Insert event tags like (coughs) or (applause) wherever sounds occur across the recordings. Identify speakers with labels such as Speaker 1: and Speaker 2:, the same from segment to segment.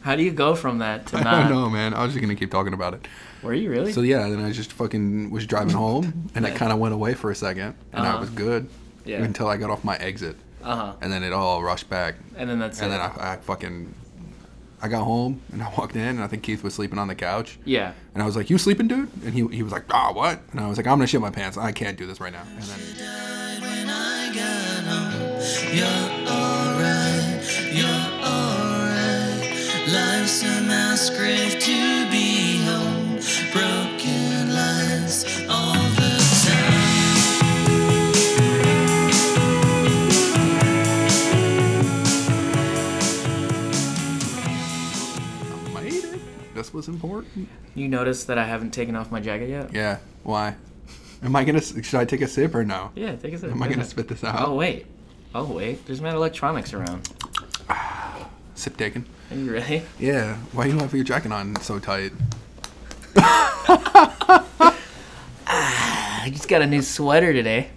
Speaker 1: How do you go from that to
Speaker 2: (laughs) I
Speaker 1: not?
Speaker 2: don't know, man. I was just gonna keep talking about it.
Speaker 1: Were you really?
Speaker 2: So yeah, then I just fucking was driving home, and I kind of went away for a second, and I
Speaker 1: Uh-huh.
Speaker 2: was good
Speaker 1: Yeah.
Speaker 2: until I got off my exit,
Speaker 1: uh huh.
Speaker 2: and then it all rushed back,
Speaker 1: And then that's
Speaker 2: and
Speaker 1: it.
Speaker 2: then I, I fucking I got home and I walked in, and I think Keith was sleeping on the couch.
Speaker 1: yeah.
Speaker 2: And I was like, "You sleeping, dude?" And he, he was like, "Ah, what?" And I was like, "I'm gonna shit my pants. I can't do this right now." And then
Speaker 3: When I got home, you're alright, you're alright. Life's a masquerade to behold. Broken lies all the time.
Speaker 2: I made it. This was important.
Speaker 1: You notice that I haven't taken off my jacket yet?
Speaker 2: Yeah. Why? Am I gonna? s- Should I take a sip or no?
Speaker 1: Yeah, take a sip.
Speaker 2: Am I
Speaker 1: Go
Speaker 2: gonna
Speaker 1: ahead.
Speaker 2: spit this out?
Speaker 1: Oh wait. Oh wait. There's mad electronics around.
Speaker 2: Sip taken.
Speaker 1: Are you ready?
Speaker 2: Yeah. Why you don't have your jacket on so tight?
Speaker 1: I just got a new sweater today.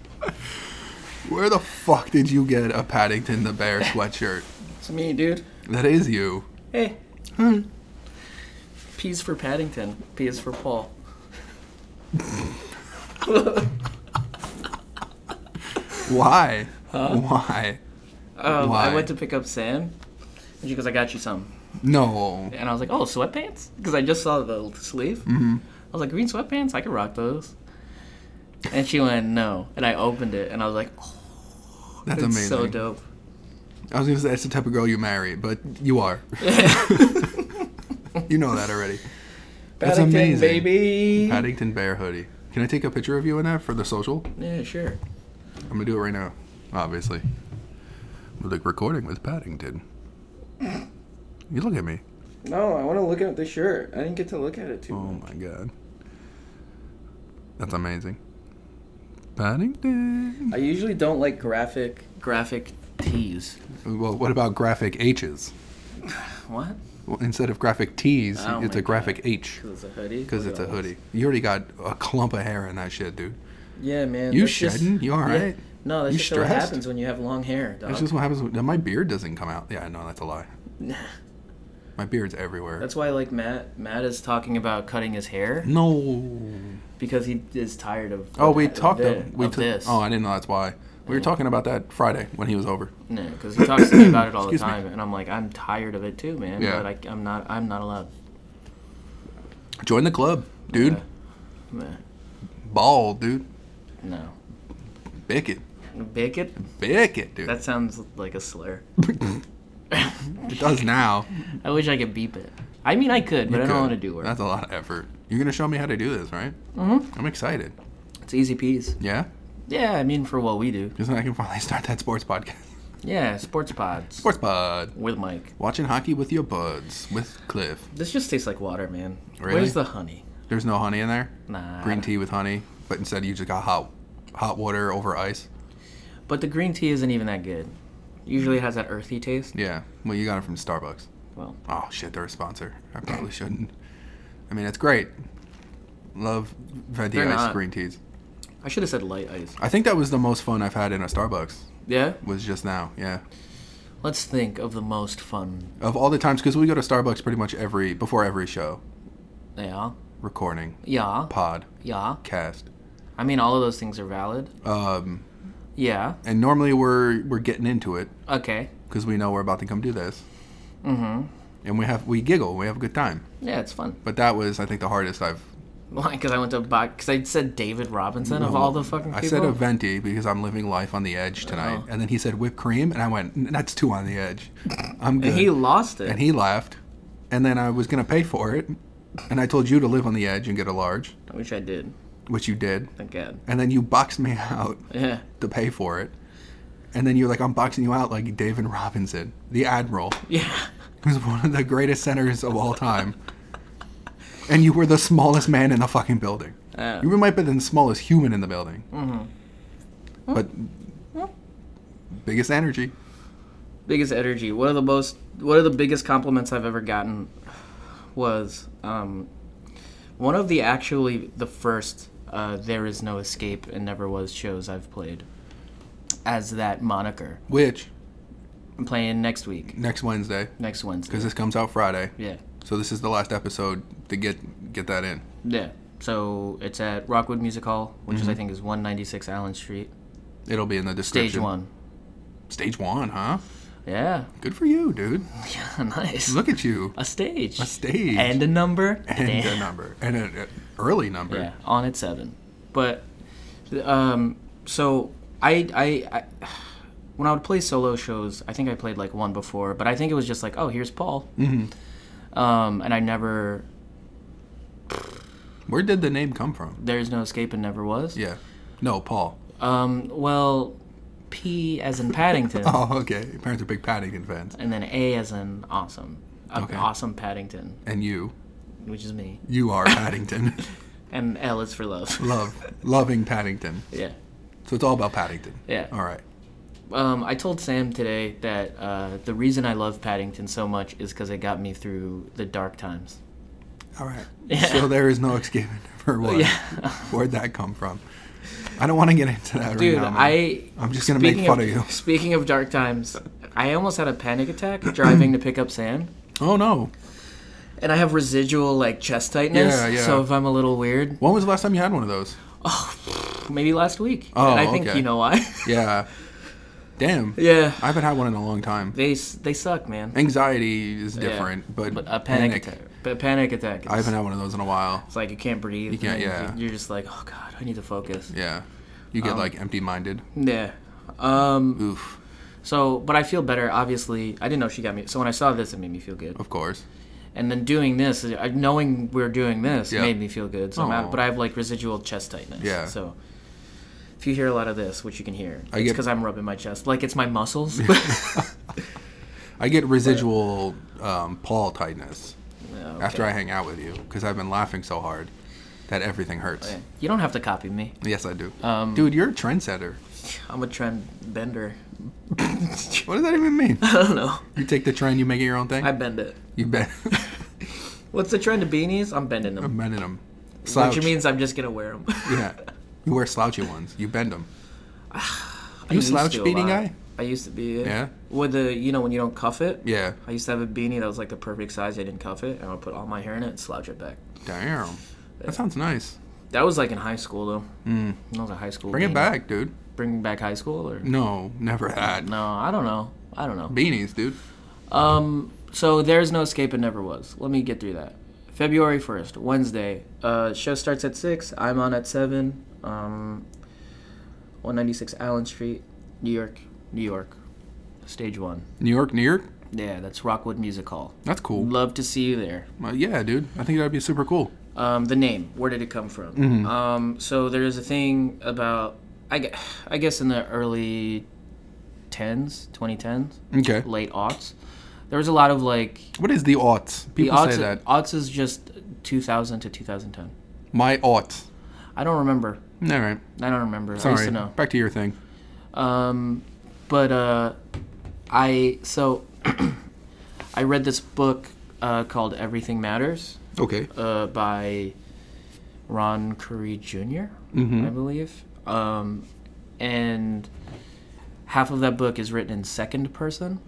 Speaker 2: Where the fuck did you get a Paddington
Speaker 1: (laughs)
Speaker 2: the Bear sweatshirt?
Speaker 1: It's me, dude.
Speaker 2: that is you.
Speaker 1: Hey. P is for Paddington. P is for Paul.
Speaker 2: Why? Why?
Speaker 1: Um,
Speaker 2: Why?
Speaker 1: I went to pick up Sam, and she goes, "I got you some."
Speaker 2: No.
Speaker 1: And I was like, "Oh, sweatpants?" Because I just saw the sleeve.
Speaker 2: Mm-hmm.
Speaker 1: I was like, "Green sweatpants? I could rock those." And she went, "No." And I opened it, and I was like, oh,
Speaker 2: That's
Speaker 1: "It's
Speaker 2: amazing.
Speaker 1: so dope."
Speaker 2: I was gonna say that's the type of girl you marry, but
Speaker 1: (laughs)
Speaker 2: you are. (laughs) you know that already. That's
Speaker 1: Paddington,
Speaker 2: amazing.
Speaker 1: baby.
Speaker 2: Paddington Bear hoodie. Can I take a picture of you in that for the social?
Speaker 1: Yeah, sure.
Speaker 2: I'm gonna do it right now. Obviously. We're like recording with Paddington. You look at me.
Speaker 1: No, I want to look at the shirt. I didn't get to look at it too.
Speaker 2: Oh my god. That's amazing. Paddington.
Speaker 1: I usually don't like graphic graphic tees.
Speaker 2: Well, what about graphic H's?
Speaker 1: What?
Speaker 2: Well, instead of graphic T's,
Speaker 1: Oh
Speaker 2: it's
Speaker 1: my
Speaker 2: a graphic H.
Speaker 1: Because it's a hoodie.
Speaker 2: Because
Speaker 1: Look
Speaker 2: it's
Speaker 1: at
Speaker 2: a
Speaker 1: all this.
Speaker 2: hoodie. You already got a clump of hair in that shit, dude.
Speaker 1: Yeah, man.
Speaker 2: You
Speaker 1: that's just-
Speaker 2: shedding? You all
Speaker 1: Yeah.
Speaker 2: right?
Speaker 1: No, that's
Speaker 2: You
Speaker 1: just what
Speaker 2: stressed?
Speaker 1: happens when you have long hair, dog.
Speaker 2: That's just what happens when my beard doesn't come out. Yeah, no, that's
Speaker 1: (laughs)
Speaker 2: a lie. My beard's everywhere.
Speaker 1: That's why, like Matt, Matt is talking about cutting his hair
Speaker 2: no.
Speaker 1: because he is tired of.
Speaker 2: Oh,
Speaker 1: of
Speaker 2: we
Speaker 1: that- of
Speaker 2: talked
Speaker 1: thi-
Speaker 2: of, we
Speaker 1: of
Speaker 2: t-
Speaker 1: this.
Speaker 2: Oh, I didn't know that's why. We were talking about that Friday when he was over.
Speaker 1: no, because he talks to me about it all the
Speaker 2: Excuse me.
Speaker 1: time, and I'm like, I'm tired of it too, man.
Speaker 2: Yeah.
Speaker 1: But I, I'm not. I'm not allowed.
Speaker 2: Join the club, dude.
Speaker 1: Yeah. Meh.
Speaker 2: Ball, dude.
Speaker 1: No,
Speaker 2: Bick it.
Speaker 1: bake it.
Speaker 2: Bick it, dude.
Speaker 1: That sounds like a slur.
Speaker 2: it does now.
Speaker 1: I wish I could beep it. I mean, I could, but I don't
Speaker 2: Good.
Speaker 1: want to do it.
Speaker 2: That's a lot of effort. You're gonna show me how to do this, right? Mm-hmm. I'm excited.
Speaker 1: It's easy peas.
Speaker 2: Yeah,
Speaker 1: Yeah, I mean, for what we do.
Speaker 2: because I can finally (laughs) start that sports podcast.
Speaker 1: Yeah, sports pods
Speaker 2: Sports pod.
Speaker 1: with Mike.
Speaker 2: Watching hockey with your buds with Cliff.
Speaker 1: This just tastes like water, man.
Speaker 2: Really?
Speaker 1: Where's the honey?
Speaker 2: There's no honey in there.
Speaker 1: Nah.
Speaker 2: Green tea with honey, but instead you just got hot, hot water over ice.
Speaker 1: But the green tea isn't even that good. Usually it has that earthy taste.
Speaker 2: Yeah. Well, you got it from Starbucks.
Speaker 1: Well,
Speaker 2: Oh shit, they're a sponsor. I
Speaker 1: (laughs)
Speaker 2: probably shouldn't. I mean, it's great. Love venti
Speaker 1: They're
Speaker 2: ice
Speaker 1: not.
Speaker 2: green teas.
Speaker 1: I should have said light ice.
Speaker 2: I think that was the most fun I've had in a Starbucks.
Speaker 1: Yeah?
Speaker 2: Was just now. Yeah.
Speaker 1: Let's think of the most fun.
Speaker 2: of all the times because we go to starbucks pretty much every before every show
Speaker 1: Yeah.
Speaker 2: recording
Speaker 1: Yeah.
Speaker 2: pod
Speaker 1: Yeah.
Speaker 2: cast
Speaker 1: I mean, all of those things are valid.
Speaker 2: um,
Speaker 1: Yeah.
Speaker 2: and normally we're we're getting into it
Speaker 1: Okay.
Speaker 2: because we know we're about to come do this mm-hmm. and we have we giggle we have a good time
Speaker 1: Yeah, it's fun. (laughs)
Speaker 2: but that was i think the hardest i've
Speaker 1: Why? Because I went to buy. Because I said David Robinson of all the fucking people. Oh.
Speaker 2: i said a venti because i'm living life on the edge tonight and then he said whipped cream and i went "N- that's two on the edge i'm good
Speaker 1: And he lost it.
Speaker 2: and he laughed and then i was gonna pay for it and i told you to live on the edge and get a large
Speaker 1: Which I did.
Speaker 2: which you did
Speaker 1: Thank God. (laughs)
Speaker 2: and then you boxed me (laughs) out
Speaker 1: Yeah.
Speaker 2: to pay for it. And then you're like, I'm boxing you out like David Robinson, the Admiral,
Speaker 1: Yeah. (laughs)
Speaker 2: who's one of the greatest centers of all time. and you were the smallest man in the fucking building.
Speaker 1: Yeah.
Speaker 2: You might be the smallest human in the building.
Speaker 1: Mm-hmm.
Speaker 2: But biggest energy.
Speaker 1: biggest energy one of the most one of the biggest compliments i've ever gotten was um, one of the actually the first uh, there is no escape and never was shows i've played as that moniker
Speaker 2: Which
Speaker 1: I'm playing next week,
Speaker 2: next Wednesday
Speaker 1: next Wednesday.
Speaker 2: because this comes out Friday.
Speaker 1: Yeah,
Speaker 2: So this is the last episode to get get that in.
Speaker 1: yeah. So it's at Rockwood Music Hall, which
Speaker 2: Mm-hmm.
Speaker 1: is I think is 196 Allen Street,
Speaker 2: It'll be in the
Speaker 1: stage
Speaker 2: description.
Speaker 1: one.
Speaker 2: Stage one, huh?
Speaker 1: Yeah, (laughs)
Speaker 2: Good for you, dude.
Speaker 1: yeah, nice.
Speaker 2: Look
Speaker 1: (laughs)
Speaker 2: at you.
Speaker 1: a stage. A
Speaker 2: stage.
Speaker 1: and a number
Speaker 2: (laughs) And a
Speaker 1: Damn.
Speaker 2: number. And an an early number.
Speaker 1: Yeah, on at seven. But um, so I, I I (sighs) when I would play solo shows, I think I played like one before, but I think it was just like, oh, here's Paul.
Speaker 2: Mm-hmm.
Speaker 1: Um, and I never.
Speaker 2: Where did the name come from?
Speaker 1: There's no escape and never was.
Speaker 2: Yeah. No, Paul. (laughs)
Speaker 1: Um, well, P as in Paddington,
Speaker 2: Oh, okay. Your parents are big Paddington fans.
Speaker 1: and then A as in awesome. I'm
Speaker 2: Okay.
Speaker 1: Awesome Paddington,
Speaker 2: And you.
Speaker 1: which is me.
Speaker 2: You
Speaker 1: (laughs)
Speaker 2: are Paddington.
Speaker 1: And L is for
Speaker 2: (laughs)
Speaker 1: love. (laughs)
Speaker 2: Love. Loving Paddington.
Speaker 1: yeah.
Speaker 2: So it's all about Paddington.
Speaker 1: Yeah.
Speaker 2: All right.
Speaker 1: Um, I told Sam today that uh, the reason I love Paddington so much is because it got me through the dark times.
Speaker 2: All right.
Speaker 1: Yeah.
Speaker 2: So there is no escape (laughs) for what?
Speaker 1: Yeah.
Speaker 2: Where'd that come from? I don't want to get into that
Speaker 1: Dude,
Speaker 2: right now. man.
Speaker 1: I.
Speaker 2: I'm just gonna make
Speaker 1: speaking
Speaker 2: fun of you.
Speaker 1: (laughs) Speaking of dark times, I almost had a panic
Speaker 2: (clears throat)
Speaker 1: attack driving to pick up Sam.
Speaker 2: Oh no.
Speaker 1: And I have residual like chest tightness,
Speaker 2: Yeah, yeah.
Speaker 1: so if I'm a little weird,
Speaker 2: When was the last time you had one of those?
Speaker 1: maybe last week.
Speaker 2: Oh,
Speaker 1: and I think
Speaker 2: okay.
Speaker 1: you know why. (laughs)
Speaker 2: Yeah. Damn.
Speaker 1: yeah,
Speaker 2: I haven't had one in a long time.
Speaker 1: they s- they suck, man.
Speaker 2: Anxiety is different, but,
Speaker 1: But a panic, attack, but a panic attack. Is,
Speaker 2: I haven't had one of those in a while.
Speaker 1: it's like you can't breathe. You
Speaker 2: can't- yeah.
Speaker 1: You're just like, oh god, I need to focus.
Speaker 2: Yeah. You
Speaker 1: Um,
Speaker 2: get like empty-minded.
Speaker 1: Yeah. Um.
Speaker 2: Oof.
Speaker 1: So, but I feel better. Obviously, I didn't know she got me. So when I saw this, it made me feel good.
Speaker 2: Of course.
Speaker 1: And then doing this, uh, I- knowing we're doing this,
Speaker 2: Yeah.
Speaker 1: made me feel good. So, I'm
Speaker 2: Aw.
Speaker 1: out, but I have like residual chest tightness.
Speaker 2: Yeah.
Speaker 1: So, if you hear a lot of this, which you can hear,
Speaker 2: I
Speaker 1: it's
Speaker 2: get-
Speaker 1: because I'm rubbing my chest, like it's my
Speaker 2: (laughs)
Speaker 1: muscles. (laughs)
Speaker 2: I get residual um, Paul tightness
Speaker 1: No,
Speaker 2: after
Speaker 1: okay.
Speaker 2: I hang out with you because I've been laughing so hard that everything hurts.
Speaker 1: Okay. You don't have to copy me.
Speaker 2: Yes, I do.
Speaker 1: Um,
Speaker 2: Dude, you're a trendsetter.
Speaker 1: I'm a trend bender.
Speaker 2: What does that even mean?
Speaker 1: (laughs) I don't know.
Speaker 2: you take the trend, you make it your own thing.
Speaker 1: I bend it. (laughs)
Speaker 2: you bet.
Speaker 1: What's the trend of beanies? I'm bending them,
Speaker 2: Bending them. Slouch.
Speaker 1: which means I'm just gonna wear them.
Speaker 2: (laughs) Yeah. You wear slouchy ones. You
Speaker 1: (sighs)
Speaker 2: bend them. You slouch beanie guy?
Speaker 1: I used to be.
Speaker 2: Yeah?
Speaker 1: With the you know when you don't cuff it.
Speaker 2: Yeah.
Speaker 1: I used to have a beanie that was like the perfect size. I didn't cuff it, and I would put all my hair in it and slouch it back.
Speaker 2: Damn. That sounds nice.
Speaker 1: That was like in high school though. Mm. That was a high school.
Speaker 2: Bring
Speaker 1: beanie.
Speaker 2: it back, Mm. dude.
Speaker 1: Bring back high school or
Speaker 2: No, never had.
Speaker 1: no? I don't know. I don't know.
Speaker 2: Beanies, dude.
Speaker 1: Um. So there's no escape. It never was. Let me get through that. February first, Wednesday. Uh, show starts at six. I'm on at seven. Um, 196 Allen Street, New York, New York. Stage one.
Speaker 2: New York, New York?
Speaker 1: Yeah, that's Rockwood Music Hall.
Speaker 2: That's cool.
Speaker 1: Love to see you there.
Speaker 2: Uh, yeah, dude. I think that'd be super cool.
Speaker 1: um, the name where did it come from
Speaker 2: Mm-hmm.
Speaker 1: um, so there's a thing about I, gue- I guess in the early 10s 2010s
Speaker 2: Okay.
Speaker 1: late aughts there was a lot of like
Speaker 2: What is the aughts?
Speaker 1: the
Speaker 2: People
Speaker 1: aughts,
Speaker 2: say that.
Speaker 1: aughts is just 2000 to 2010
Speaker 2: My aughts.
Speaker 1: i don't remember
Speaker 2: All right.
Speaker 1: i don't remember i used
Speaker 2: Sorry.
Speaker 1: to know
Speaker 2: Back to your thing.
Speaker 1: Um, but uh, i so (clears throat) i read this book uh, called everything matters
Speaker 2: Okay.
Speaker 1: uh, by Ron Curry junior I believe. Um, and half of that book is written in second person.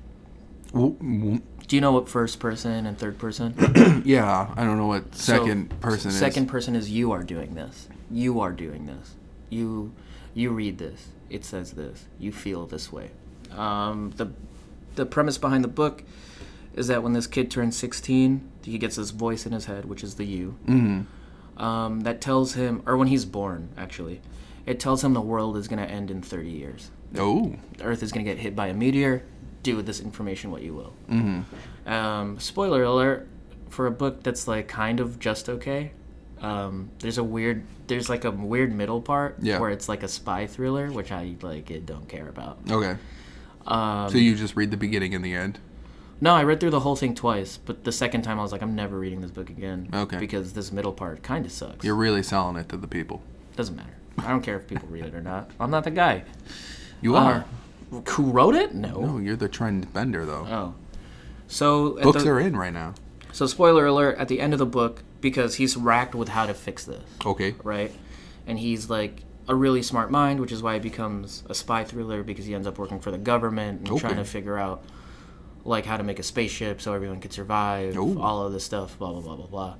Speaker 1: Do you know what first person and third person?
Speaker 2: Yeah, I don't know what second person is.
Speaker 1: second person is you are doing this. You are doing this. You you read this. It says this. You feel this way. Um, the the premise behind the book is that when this kid turns 16, he gets this voice in his head, which is the you.
Speaker 2: Mm-hmm.
Speaker 1: um, that tells him, or when he's born, actually, it tells him the world is going to end in 30 years.
Speaker 2: Oh.
Speaker 1: The Earth is going to get hit by a meteor. Do with this information what you will. Mm-hmm. Um, spoiler alert for a book that's like kind of just okay. Um, there's a weird, there's like a weird middle part
Speaker 2: Yeah.
Speaker 1: where it's like a spy thriller, which I like it don't care about.
Speaker 2: Okay.
Speaker 1: Um,
Speaker 2: so you just read the beginning and the end.
Speaker 1: No, I read through the whole thing twice, but the second time I was like, I'm never reading this book again.
Speaker 2: Okay.
Speaker 1: Because this middle part kind of sucks.
Speaker 2: You're really selling it to the people.
Speaker 1: Doesn't matter. I don't care if people read it or not. I'm not the guy.
Speaker 2: You
Speaker 1: Uh,
Speaker 2: are.
Speaker 1: Who wrote it? No.
Speaker 2: No, you're the trend bender though.
Speaker 1: Oh. So at
Speaker 2: Books
Speaker 1: the,
Speaker 2: are in right now.
Speaker 1: so spoiler alert at the end of the book because he's racked with how to fix this,
Speaker 2: Okay.
Speaker 1: right? And he's like a really smart mind, which is why he becomes a spy thriller because he ends up working for the government and
Speaker 2: Okay.
Speaker 1: trying to figure out like how to make a spaceship so everyone could survive,
Speaker 2: Ooh.
Speaker 1: all of this stuff, blah, blah, blah, blah,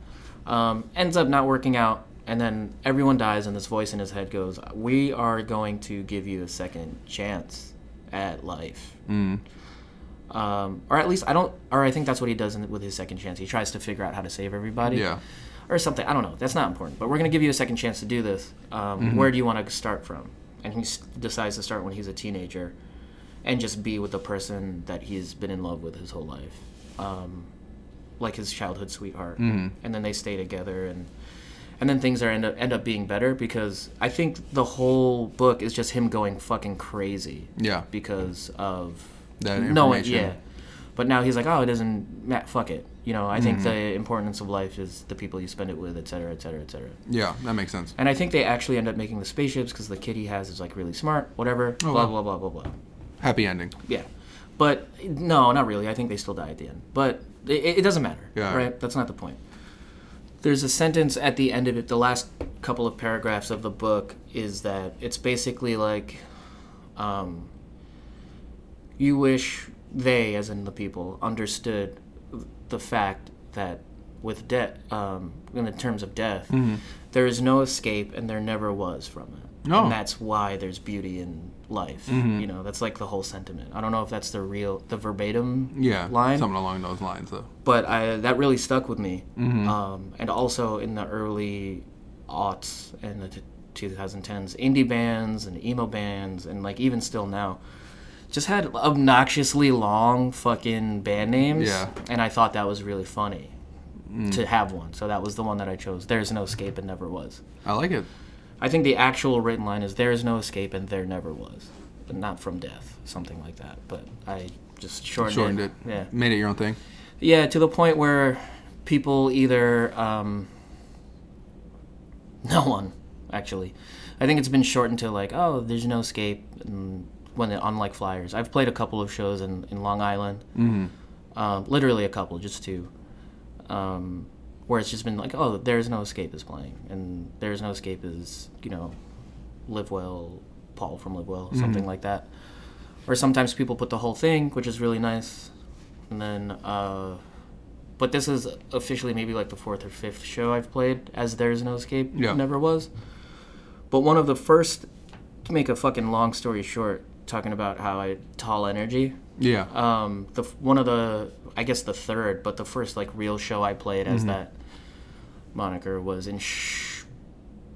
Speaker 1: blah. Um, ends up not working out, and then everyone dies, and this voice in his head goes, We are going to give you a second chance at life.
Speaker 2: Mm.
Speaker 1: Um, or at least I don't, or I think that's what he does in, with his second chance. He tries to figure out how to save everybody
Speaker 2: Yeah.
Speaker 1: or something. I don't know. That's not important. But we're going to give you a second chance to do this. Um, Where do you want to start from? And he s- decides to start when he's a teenager, and just be with the person that he's been in love with his whole life, um, like his childhood sweetheart. And then they stay together, and and then things are end up end up being better because I think the whole book is just him going fucking crazy
Speaker 2: Yeah.
Speaker 1: because of
Speaker 2: That
Speaker 1: knowing-
Speaker 2: information.
Speaker 1: yeah. But now he's like, oh, it doesn't. ma fuck it. You know, I
Speaker 2: Mm-hmm.
Speaker 1: think the importance of life is the people you spend it with, et cetera, et cetera, et cetera.
Speaker 2: Yeah, that makes sense.
Speaker 1: And I think they actually end up making the spaceships because the kid he has is like really smart, whatever.
Speaker 2: Oh,
Speaker 1: blah
Speaker 2: wow.
Speaker 1: blah blah blah blah.
Speaker 2: Happy ending.
Speaker 1: Yeah, but no, not really. I think they still die at the end, but it, it doesn't matter.
Speaker 2: Yeah.
Speaker 1: Right? That's not the point. There's a sentence at the end of it. The last couple of paragraphs of the book is that it's basically like, um, you wish they, as in the people, understood the fact that with death, um, in the terms of death, there is no escape, and there never was from it.
Speaker 2: No.
Speaker 1: And that's why there's beauty in life. You know, that's like the whole sentiment. I don't know if that's the real, the verbatim
Speaker 2: Yeah.
Speaker 1: line,
Speaker 2: Something along those lines, though.
Speaker 1: but I, that really stuck with me.
Speaker 2: Mm-hmm.
Speaker 1: Um, and also in the early aughts and the t- 2010s, indie bands and emo bands, and like even still now, just had obnoxiously long fucking band names.
Speaker 2: Yeah. Mm.
Speaker 1: And I thought that was really funny to have one. So that was the one that I chose. There's no escape and never was.
Speaker 2: I like it.
Speaker 1: I think the actual written line is "There is no escape, and there never was," but not from death, something like that. But I just shortened,
Speaker 2: Shortened it.
Speaker 1: Yeah,
Speaker 2: Made it your own thing.
Speaker 1: yeah, to the point where people either um, (laughs) no one actually. I think it's been shortened to like, oh, there's no escape. And when it, on like flyers, I've played a couple of shows in, in Long Island, um, literally a couple, just two, um, where it's just been like, oh, there's no escape is playing, and there's no escape is you know, Live Well, Paul from Live Well, something like that. Or sometimes people put the whole thing, which is really nice. And then, uh, but this is officially maybe like the fourth or fifth show I've played as There's No Escape.
Speaker 2: Yeah.
Speaker 1: Never was. But one of the first, to make a fucking long story short, talking about how I tall energy.
Speaker 2: Yeah.
Speaker 1: Um, the f- one of the I guess the third, but the first like real show I played as that moniker was in sh-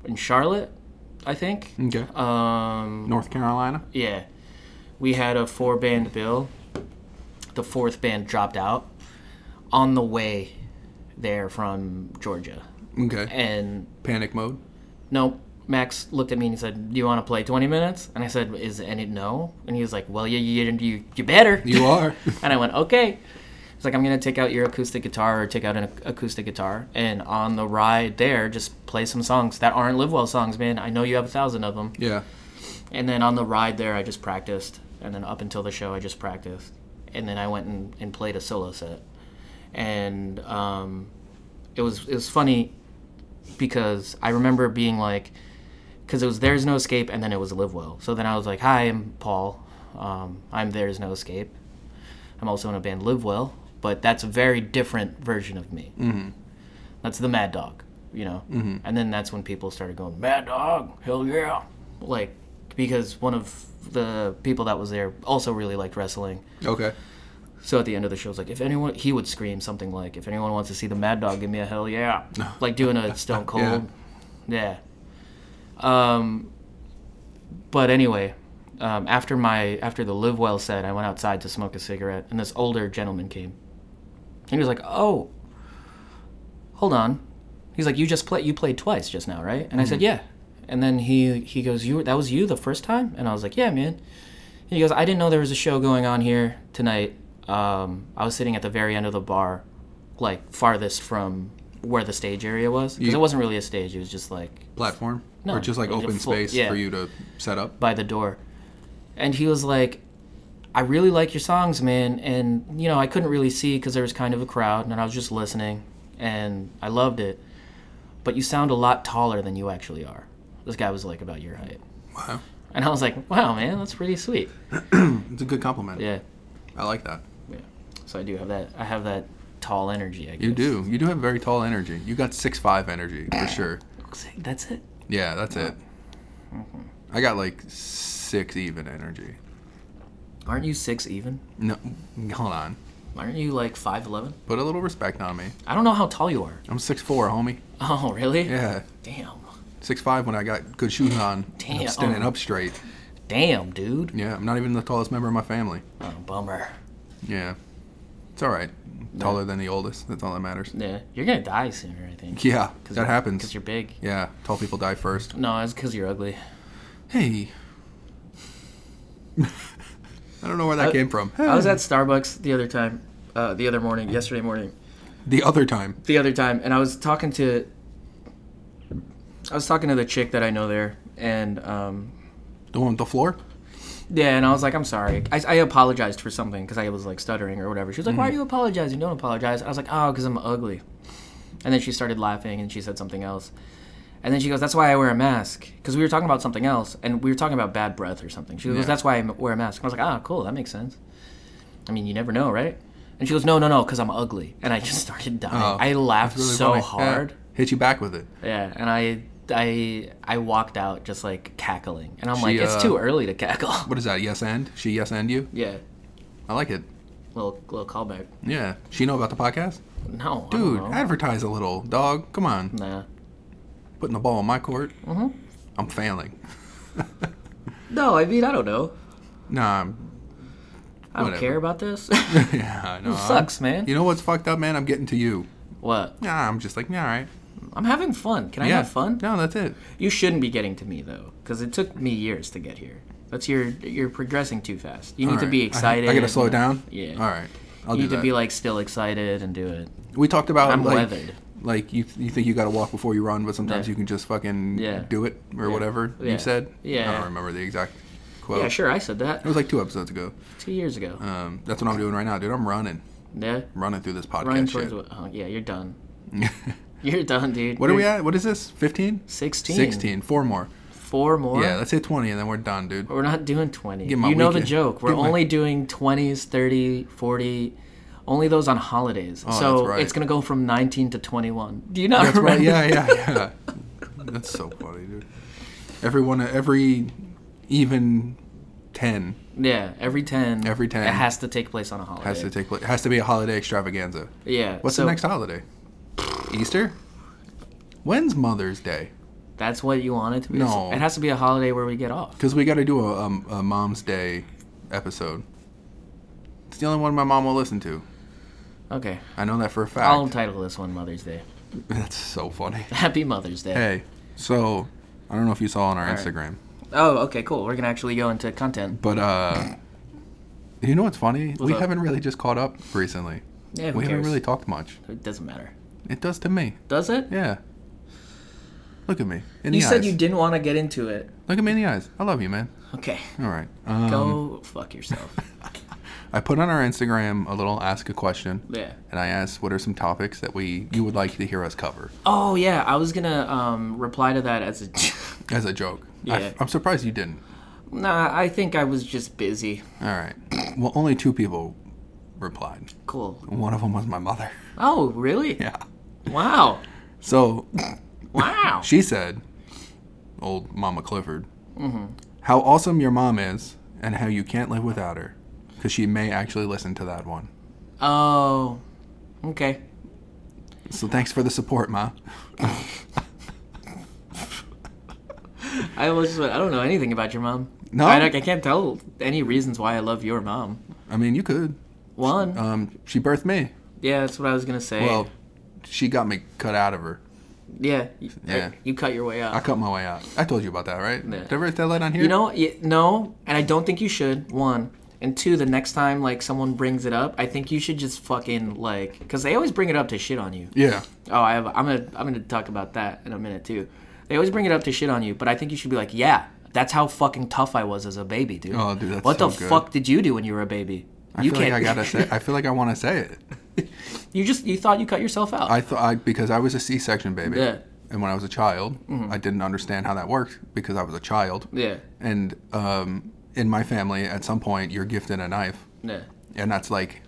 Speaker 1: in Charlotte, I think.
Speaker 2: okay.
Speaker 1: Um,
Speaker 2: North Carolina.
Speaker 1: yeah. We had a four band bill. The fourth band dropped out on the way there from Georgia.
Speaker 2: Okay.
Speaker 1: And
Speaker 2: Panic mode.
Speaker 1: nope. Max looked at me and he said, "Do you want to play 20 minutes?" And I said, "Is any no?" And he was like, "Well, you you you, you better." (laughs)
Speaker 2: You are.
Speaker 1: and I went, "Okay." It's like I'm gonna take out your acoustic guitar or take out an ac- acoustic guitar, and on the ride there, just play some songs that aren't Live Well songs, man. I know you have a thousand of them.
Speaker 2: yeah.
Speaker 1: And then on the ride there, I just practiced. And then up until the show, I just practiced. And then I went and, and played a solo set. And um, it was it was funny because I remember being like, because it was There's No Escape, and then it was Live Well. So then I was like, Hi, I'm Paul. Um, I'm There's No Escape. I'm also in a band Live Well, but that's a very different version of me. Mm-hmm. That's the Mad Dog, you know? Mm-hmm. And then that's when people started going, Mad Dog, hell yeah. Like, because one of the people that was there also really liked wrestling.
Speaker 2: Okay.
Speaker 1: So at the end of the show, it's like, if anyone, he would scream something like, if anyone wants to see the Mad Dog, give me a hell yeah. like doing a Stone Cold. yeah. Um, but anyway, um, after my, after the Live Well set, I went outside to smoke a cigarette, and this older gentleman came. And he was like, oh, hold on. He's like, you just played, you played twice just now, right? And I said, yeah. And then he, he goes, you, were- that was you the first time? And I was like, yeah, man. He goes, I didn't know there was a show going on here tonight. Um, I was sitting at the very end of the bar, like farthest from where the stage area was. Because
Speaker 2: You-
Speaker 1: it wasn't really a stage, it was just like
Speaker 2: Platform.
Speaker 1: No,
Speaker 2: or just like
Speaker 1: it was a
Speaker 2: open
Speaker 1: full-
Speaker 2: space
Speaker 1: yeah.
Speaker 2: for you to set up.
Speaker 1: by the door. And he was like, I really like your songs, man. And, you know, I couldn't really see because there was kind of a crowd and I was just listening and I loved it. But you sound a lot taller than you actually are. This guy was like about your height.
Speaker 2: Wow.
Speaker 1: And I was like, wow, man, that's pretty sweet.
Speaker 2: It's a good compliment.
Speaker 1: Yeah.
Speaker 2: I like that.
Speaker 1: Yeah. so I do have that. I have that tall energy. I guess.
Speaker 2: You do. You do have very tall energy. You got six five energy for sure.
Speaker 1: That's it.
Speaker 2: Yeah, that's it.
Speaker 1: Mm-hmm.
Speaker 2: I got like six even energy.
Speaker 1: Aren't you six even?
Speaker 2: No, hold on.
Speaker 1: Aren't you like five eleven?
Speaker 2: Put a little respect on me.
Speaker 1: I don't know how tall you are. (laughs)
Speaker 2: I'm six four, homie.
Speaker 1: Oh, really?
Speaker 2: Yeah,
Speaker 1: Damn.
Speaker 2: six five when I got good shoes on.
Speaker 1: Damn.
Speaker 2: I'm standing up straight.
Speaker 1: Damn, dude.
Speaker 2: Yeah, I'm not even the tallest member of my family.
Speaker 1: Oh, bummer.
Speaker 2: Yeah, it's all right. Taller than the oldest. That's all that matters.
Speaker 1: Yeah, you're gonna die sooner, I think.
Speaker 2: Yeah, that
Speaker 1: Cause
Speaker 2: happens.
Speaker 1: you're big.
Speaker 2: Yeah, tall people die first.
Speaker 1: No, it's cause you're ugly.
Speaker 2: Hey. I don't know where that came from.
Speaker 1: I was at Starbucks the other time, uh, the other morning, yesterday morning,
Speaker 2: the other time.
Speaker 1: the other time, and I was talking to, I was talking to the chick that I know there, and um,
Speaker 2: The one with the floor?
Speaker 1: yeah, and I was like, I'm sorry, I, I apologized for something because I was like stuttering or whatever. She was like,
Speaker 2: Mm-hmm.
Speaker 1: Why are you apologizing? Don't apologize. I was like, Oh, because I'm ugly. And then she started laughing and she said something else. And then she goes, That's why I wear a mask. Because we were talking about something else, and we were talking about bad breath or something. She goes,
Speaker 2: Yeah.
Speaker 1: That's why I m- wear a mask. And I was like, Ah, cool, that makes sense. I mean, you never know, right? And she goes, No, no, no, because I'm ugly. And I just started dying.
Speaker 2: Oh,
Speaker 1: I laughed
Speaker 2: Really
Speaker 1: so
Speaker 2: funny. Yeah.
Speaker 1: hard.
Speaker 2: Hit you back with it.
Speaker 1: Yeah. and I. I I walked out just like cackling, and I'm like,
Speaker 2: uh,
Speaker 1: it's too early to cackle. (laughs)
Speaker 2: What is that? Yes and? She yes and you?
Speaker 1: yeah,
Speaker 2: I like it.
Speaker 1: little little callback.
Speaker 2: Yeah. She know about the podcast?
Speaker 1: No, I
Speaker 2: Dude,
Speaker 1: don't know.
Speaker 2: advertise a little, dog. Come on.
Speaker 1: nah,
Speaker 2: Putting the ball in my court. Mm-hmm. I'm failing.
Speaker 1: no, I mean, I don't know.
Speaker 2: Nah. I'm- (laughs)
Speaker 1: I don't
Speaker 2: Whatever.
Speaker 1: care about
Speaker 2: (laughs)
Speaker 1: this.
Speaker 2: Yeah, I know.
Speaker 1: Sucks, man.
Speaker 2: You know what's fucked up, man? I'm getting to you.
Speaker 1: what?
Speaker 2: Nah, I'm just like, yeah, all right.
Speaker 1: I'm having fun. Can I
Speaker 2: yeah.
Speaker 1: have fun?
Speaker 2: No, that's it.
Speaker 1: You shouldn't be getting to me though, because it took me years to get here. That's your you're progressing too fast. You need
Speaker 2: All
Speaker 1: to
Speaker 2: right.
Speaker 1: be
Speaker 2: I-
Speaker 1: excited.
Speaker 2: I, gotta slow
Speaker 1: and-
Speaker 2: down.
Speaker 1: Yeah.
Speaker 2: All right. I'll
Speaker 1: You
Speaker 2: do
Speaker 1: need
Speaker 2: that.
Speaker 1: to be like still excited and do it.
Speaker 2: we talked about
Speaker 1: I'm
Speaker 2: like,
Speaker 1: weathered.
Speaker 2: like you you think you gotta walk before you run, but sometimes
Speaker 1: Yeah.
Speaker 2: you can just fucking
Speaker 1: Yeah.
Speaker 2: do it or whatever
Speaker 1: Yeah.
Speaker 2: you said. I
Speaker 1: Yeah.
Speaker 2: don't remember the exact quote.
Speaker 1: Yeah, sure. I said that
Speaker 2: It was like two episodes ago.
Speaker 1: two years ago.
Speaker 2: Um, that's what I'm doing right now, dude. I'm running,
Speaker 1: yeah.
Speaker 2: running through this podcast
Speaker 1: Running
Speaker 2: shit.
Speaker 1: towards. Oh, yeah, you're
Speaker 2: (laughs)
Speaker 1: done. You're done, dude.
Speaker 2: what are we
Speaker 1: You're
Speaker 2: at? What is this? 15?
Speaker 1: 16.
Speaker 2: 16. Four more.
Speaker 1: Four more.
Speaker 2: Yeah, let's hit 20 and then we're done, dude.
Speaker 1: Oh, We're not doing 20.
Speaker 2: my
Speaker 1: you know the
Speaker 2: weekend-
Speaker 1: joke. We're
Speaker 2: get my-
Speaker 1: only doing 20s, 30, 40, only those on holidays. so
Speaker 2: Oh, that's right.
Speaker 1: it's going to go from 19 to 21. Do you not
Speaker 2: That's
Speaker 1: remember?
Speaker 2: right.
Speaker 1: (laughs)
Speaker 2: Yeah, yeah, yeah. that's so funny, dude. Everyone, every even 10
Speaker 1: Yeah, every 10.
Speaker 2: Every 10.
Speaker 1: It has to take place on a holiday.
Speaker 2: has to take place. Has to be a holiday extravaganza.
Speaker 1: Yeah.
Speaker 2: What's
Speaker 1: so
Speaker 2: the next holiday? Easter? When's Mother's Day?
Speaker 1: That's what you want it to be?
Speaker 2: No.
Speaker 1: It has to be a holiday where we get off.
Speaker 2: Because we got to do a, a, a Mom's Day episode. It's the only one my mom will listen to.
Speaker 1: Okay.
Speaker 2: I know that for a fact. (laughs)
Speaker 1: I'll title this one Mother's Day. (laughs)
Speaker 2: That's so funny.
Speaker 1: Happy Mother's Day.
Speaker 2: Hey, so I don't know if you saw on our
Speaker 1: right.
Speaker 2: Instagram,
Speaker 1: Oh, okay, cool. We're going to actually go into content.
Speaker 2: but uh, you know what's funny? we
Speaker 1: up?
Speaker 2: haven't really just caught up recently.
Speaker 1: Yeah, who
Speaker 2: we haven't
Speaker 1: cares?
Speaker 2: really talked much.
Speaker 1: It doesn't matter.
Speaker 2: It does to me.
Speaker 1: Does it?
Speaker 2: Yeah. Look at me. In
Speaker 1: You
Speaker 2: the
Speaker 1: said
Speaker 2: eyes.
Speaker 1: you didn't want to get into it.
Speaker 2: Look at me in the eyes. I love you, man.
Speaker 1: Okay.
Speaker 2: All right. Um,
Speaker 1: Go fuck
Speaker 2: (laughs)
Speaker 1: yourself.
Speaker 2: I put on our Instagram a little ask a question.
Speaker 1: Yeah.
Speaker 2: And I asked, what are some topics that we you would like to hear us cover
Speaker 1: Oh yeah, I was gonna um, reply to that as a.
Speaker 2: as a joke?
Speaker 1: Yeah.
Speaker 2: I, I'm surprised you didn't.
Speaker 1: (laughs) nah, I think I was just busy.
Speaker 2: All right. Well, only two people replied.
Speaker 1: Cool.
Speaker 2: One of them was my mother. (laughs)
Speaker 1: Oh really?
Speaker 2: Yeah.
Speaker 1: Wow.
Speaker 2: So
Speaker 1: Wow.
Speaker 2: she said, old Mama Clifford,
Speaker 1: Mm-hmm.
Speaker 2: how awesome your mom is and how you can't live without her. Because she may actually listen to that one.
Speaker 1: oh. Okay.
Speaker 2: So thanks for the support, Ma.
Speaker 1: I was just I don't know anything about your mom.
Speaker 2: No?
Speaker 1: I, I can't tell any reasons why I love your mom.
Speaker 2: I mean, you could.
Speaker 1: One.
Speaker 2: Um, she birthed me.
Speaker 1: yeah, that's what I was gonna say.
Speaker 2: Well, she got me cut out of her.
Speaker 1: yeah. y-
Speaker 2: yeah.
Speaker 1: You cut your way
Speaker 2: I
Speaker 1: out.
Speaker 2: cut my way out. I told you about that, right?
Speaker 1: Yeah.
Speaker 2: Did I write that light on here?
Speaker 1: You know, y no, and I don't think you should. One. And two, the next time like someone brings it up, I think you should just fucking like, cause they always bring it up to shit on you.
Speaker 2: Yeah.
Speaker 1: Oh, I have, I'm gonna I'm gonna talk about that in a minute too. They always bring it up to shit on you, but I think you should be like, yeah, that's how fucking tough I was as a baby, dude.
Speaker 2: Oh, dude, that's
Speaker 1: what the
Speaker 2: so good.
Speaker 1: fuck did you do when you were a baby?
Speaker 2: I
Speaker 1: you
Speaker 2: feel like I
Speaker 1: (laughs)
Speaker 2: gotta say. I feel like I want to say it.
Speaker 1: you just you thought you cut yourself out.
Speaker 2: I thought I, because I was a C-section baby.
Speaker 1: Yeah. Mm-hmm.
Speaker 2: And when I was a child, I didn't understand how that worked because I was a child.
Speaker 1: yeah,
Speaker 2: And um, in my family, at some point, you're gifted a knife,
Speaker 1: yeah.
Speaker 2: and that's like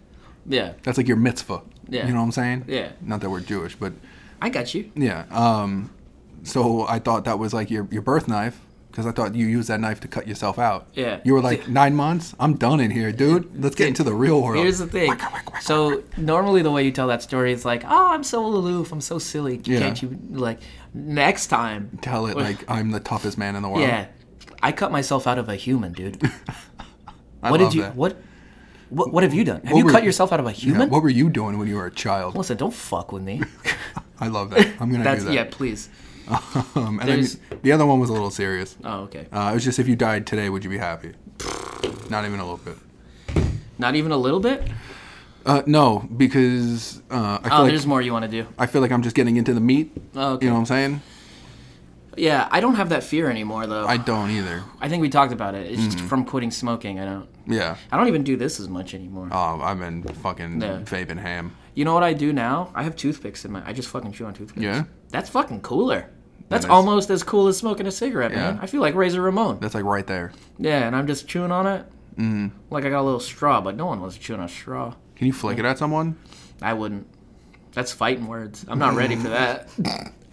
Speaker 1: Yeah.
Speaker 2: That's like your mitzvah.
Speaker 1: Yeah.
Speaker 2: You know what I'm saying?
Speaker 1: Yeah.
Speaker 2: Not that we're Jewish, but
Speaker 1: I got you.
Speaker 2: yeah. Um, so I thought that was like your, your birth knife because I thought you used that knife to cut yourself out.
Speaker 1: Yeah.
Speaker 2: You were like, nine months? I'm done in here, dude. Let's get into the real world.
Speaker 1: Here's the thing. So normally the way you tell that story is like, "Oh, I'm so aloof. I'm so silly.
Speaker 2: Yeah.
Speaker 1: Can't you like next time?"
Speaker 2: Tell it like I'm the toughest man in the world.
Speaker 1: Yeah. I cut myself out of a human, dude.
Speaker 2: (laughs) I
Speaker 1: What
Speaker 2: love
Speaker 1: did you
Speaker 2: that.
Speaker 1: what what what have you done? Have
Speaker 2: What
Speaker 1: you
Speaker 2: were-
Speaker 1: cut yourself out of a
Speaker 2: Yeah,
Speaker 1: human?
Speaker 2: what were you doing when you were a child?
Speaker 1: Listen, don't fuck with me.
Speaker 2: (laughs) I love that. I'm gonna
Speaker 1: That's
Speaker 2: do that.
Speaker 1: yeah, please.
Speaker 2: Um, and then
Speaker 1: There's-
Speaker 2: the other one was a little serious.
Speaker 1: Oh, okay.
Speaker 2: Uh, it was just if you died today, would you be happy? Not even a little bit.
Speaker 1: Not even a little bit?
Speaker 2: Uh, no, because uh, I feel
Speaker 1: Oh,
Speaker 2: like
Speaker 1: there's more you want to do.
Speaker 2: I feel like I'm just getting into the meat.
Speaker 1: Oh, okay.
Speaker 2: You know what I'm saying?
Speaker 1: Yeah, I don't have that fear anymore though.
Speaker 2: I Mm-hmm.
Speaker 1: I,
Speaker 2: don't either.
Speaker 1: think we talked about it. It's just from quitting smoking. I don't
Speaker 2: Yeah.
Speaker 1: I don't even do this as much anymore.
Speaker 2: Um, I've been fucking
Speaker 1: Yeah.
Speaker 2: vaping ham.
Speaker 1: You know what I do now? I have toothpicks in my. I just fucking chew on toothpicks.
Speaker 2: Yeah?
Speaker 1: That's fucking cooler. That's
Speaker 2: is.
Speaker 1: almost as cool as smoking a cigarette, man.
Speaker 2: Yeah.
Speaker 1: I feel like Razor Ramon.
Speaker 2: That's like right there.
Speaker 1: yeah, and I'm just chewing on it.
Speaker 2: Mm-hmm.
Speaker 1: Mm. Like I got a little straw, but no one was chewing on a straw.
Speaker 2: Can you flick it at someone?
Speaker 1: I wouldn't. That's fighting words. I'm not ready for
Speaker 2: (laughs)
Speaker 1: that.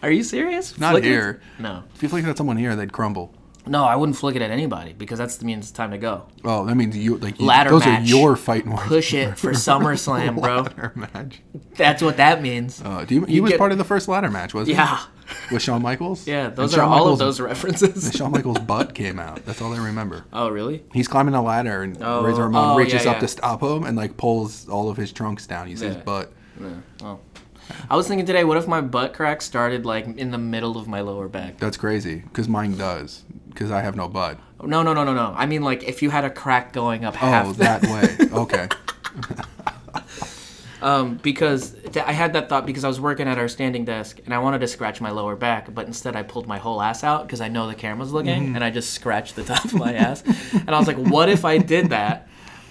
Speaker 1: Are you serious?
Speaker 2: Not
Speaker 1: Flick it?
Speaker 2: here.
Speaker 1: No.
Speaker 2: If you flick it at someone here, they'd crumble.
Speaker 1: No, I wouldn't flick it at anybody because that's the means it's time to go.
Speaker 2: Oh, that means you like you,
Speaker 1: Ladder
Speaker 2: those are
Speaker 1: match.
Speaker 2: your fighting words. (laughs)
Speaker 1: Push it for SummerSlam, bro.
Speaker 2: Ladder match.
Speaker 1: That's what that means.
Speaker 2: Uh, do you, he was
Speaker 1: get-
Speaker 2: part of the first ladder match, wasn't he?
Speaker 1: Yeah.
Speaker 2: With Shawn Michaels?
Speaker 1: Yeah,
Speaker 2: And
Speaker 1: those are
Speaker 2: Shawn
Speaker 1: all
Speaker 2: Michaels,
Speaker 1: of those references.
Speaker 2: Shawn Michaels' butt came out. That's all I remember.
Speaker 1: (laughs) oh, really?
Speaker 2: He's climbing a ladder, and
Speaker 1: Oh,
Speaker 2: Razor Ramon
Speaker 1: oh,
Speaker 2: reaches
Speaker 1: yeah,
Speaker 2: up
Speaker 1: yeah.
Speaker 2: to stop him and like pulls all of his trunks down. You see his
Speaker 1: Yeah.
Speaker 2: butt.
Speaker 1: Oh. I was thinking today, what if my butt crack started like in the middle of my lower back?
Speaker 2: That's crazy, because mine does, because I have no butt.
Speaker 1: No, no, no, no, no. I mean, like if you had a crack going up
Speaker 2: Oh,
Speaker 1: half that. (laughs)
Speaker 2: that way. Okay.
Speaker 1: Um, because th- I had that thought because I was working at our standing desk and I wanted to scratch my lower back, but instead I pulled my whole ass out because I know the camera's looking and I just scratched the (laughs) top of my ass. And I was like, what if I did that?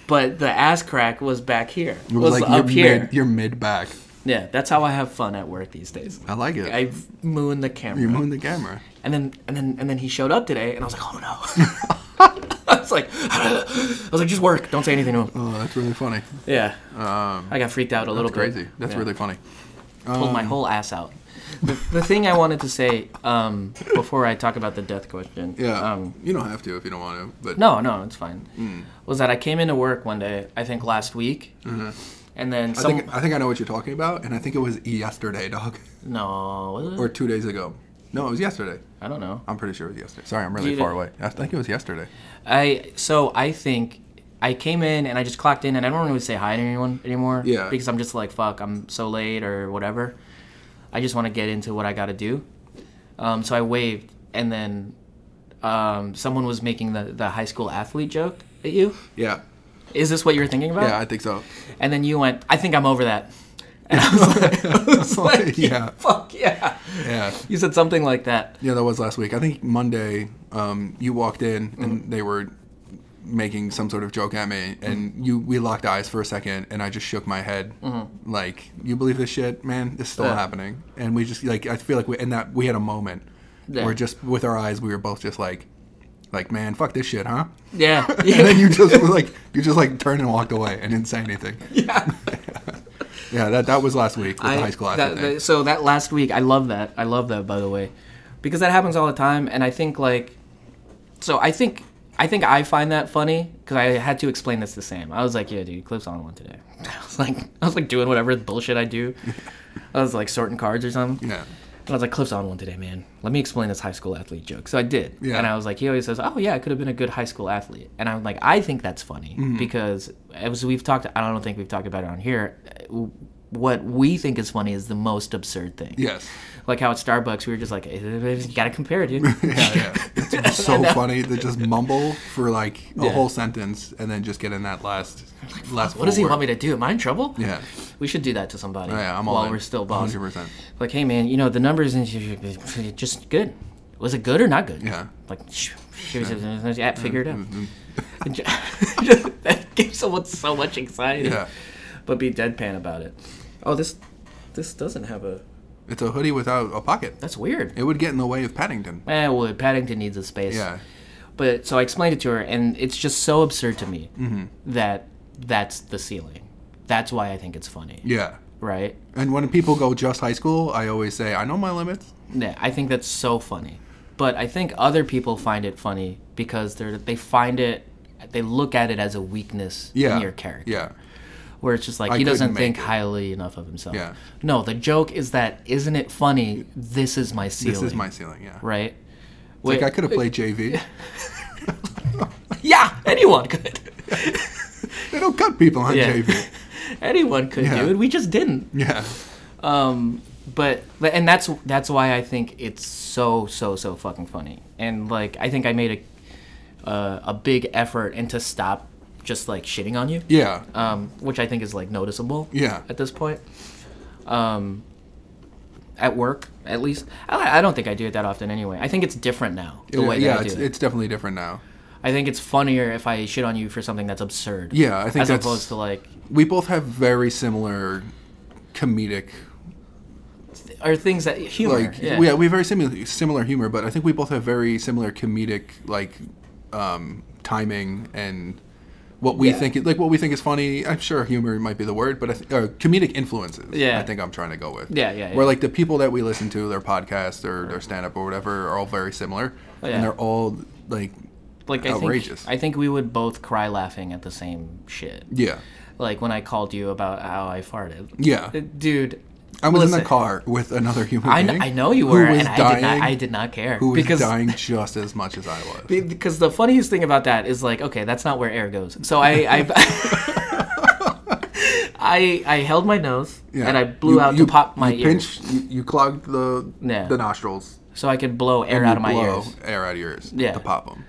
Speaker 1: But the ass crack was back here.
Speaker 2: It was, like your
Speaker 1: up here.
Speaker 2: mid, your mid back.
Speaker 1: Yeah, that's how I have fun at work these days.
Speaker 2: I like it.
Speaker 1: I moon the camera.
Speaker 2: you moon the camera.
Speaker 1: And then and then and then he showed up today, and I was like, oh no. (laughs)
Speaker 2: (laughs)
Speaker 1: I was like, (gasps) I was like, just work. Don't say anything to him.
Speaker 2: Oh, that's really funny.
Speaker 1: Yeah. Um, I got freaked out a little
Speaker 2: Crazy.
Speaker 1: bit.
Speaker 2: That's
Speaker 1: Yeah.
Speaker 2: really funny.
Speaker 1: pulled
Speaker 2: Um.
Speaker 1: my whole ass out. The, the thing I wanted to say um, before I talk about the death question.
Speaker 2: Yeah.
Speaker 1: Um,
Speaker 2: you don't have to if you don't want to, but
Speaker 1: no, no, it's fine.
Speaker 2: Mm.
Speaker 1: Was that I came into work one day, I think last week, and then
Speaker 2: Mm-hmm. I
Speaker 1: some.
Speaker 2: think I think I know what you're talking about, and I think it was yesterday, dog, (laughs)
Speaker 1: no, was it?
Speaker 2: or two days ago. No, it was yesterday.
Speaker 1: I don't know.
Speaker 2: I'm pretty sure it was yesterday. Sorry, I'm really
Speaker 1: You
Speaker 2: far
Speaker 1: did-
Speaker 2: away. I think it was yesterday.
Speaker 1: I so I think I came in and I just clocked in and I don't really say hi to anyone anymore.
Speaker 2: Yeah.
Speaker 1: Because I'm just like fuck, I'm so late or whatever. I just want to get into what I got to do. Um, so I waved and then um, someone was making the the high school athlete joke at you.
Speaker 2: Yeah.
Speaker 1: Is this what you were thinking about?
Speaker 2: Yeah, I think so. (laughs)
Speaker 1: And then you went, I think I'm over that. And I was like, I was (laughs) like
Speaker 2: Yeah.
Speaker 1: yeah, fuck yeah.
Speaker 2: Yeah.
Speaker 1: You said something like that.
Speaker 2: Yeah, that was last week. I think Monday, um, you walked in and
Speaker 1: Mm-hmm.
Speaker 2: they were making some sort of joke at me, and you we locked eyes for a second, and I just shook my head, like, "You believe this shit, man? It's still
Speaker 1: Mm-hmm. Yeah.
Speaker 2: happening." And we just like, I feel like we and that we had a moment
Speaker 1: Yeah.
Speaker 2: where just with our eyes, we were both just like, like, man, fuck this
Speaker 1: (laughs)
Speaker 2: shit, huh?
Speaker 1: Yeah. (laughs)
Speaker 2: And (laughs) then you just were like, you just like turned and walked away and didn't say
Speaker 1: (laughs)
Speaker 2: anything.
Speaker 1: yeah.
Speaker 2: Yeah, that that was last week with
Speaker 1: I-
Speaker 2: the high school
Speaker 1: that-
Speaker 2: athlete. thing.
Speaker 1: that- so that last week, I love that. I love that, by the way, because that happens all the time, and I think like, so I think I think I find that funny because I had to explain this to Sam. I was like, yeah, dude, Cliff's on one today. (laughs) I was like, I was like doing whatever bullshit I
Speaker 2: (laughs)
Speaker 1: do. I was like sorting cards or something.
Speaker 2: yeah.
Speaker 1: And I was like, Cliff's on one today, man. Let me explain this high school athlete joke. So I did.
Speaker 2: Yeah.
Speaker 1: And I was like, he always says, oh, yeah, I could have been a good high school athlete. And I'm like, I think that's funny
Speaker 2: Mm-hmm.
Speaker 1: because as we've talked, I don't think we've talked about it on here. uh, What we think is funny is the most absurd thing.
Speaker 2: Yes.
Speaker 1: Like how at Starbucks, we were just like, you got to compare,
Speaker 2: (laughs)
Speaker 1: dude.
Speaker 2: Yeah,
Speaker 1: (laughs)
Speaker 2: yeah. It's so funny to just mumble for like a
Speaker 1: Yeah.
Speaker 2: whole sentence and then just get in that last last.
Speaker 1: what does he want me to do? Am I in trouble?
Speaker 2: Yeah. Oh,
Speaker 1: We should do that to somebody
Speaker 2: Yeah, I'm all
Speaker 1: while
Speaker 2: in.
Speaker 1: we're still boss.
Speaker 2: 100%.
Speaker 1: Like, hey, man, you know, the numbers in just good. Was it good or not good?
Speaker 2: Yeah.
Speaker 1: Like, sh- sh- yeah, figure it out. (laughs)
Speaker 2: Mm-hmm.
Speaker 1: that gives someone so much anxiety.
Speaker 2: Yeah.
Speaker 1: But be deadpan about it. Oh, this this doesn't have a.
Speaker 2: It's a hoodie without a pocket.
Speaker 1: That's weird.
Speaker 2: It would get in the way of Paddington.
Speaker 1: Eh, would. Paddington needs a space.
Speaker 2: Yeah.
Speaker 1: But
Speaker 2: Mm-hmm.
Speaker 1: so I explained it to her, and it's just so absurd to me that that's the ceiling. That's why I think it's funny,
Speaker 2: Yeah.
Speaker 1: right?
Speaker 2: And when people go just high school, I always say, I know my limits.
Speaker 1: Yeah, I think that's so funny. But I think other people find it funny because they're they find it they look at it as a weakness
Speaker 2: Yeah.
Speaker 1: in your character.
Speaker 2: Yeah.
Speaker 1: Where it's just like
Speaker 2: I
Speaker 1: he doesn't
Speaker 2: couldn't make
Speaker 1: think
Speaker 2: it.
Speaker 1: highly enough of himself.
Speaker 2: Yeah.
Speaker 1: No, the joke is that isn't it funny? This is my ceiling.
Speaker 2: This is my ceiling. Yeah.
Speaker 1: right?
Speaker 2: Like
Speaker 1: Wait-
Speaker 2: I could have played JV.
Speaker 1: Yeah, anyone
Speaker 2: (laughs)
Speaker 1: could.
Speaker 2: They don't cut people on
Speaker 1: Yeah. (laughs)
Speaker 2: JV.
Speaker 1: anyone could
Speaker 2: Yeah.
Speaker 1: do it. We just didn't.
Speaker 2: Yeah.
Speaker 1: um but but- and that's that's why I think it's so so so fucking funny. And like I think I made a uh, a big effort and to stop just like shitting on you.
Speaker 2: Yeah.
Speaker 1: Um which I think is like noticeable.
Speaker 2: Yeah.
Speaker 1: At this point. Um at work at least. I I don't think I do it that often anyway. I think it's different now the
Speaker 2: yeah,
Speaker 1: way that
Speaker 2: yeah,
Speaker 1: I do
Speaker 2: it's,
Speaker 1: it.
Speaker 2: it's definitely different now.
Speaker 1: I think it's funnier if I shit on you for something that's absurd.
Speaker 2: Yeah, I think
Speaker 1: as
Speaker 2: that's-
Speaker 1: opposed to like
Speaker 2: We both have very similar comedic
Speaker 1: or things that humor.
Speaker 2: like yeah.
Speaker 1: yeah.
Speaker 2: we, we have very similar similar humor, but I think we both have very similar comedic like um, timing and what we
Speaker 1: Yeah.
Speaker 2: think like what we think is funny. I'm sure humor might be the word, but I th- uh, comedic influences.
Speaker 1: Yeah.
Speaker 2: I think I'm trying to go with.
Speaker 1: Yeah, yeah,
Speaker 2: Where
Speaker 1: yeah.
Speaker 2: like the people that we listen to, their podcast or their stand up or whatever, are all very similar,
Speaker 1: Oh, Yeah.
Speaker 2: and they're all like
Speaker 1: like
Speaker 2: outrageous.
Speaker 1: I think, I think we would both cry laughing at the same shit.
Speaker 2: yeah,
Speaker 1: Like when I called you about how I farted.
Speaker 2: yeah.
Speaker 1: Dude,
Speaker 2: I was in
Speaker 1: listen.
Speaker 2: the car with another human
Speaker 1: I, kn-
Speaker 2: being.
Speaker 1: I know you
Speaker 2: who
Speaker 1: were,
Speaker 2: was
Speaker 1: and I did not. I did not care
Speaker 2: who was
Speaker 1: because
Speaker 2: dying just as much as I
Speaker 1: (laughs)
Speaker 2: was.
Speaker 1: be- because the funniest thing about that is like, okay, that's not where air goes. So I I
Speaker 2: (laughs)
Speaker 1: I, I held my nose
Speaker 2: Yeah.
Speaker 1: and I blew
Speaker 2: You-
Speaker 1: out
Speaker 2: you-
Speaker 1: to pop my
Speaker 2: you
Speaker 1: ear,
Speaker 2: pinched- you, you clogged the
Speaker 1: Yeah.
Speaker 2: the nostrils.
Speaker 1: so I could blow air
Speaker 2: You
Speaker 1: out of my
Speaker 2: blow
Speaker 1: ears.
Speaker 2: Air out of your ears.
Speaker 1: Yeah.
Speaker 2: To pop them.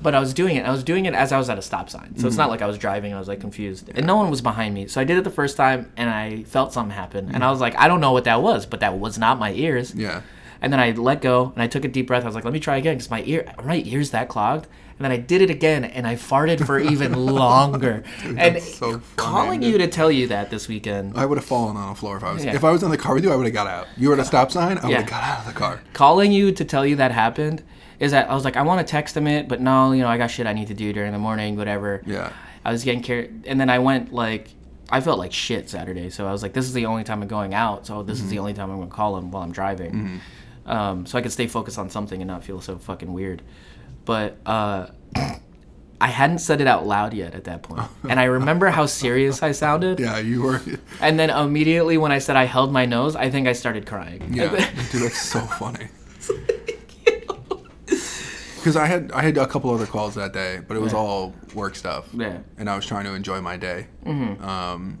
Speaker 1: But I was doing it. I was doing it as I was at a stop sign. So
Speaker 2: Mm-hmm.
Speaker 1: it's not like I was driving. I was like confused, and no one was behind me. So I did it the first time, and I felt something happen, and I was like, I don't know what that was, but that was not my ears.
Speaker 2: Mm. Yeah.
Speaker 1: And then I let go, and I took a deep breath. I was like, let me try again, because my ear, are my ears that clogged. And then I did it again, and I farted
Speaker 2: (laughs)
Speaker 1: for even longer. and
Speaker 2: that's so funny,
Speaker 1: calling
Speaker 2: dude.
Speaker 1: you to tell you that this weekend,
Speaker 2: I would have fallen on the floor if I was
Speaker 1: Yeah.
Speaker 2: if I was in the car with you. I would have got out. You were at a stop sign. I would
Speaker 1: Yeah.
Speaker 2: have got out of the car.
Speaker 1: calling you to tell you that happened is that I was like, I want to text him it, but no, you know, I got shit I need to do during the morning, whatever.
Speaker 2: Yeah.
Speaker 1: I was getting carried, and then I went like I felt like shit Saturday, so I was like, this is the only time I'm going out, so this is the only time I'm gonna call him while I'm driving, um, so I could stay focused on something and not feel so fucking weird. But uh, (coughs) I hadn't said it out loud yet at that point, and I remember how serious I sounded.
Speaker 2: Yeah, you were. (laughs)
Speaker 1: And then immediately when I said I held my nose, I think I started crying. (laughs)
Speaker 2: Yeah, dude, that's so funny. Because I had I had a couple other calls that day, but it was
Speaker 1: Yeah.
Speaker 2: all work stuff.
Speaker 1: Yeah.
Speaker 2: and I was trying to enjoy my day.
Speaker 1: Mm-hmm.
Speaker 2: Um,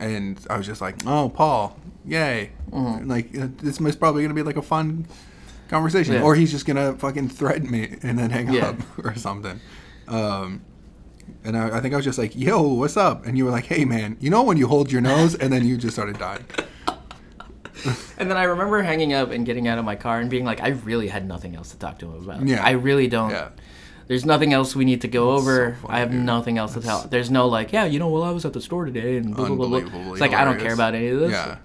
Speaker 2: and I was just like, "Oh, Paul, yay!
Speaker 1: Mm-hmm.
Speaker 2: Like uh, this is probably gonna be like a fun conversation,
Speaker 1: Yeah.
Speaker 2: or he's just gonna fucking threaten me and then hang
Speaker 1: Yeah.
Speaker 2: up (laughs) or something." Um, and I, I think I was just like, "Yo, what's up?" And you were like, "Hey, man, you know when you hold your nose?" And then you just
Speaker 1: (laughs)
Speaker 2: started dying.
Speaker 1: And then I remember hanging up and getting out of my car and being like, I really had nothing else to talk to him about.
Speaker 2: Yeah.
Speaker 1: I really don't.
Speaker 2: Yeah.
Speaker 1: There's nothing else we need to go over.
Speaker 2: so funny,
Speaker 1: I have
Speaker 2: dude.
Speaker 1: nothing else to tell. There's no like, yeah, you know, well, I was at the store today and blah blah blah. blah. It's
Speaker 2: Unbelievably
Speaker 1: like I don't
Speaker 2: hilarious.
Speaker 1: care about any of this.
Speaker 2: Yeah,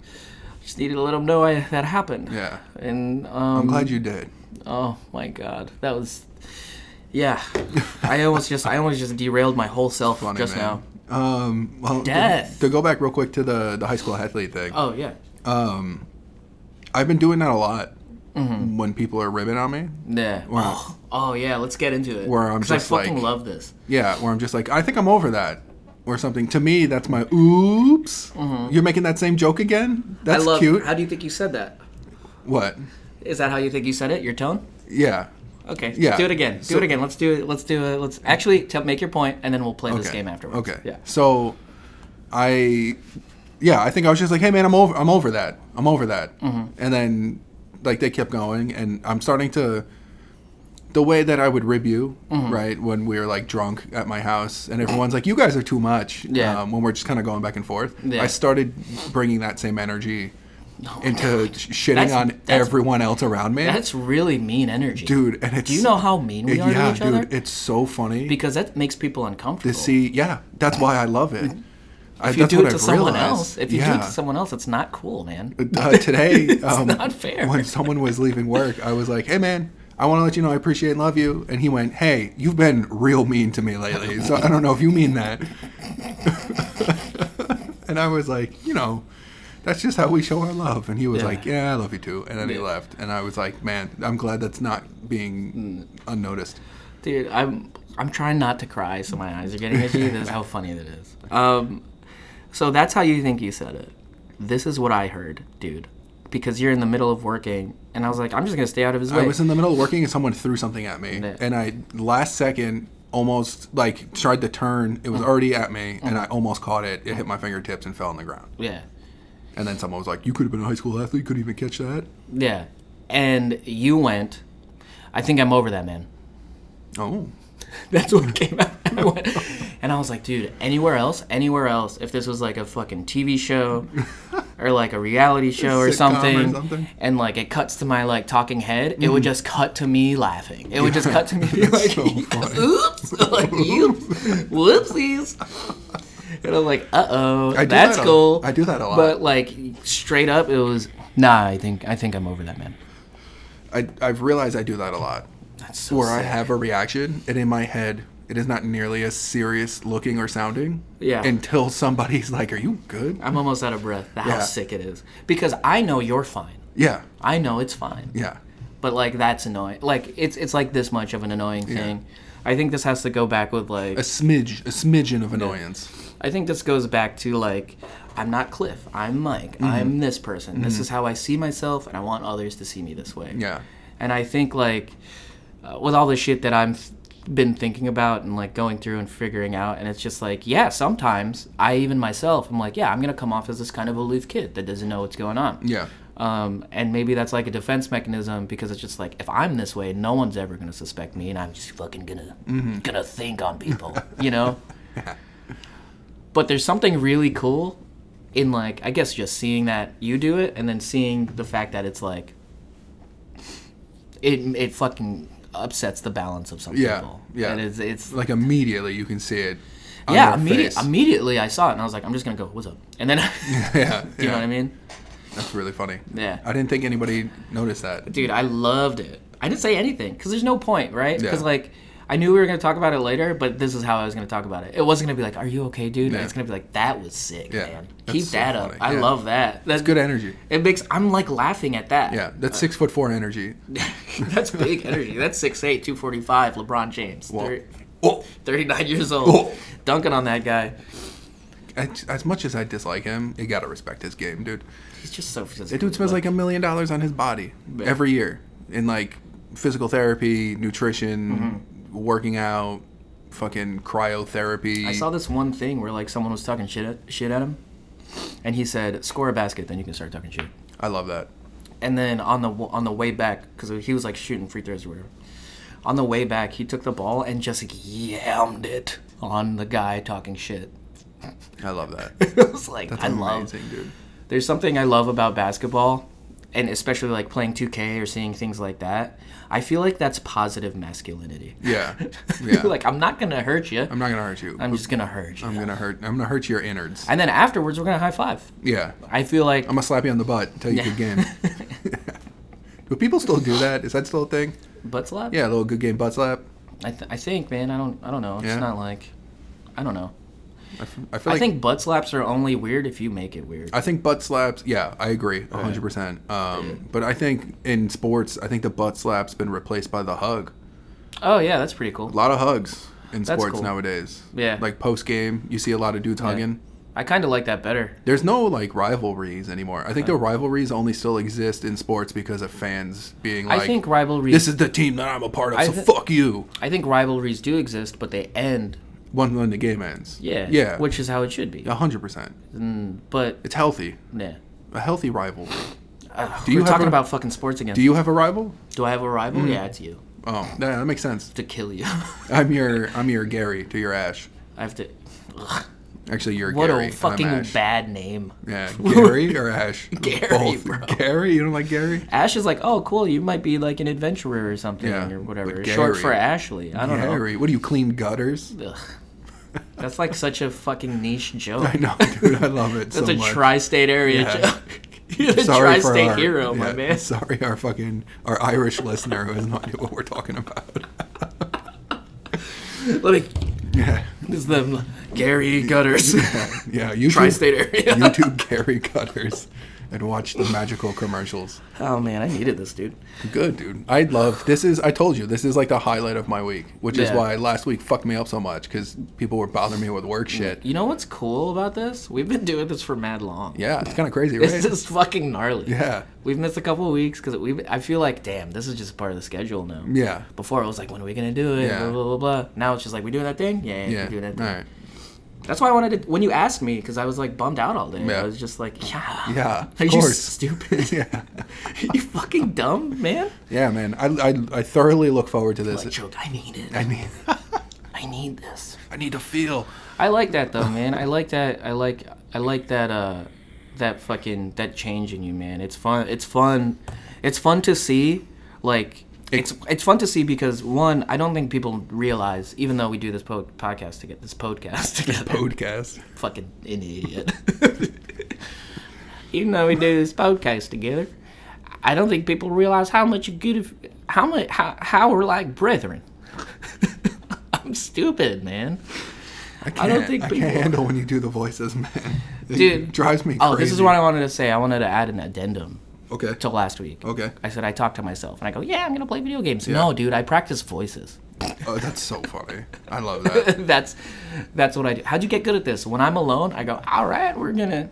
Speaker 1: Just needed to let them know I, that happened.
Speaker 2: yeah.
Speaker 1: And um,
Speaker 2: I'm glad you did.
Speaker 1: oh my god, that was,
Speaker 2: (laughs)
Speaker 1: yeah. I almost just I almost just derailed my whole self
Speaker 2: Funny,
Speaker 1: just
Speaker 2: man.
Speaker 1: now.
Speaker 2: Um, well, to-
Speaker 1: Death.
Speaker 2: To, go back real quick to the the high school athlete thing.
Speaker 1: Oh yeah,
Speaker 2: Um, I've been doing that a lot
Speaker 1: Mm-hmm.
Speaker 2: when people are ribbing on me.
Speaker 1: yeah.
Speaker 2: Wow.
Speaker 1: Oh yeah, let's get into it.
Speaker 2: Where I'm
Speaker 1: 'Cause
Speaker 2: just
Speaker 1: I fucking
Speaker 2: like-
Speaker 1: love this.
Speaker 2: Yeah, where I'm just like, I think I'm over that. Or something. To me, that's my oops. You're making that same joke again? That's
Speaker 1: Mm-hmm. I love.
Speaker 2: cute.
Speaker 1: How do you think you said that?
Speaker 2: what?
Speaker 1: Is that how you think you said it? Your tone?
Speaker 2: Yeah.
Speaker 1: Okay.
Speaker 2: Yeah.
Speaker 1: Do it again. Do
Speaker 2: So-
Speaker 1: it again. Let's do it. Let's do it. Let's actually t- make your point, and then we'll play this
Speaker 2: Okay.
Speaker 1: game afterwards.
Speaker 2: Okay.
Speaker 1: Yeah.
Speaker 2: So I yeah, I think I was just like, "Hey man, I'm over I'm over that. I'm over that."
Speaker 1: Mm-hmm.
Speaker 2: And then like they kept going and I'm starting to the way that I would rib you,
Speaker 1: Mm-hmm.
Speaker 2: right, when we were like drunk at my house and everyone's like, "You guys are too much."
Speaker 1: Yeah.
Speaker 2: Um, when we're just kind of going back and forth.
Speaker 1: Yeah. Oh
Speaker 2: I started bringing that same energy into sh- shitting
Speaker 1: That's-
Speaker 2: on
Speaker 1: that's-
Speaker 2: everyone else around me.
Speaker 1: That's really mean energy,
Speaker 2: dude, and it's
Speaker 1: Do you know how mean we are
Speaker 2: yeah,
Speaker 1: to each other?
Speaker 2: dude, it's so funny
Speaker 1: because that makes people uncomfortable.
Speaker 2: to see. Yeah, that's why I love it. I,
Speaker 1: Mm-hmm. if you
Speaker 2: that's
Speaker 1: do it
Speaker 2: what
Speaker 1: to
Speaker 2: I've
Speaker 1: someone
Speaker 2: realized.
Speaker 1: else, if you
Speaker 2: Yeah.
Speaker 1: do it to someone else, it's not cool, man.
Speaker 2: (laughs)
Speaker 1: (laughs)
Speaker 2: Uh, today, um,
Speaker 1: not fair.
Speaker 2: when someone was leaving work, I was like, "Hey, man, I want to let you know I appreciate and love you." And he went, "Hey, you've
Speaker 1: (laughs)
Speaker 2: been real mean to me lately, so I don't know if you mean that." (laughs) and I was like, you know, that's just how we show our love. And he was
Speaker 1: Yeah.
Speaker 2: like, yeah, I love you too. And then he
Speaker 1: Yeah.
Speaker 2: left. And I was like, man, I'm glad that's not being
Speaker 1: Mm.
Speaker 2: unnoticed.
Speaker 1: Dude, I'm I'm trying not to cry, so my eyes are getting
Speaker 2: (laughs)
Speaker 1: itchy. That's how funny that is. Um, so that's how you think you said it. This is what I heard, dude. Because you're in the middle of working, and I was like, I'm just gonna stay out of his way.
Speaker 2: I was in the middle of working and someone threw something at me.
Speaker 1: Yeah.
Speaker 2: And I, last second, almost like tried to turn. It was
Speaker 1: Mm.
Speaker 2: already at me and I almost caught it. It hit my fingertips and fell on the ground.
Speaker 1: yeah,
Speaker 2: And then someone was like, you could have been a high school athlete. You couldn't even catch that.
Speaker 1: yeah. And you went. I think I'm over that man.
Speaker 2: Oh.
Speaker 1: That's what came
Speaker 2: (laughs)
Speaker 1: out. I went- and I was like, dude, anywhere else, anywhere else, if this was like a fucking TV
Speaker 2: (laughs)
Speaker 1: show or like a reality show or
Speaker 2: sitcom or
Speaker 1: something,
Speaker 2: something. Mm.
Speaker 1: and like it cuts to my like talking head, it would just cut to me laughing. It would just cut to
Speaker 2: (laughs)
Speaker 1: me being like, (laughs)
Speaker 2: That's so funny.
Speaker 1: oops, (laughs) like you, whoopsies. And I'm like, uh oh,
Speaker 2: I do
Speaker 1: that's
Speaker 2: that a-
Speaker 1: cool.
Speaker 2: I do that a lot.
Speaker 1: But like straight up, it was nah. I think I think I'm over that man.
Speaker 2: I, I've realized I do that a lot.
Speaker 1: That's so
Speaker 2: where I
Speaker 1: sad.
Speaker 2: have a reaction, and in my head, it is not nearly as serious looking or sounding.
Speaker 1: Yeah.
Speaker 2: Until somebody's like, "Are you good?"
Speaker 1: I'm almost out of breath. That's
Speaker 2: Yeah.
Speaker 1: how sick it is because I know you're fine.
Speaker 2: Yeah.
Speaker 1: I know it's fine.
Speaker 2: Yeah.
Speaker 1: But like that's annoying. Like it's it's like this much of an annoying thing. I think this has to go back with like
Speaker 2: A smidge, a smidgen of annoyance.
Speaker 1: I think this goes back to like I'm not Cliff. I'm Mike.
Speaker 2: Mm-hmm.
Speaker 1: I'm this person. This is how I see myself and I want others to see me this way.
Speaker 2: Yeah.
Speaker 1: And I think like uh, with all the shit that I'm th- been thinking about and like going through and figuring out and it's just like yeah sometimes i even myself i'm like yeah i'm gonna come off as this kind of aloof kid that doesn't know what's going on
Speaker 2: Yeah.
Speaker 1: um, and maybe that's like a defense mechanism because it's just like if I'm this way, no one's ever gonna suspect me, and I'm just fucking gonna
Speaker 2: Mm-hmm.
Speaker 1: gonna think on people,
Speaker 2: (laughs)
Speaker 1: you know. But there's something really cool in like I guess just seeing that you do it, and then seeing the fact that it's like it it fucking upsets the balance of some
Speaker 2: Yeah,
Speaker 1: people.
Speaker 2: yeah.
Speaker 1: and it's it's
Speaker 2: Like immediately, you can see it. on
Speaker 1: yeah.
Speaker 2: your
Speaker 1: Immediate,
Speaker 2: face.
Speaker 1: immediately, I saw it, and I was like, I'm just gonna go, what's up? And then
Speaker 2: (laughs)
Speaker 1: (laughs)
Speaker 2: yeah.
Speaker 1: you know what I mean.
Speaker 2: That's really funny.
Speaker 1: Yeah.
Speaker 2: I didn't think anybody noticed that.
Speaker 1: dude i loved it i didn't say anything because there's no point right
Speaker 2: Yeah.
Speaker 1: because like i knew we were going to talk about it later but this is how i was going to talk about it it wasn't going to be like are you okay dude
Speaker 2: Yeah.
Speaker 1: it's going to be like that was sick
Speaker 2: Yeah.
Speaker 1: man
Speaker 2: That's
Speaker 1: keep
Speaker 2: so
Speaker 1: that up
Speaker 2: funny.
Speaker 1: i
Speaker 2: Yeah.
Speaker 1: love that that's
Speaker 2: Good energy.
Speaker 1: it makes i'm like laughing at that
Speaker 2: Yeah. That's six foot four energy.
Speaker 1: (laughs) that's big energy that's 6'8 245 lebron james
Speaker 2: Whoa.
Speaker 1: Thir-
Speaker 2: Oh.
Speaker 1: 39 years old
Speaker 2: Whoa.
Speaker 1: dunking on that guy
Speaker 2: As, as much as I dislike him, you gotta respect his game, dude.
Speaker 1: he's just so physically
Speaker 2: That dude spends like a million dollars on his body every year in like physical therapy, nutrition, working out, fucking cryotherapy.
Speaker 1: Mm-hmm. I saw this one thing where like someone was talking shit at, shit at him, and he said, "Score a basket, then you can start talking shit."
Speaker 2: I love that.
Speaker 1: And then on the on the way back, because he was like shooting free throws or whatever. On the way back, he took the ball and just like, yammed it on the guy talking shit. (laughs)
Speaker 2: I love that.
Speaker 1: it was like (laughs)
Speaker 2: That's
Speaker 1: I love.
Speaker 2: amazing, dude.
Speaker 1: There's something I love about basketball, and especially like playing 2K or seeing things like that. I feel like that's positive masculinity. (laughs)
Speaker 2: Yeah, yeah.
Speaker 1: like I'm not gonna hurt you.
Speaker 2: I'm
Speaker 1: I'm,
Speaker 2: not gonna hurt you. I'm,
Speaker 1: just gonna hurt you.
Speaker 2: gonna hurt. I'm gonna hurt your innards.
Speaker 1: and then afterwards, we're gonna high five.
Speaker 2: yeah, I'm
Speaker 1: I feel like
Speaker 2: gonna slap you on the butt. Tell you
Speaker 1: Yeah.
Speaker 2: good
Speaker 1: (laughs)
Speaker 2: game. (laughs) do people still do that? Is that still a thing?
Speaker 1: butt slap.
Speaker 2: Yeah, a little good game butt slap.
Speaker 1: I, th- I think, man. I don't. I don't know. It's
Speaker 2: Yeah.
Speaker 1: not like. I don't know.
Speaker 2: I, f- I feel
Speaker 1: I
Speaker 2: like
Speaker 1: think butt slaps are only weird if you make it weird.
Speaker 2: I think butt slaps. Yeah, I agree, a hundred percent. Um, but I think in sports, I think the butt slap's been replaced by the hug.
Speaker 1: oh yeah, that's pretty
Speaker 2: A
Speaker 1: cool.
Speaker 2: lot of hugs in
Speaker 1: That's
Speaker 2: sports
Speaker 1: cool.
Speaker 2: nowadays.
Speaker 1: Yeah.
Speaker 2: Like post game, you see a lot of dudes hugging.
Speaker 1: I kind of like that better.
Speaker 2: There's no like rivalries anymore. I think the rivalries only still exist in sports because of fans being like,
Speaker 1: I think rivalries.
Speaker 2: "This is the team that I'm a part of,
Speaker 1: I
Speaker 2: so
Speaker 1: thi-
Speaker 2: fuck you."
Speaker 1: I think rivalries do exist, but they end.
Speaker 2: One when the game ends.
Speaker 1: Yeah.
Speaker 2: Yeah.
Speaker 1: Which is how it should be.
Speaker 2: a hundred percent.
Speaker 1: But
Speaker 2: It's healthy.
Speaker 1: yeah.
Speaker 2: A healthy rivalry.
Speaker 1: Ugh,
Speaker 2: you
Speaker 1: Uh, we're
Speaker 2: have
Speaker 1: talking
Speaker 2: a-
Speaker 1: about fucking sports again.
Speaker 2: Do
Speaker 1: Do,
Speaker 2: you Mm. have a rival?
Speaker 1: I have a rival? Yeah, it's you.
Speaker 2: Oh, that, that makes sense.
Speaker 1: To kill you, (laughs)
Speaker 2: I'm your I'm your Gary to your Ash.
Speaker 1: I have to. Ugh,
Speaker 2: Actually, you're
Speaker 1: what
Speaker 2: Gary.
Speaker 1: a
Speaker 2: and I'm
Speaker 1: fucking
Speaker 2: Ash.
Speaker 1: bad name. (laughs)
Speaker 2: Yeah, Gary or Ash?
Speaker 1: Gary, bro.
Speaker 2: Gary, you don't like Gary?
Speaker 1: (laughs) Ash is like, oh, cool. You might be like an adventurer or something
Speaker 2: Yeah,
Speaker 1: or whatever.
Speaker 2: but
Speaker 1: Short
Speaker 2: Gary-
Speaker 1: for Ashley. I don't know.
Speaker 2: Gary, what do you clean
Speaker 1: (laughs)
Speaker 2: gutters?
Speaker 1: Ugh. That's like such a fucking
Speaker 2: (laughs)
Speaker 1: niche joke.
Speaker 2: I know, dude. I love it.
Speaker 1: That's
Speaker 2: so
Speaker 1: a
Speaker 2: much.
Speaker 1: tri-state area
Speaker 2: Yeah.
Speaker 1: joke. (laughs) You're the
Speaker 2: (laughs) Sorry for
Speaker 1: tri-state
Speaker 2: our-
Speaker 1: hero, my
Speaker 2: yeah,
Speaker 1: man.
Speaker 2: (laughs) Sorry, our fucking our Irish listener who has no idea what we're talking about.
Speaker 1: (laughs) Let me
Speaker 2: Yeah,
Speaker 1: It's the Gary Gutters
Speaker 2: (laughs) Yeah, YouTube,
Speaker 1: tri-state area.
Speaker 2: (laughs) YouTube Gary Cutters and watch the magical commercials.
Speaker 1: Oh man, I needed this, dude.
Speaker 2: Good, dude. I love this. Is I told you this is like the highlight of my week, which is
Speaker 1: Yeah.
Speaker 2: why last week fucked me up so much because people were bothering me with work shit.
Speaker 1: You know what's cool about this? We've been doing this for mad long.
Speaker 2: Yeah, it's kind of crazy, right?
Speaker 1: (laughs) This is fucking gnarly.
Speaker 2: yeah,
Speaker 1: We've missed a couple of weeks because we. I feel like, damn, this is just part of the schedule now.
Speaker 2: yeah,
Speaker 1: Before it was like, when are we gonna do it?
Speaker 2: Yeah.
Speaker 1: Blah, blah blah blah. Now it's just like, we doing that thing? Yeah, yeah,
Speaker 2: yeah.
Speaker 1: we doing that
Speaker 2: All
Speaker 1: thing.
Speaker 2: right. (laughs)
Speaker 1: That's why I wanted to. When you asked me, because I was like bummed out all day.
Speaker 2: Yeah.
Speaker 1: I was just like, yeah,
Speaker 2: Yeah, of
Speaker 1: Are you
Speaker 2: course.
Speaker 1: stupid? (laughs)
Speaker 2: Yeah,
Speaker 1: you fucking dumb,
Speaker 2: (laughs)
Speaker 1: man.
Speaker 2: yeah, man. I, I, I thoroughly look forward to this.
Speaker 1: Like, joke. I need it.
Speaker 2: I mean,
Speaker 1: I need this.
Speaker 2: I need to feel.
Speaker 1: I like that though, man. I like that. I like. I like that. Uh, that fucking that change in you, man. It's fun. It's fun. It's fun to see. Like it's it's fun to see because one, I don't think people realize, even though we do this po- podcast together, this podcast (laughs) together,
Speaker 2: Podcast.
Speaker 1: fucking an idiot. (laughs) even though we do this podcast together, I don't think people realize how much good of how much how, how we're like brethren. (laughs) I'm stupid, man.
Speaker 2: I can't,
Speaker 1: I
Speaker 2: I
Speaker 1: don't think
Speaker 2: can't
Speaker 1: people-
Speaker 2: handle when you do the voices, man. It
Speaker 1: Dude.
Speaker 2: drives me.
Speaker 1: Oh, this is
Speaker 2: crazy.
Speaker 1: what I wanted to say. I wanted to add an addendum
Speaker 2: Okay.
Speaker 1: to last week.
Speaker 2: Okay.
Speaker 1: I said I talked to myself and I go, yeah, I'm gonna play video games. No, dude, I practice voices. (laughs)
Speaker 2: Oh, that's so funny. I love that.
Speaker 1: that's that's what I do. How'd you get good at this? When I'm alone, I go, all right, we're
Speaker 2: (laughs)
Speaker 1: gonna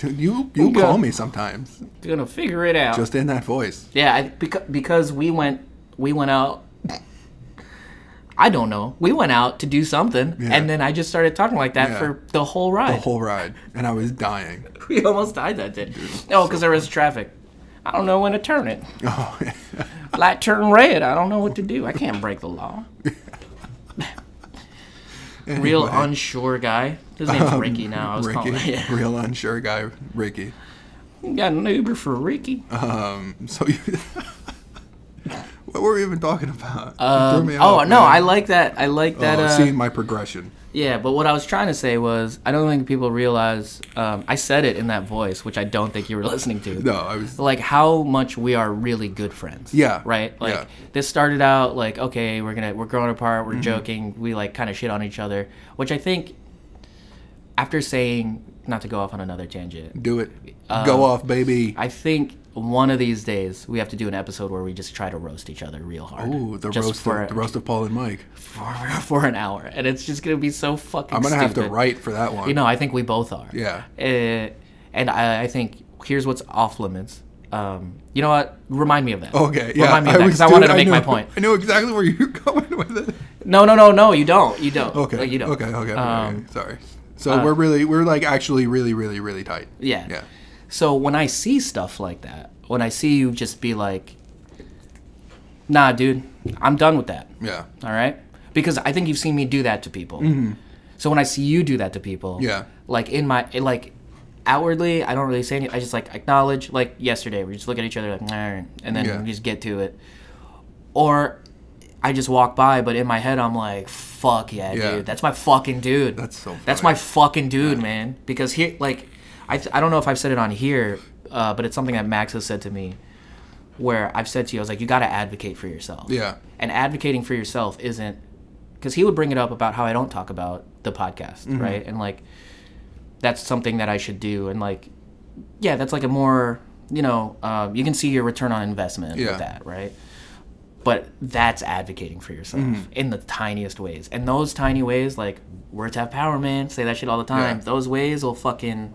Speaker 2: Dude, (laughs) you you
Speaker 1: Okay.
Speaker 2: call me sometimes,
Speaker 1: gonna figure it out.
Speaker 2: just in that voice.
Speaker 1: yeah, I, because because we went we went out. (laughs) I don't know. We went out to do something,
Speaker 2: Yeah.
Speaker 1: and then I just started talking like that
Speaker 2: Yeah.
Speaker 1: for the whole ride.
Speaker 2: The whole ride, and I was dying. (laughs)
Speaker 1: (laughs) we almost died that day. Oh, because there was traffic. I don't know when to turn it.
Speaker 2: Oh,
Speaker 1: light turned red. I don't know what to do. I can't break the law. Real
Speaker 2: Anyway.
Speaker 1: unsure guy. His name's Ricky now. I was
Speaker 2: Um, Ricky,
Speaker 1: calling.
Speaker 2: (laughs)
Speaker 1: Yeah.
Speaker 2: real unsure guy, Ricky. Um,
Speaker 1: Got an Uber for Ricky.
Speaker 2: Uh, So you, (laughs) what were we even talking about? You threw me
Speaker 1: oh
Speaker 2: off,
Speaker 1: no,
Speaker 2: man.
Speaker 1: I like that. I like that.
Speaker 2: Oh,
Speaker 1: uh,
Speaker 2: seeing my progression.
Speaker 1: yeah, but what I was trying to say was I don't think people realize. Um, I said it in that voice, which I don't think you were (laughs) listening to.
Speaker 2: No, I was.
Speaker 1: like how much we are really good friends.
Speaker 2: Yeah.
Speaker 1: Right. Like
Speaker 2: Yeah. Mm-hmm.
Speaker 1: this started out like okay, we're gonna we're growing apart, we're joking, we like kind of shit on each other, which I think after saying not to go off on another tangent,
Speaker 2: Do it. Go off, baby.
Speaker 1: Um, I think one of these days we have to do an episode where we just try to roast each other real hard.
Speaker 2: Ooh, the
Speaker 1: just
Speaker 2: roast,
Speaker 1: for,
Speaker 2: of, the roast of Paul and Mike.
Speaker 1: (laughs) for for an hour, and it's just gonna be so fucking.
Speaker 2: I'm gonna have to
Speaker 1: stupid.
Speaker 2: write for that one.
Speaker 1: You know, I think we both are.
Speaker 2: Yeah.
Speaker 1: Uh, and I, I think here's what's off limits. Um, you know what? Remind me of that.
Speaker 2: Okay, yeah.
Speaker 1: Remind me of that
Speaker 2: was-
Speaker 1: because I wanted
Speaker 2: dude,
Speaker 1: to make
Speaker 2: knew,
Speaker 1: my point.
Speaker 2: I knew exactly where you were (laughs) going with it.
Speaker 1: No, no, no, no. You don't. You don't.
Speaker 2: Okay.
Speaker 1: Like, you don't.
Speaker 2: Okay. uh, Okay.
Speaker 1: Um,
Speaker 2: okay. Sorry. So we're really, we're like actually really, really, really tight.
Speaker 1: Yeah.
Speaker 2: Yeah.
Speaker 1: So when I see stuff like that, when I see you just be like, "Nah, dude, I'm done with that."
Speaker 2: Yeah.
Speaker 1: All right? Because I think you've seen me do that to people. So when I see you do that to people,
Speaker 2: Mm-hmm. Yeah.
Speaker 1: like in my it, like outwardly, I don't really say anything. I just like acknowledge. Like yesterday, we just look at each other like, all right, and then
Speaker 2: Yeah.
Speaker 1: we just get to it. Or I just walk by, but in my head, I'm like, fuck yeah,
Speaker 2: Yeah.
Speaker 1: dude, that's my fucking dude.
Speaker 2: That's so
Speaker 1: That's
Speaker 2: funny.
Speaker 1: my fucking dude, man. Because here, like, I th- I don't know if I've said it on here, uh, but it's something that Max has said to me. Where I've said to you, I was like, you got to advocate for yourself
Speaker 2: Yeah.
Speaker 1: and advocating for yourself isn't because he would bring it up about how I don't talk about the podcast,
Speaker 2: Mm-hmm.
Speaker 1: right? And like that's something that I should do, and like yeah, that's like a more you know um, you can see your return on investment
Speaker 2: Yeah.
Speaker 1: with that, right? But that's advocating for yourself
Speaker 2: Mm-hmm.
Speaker 1: in the tiniest ways, and those tiny ways, like words have power, man. Say that shit all the time.
Speaker 2: Yeah.
Speaker 1: Those ways will fucking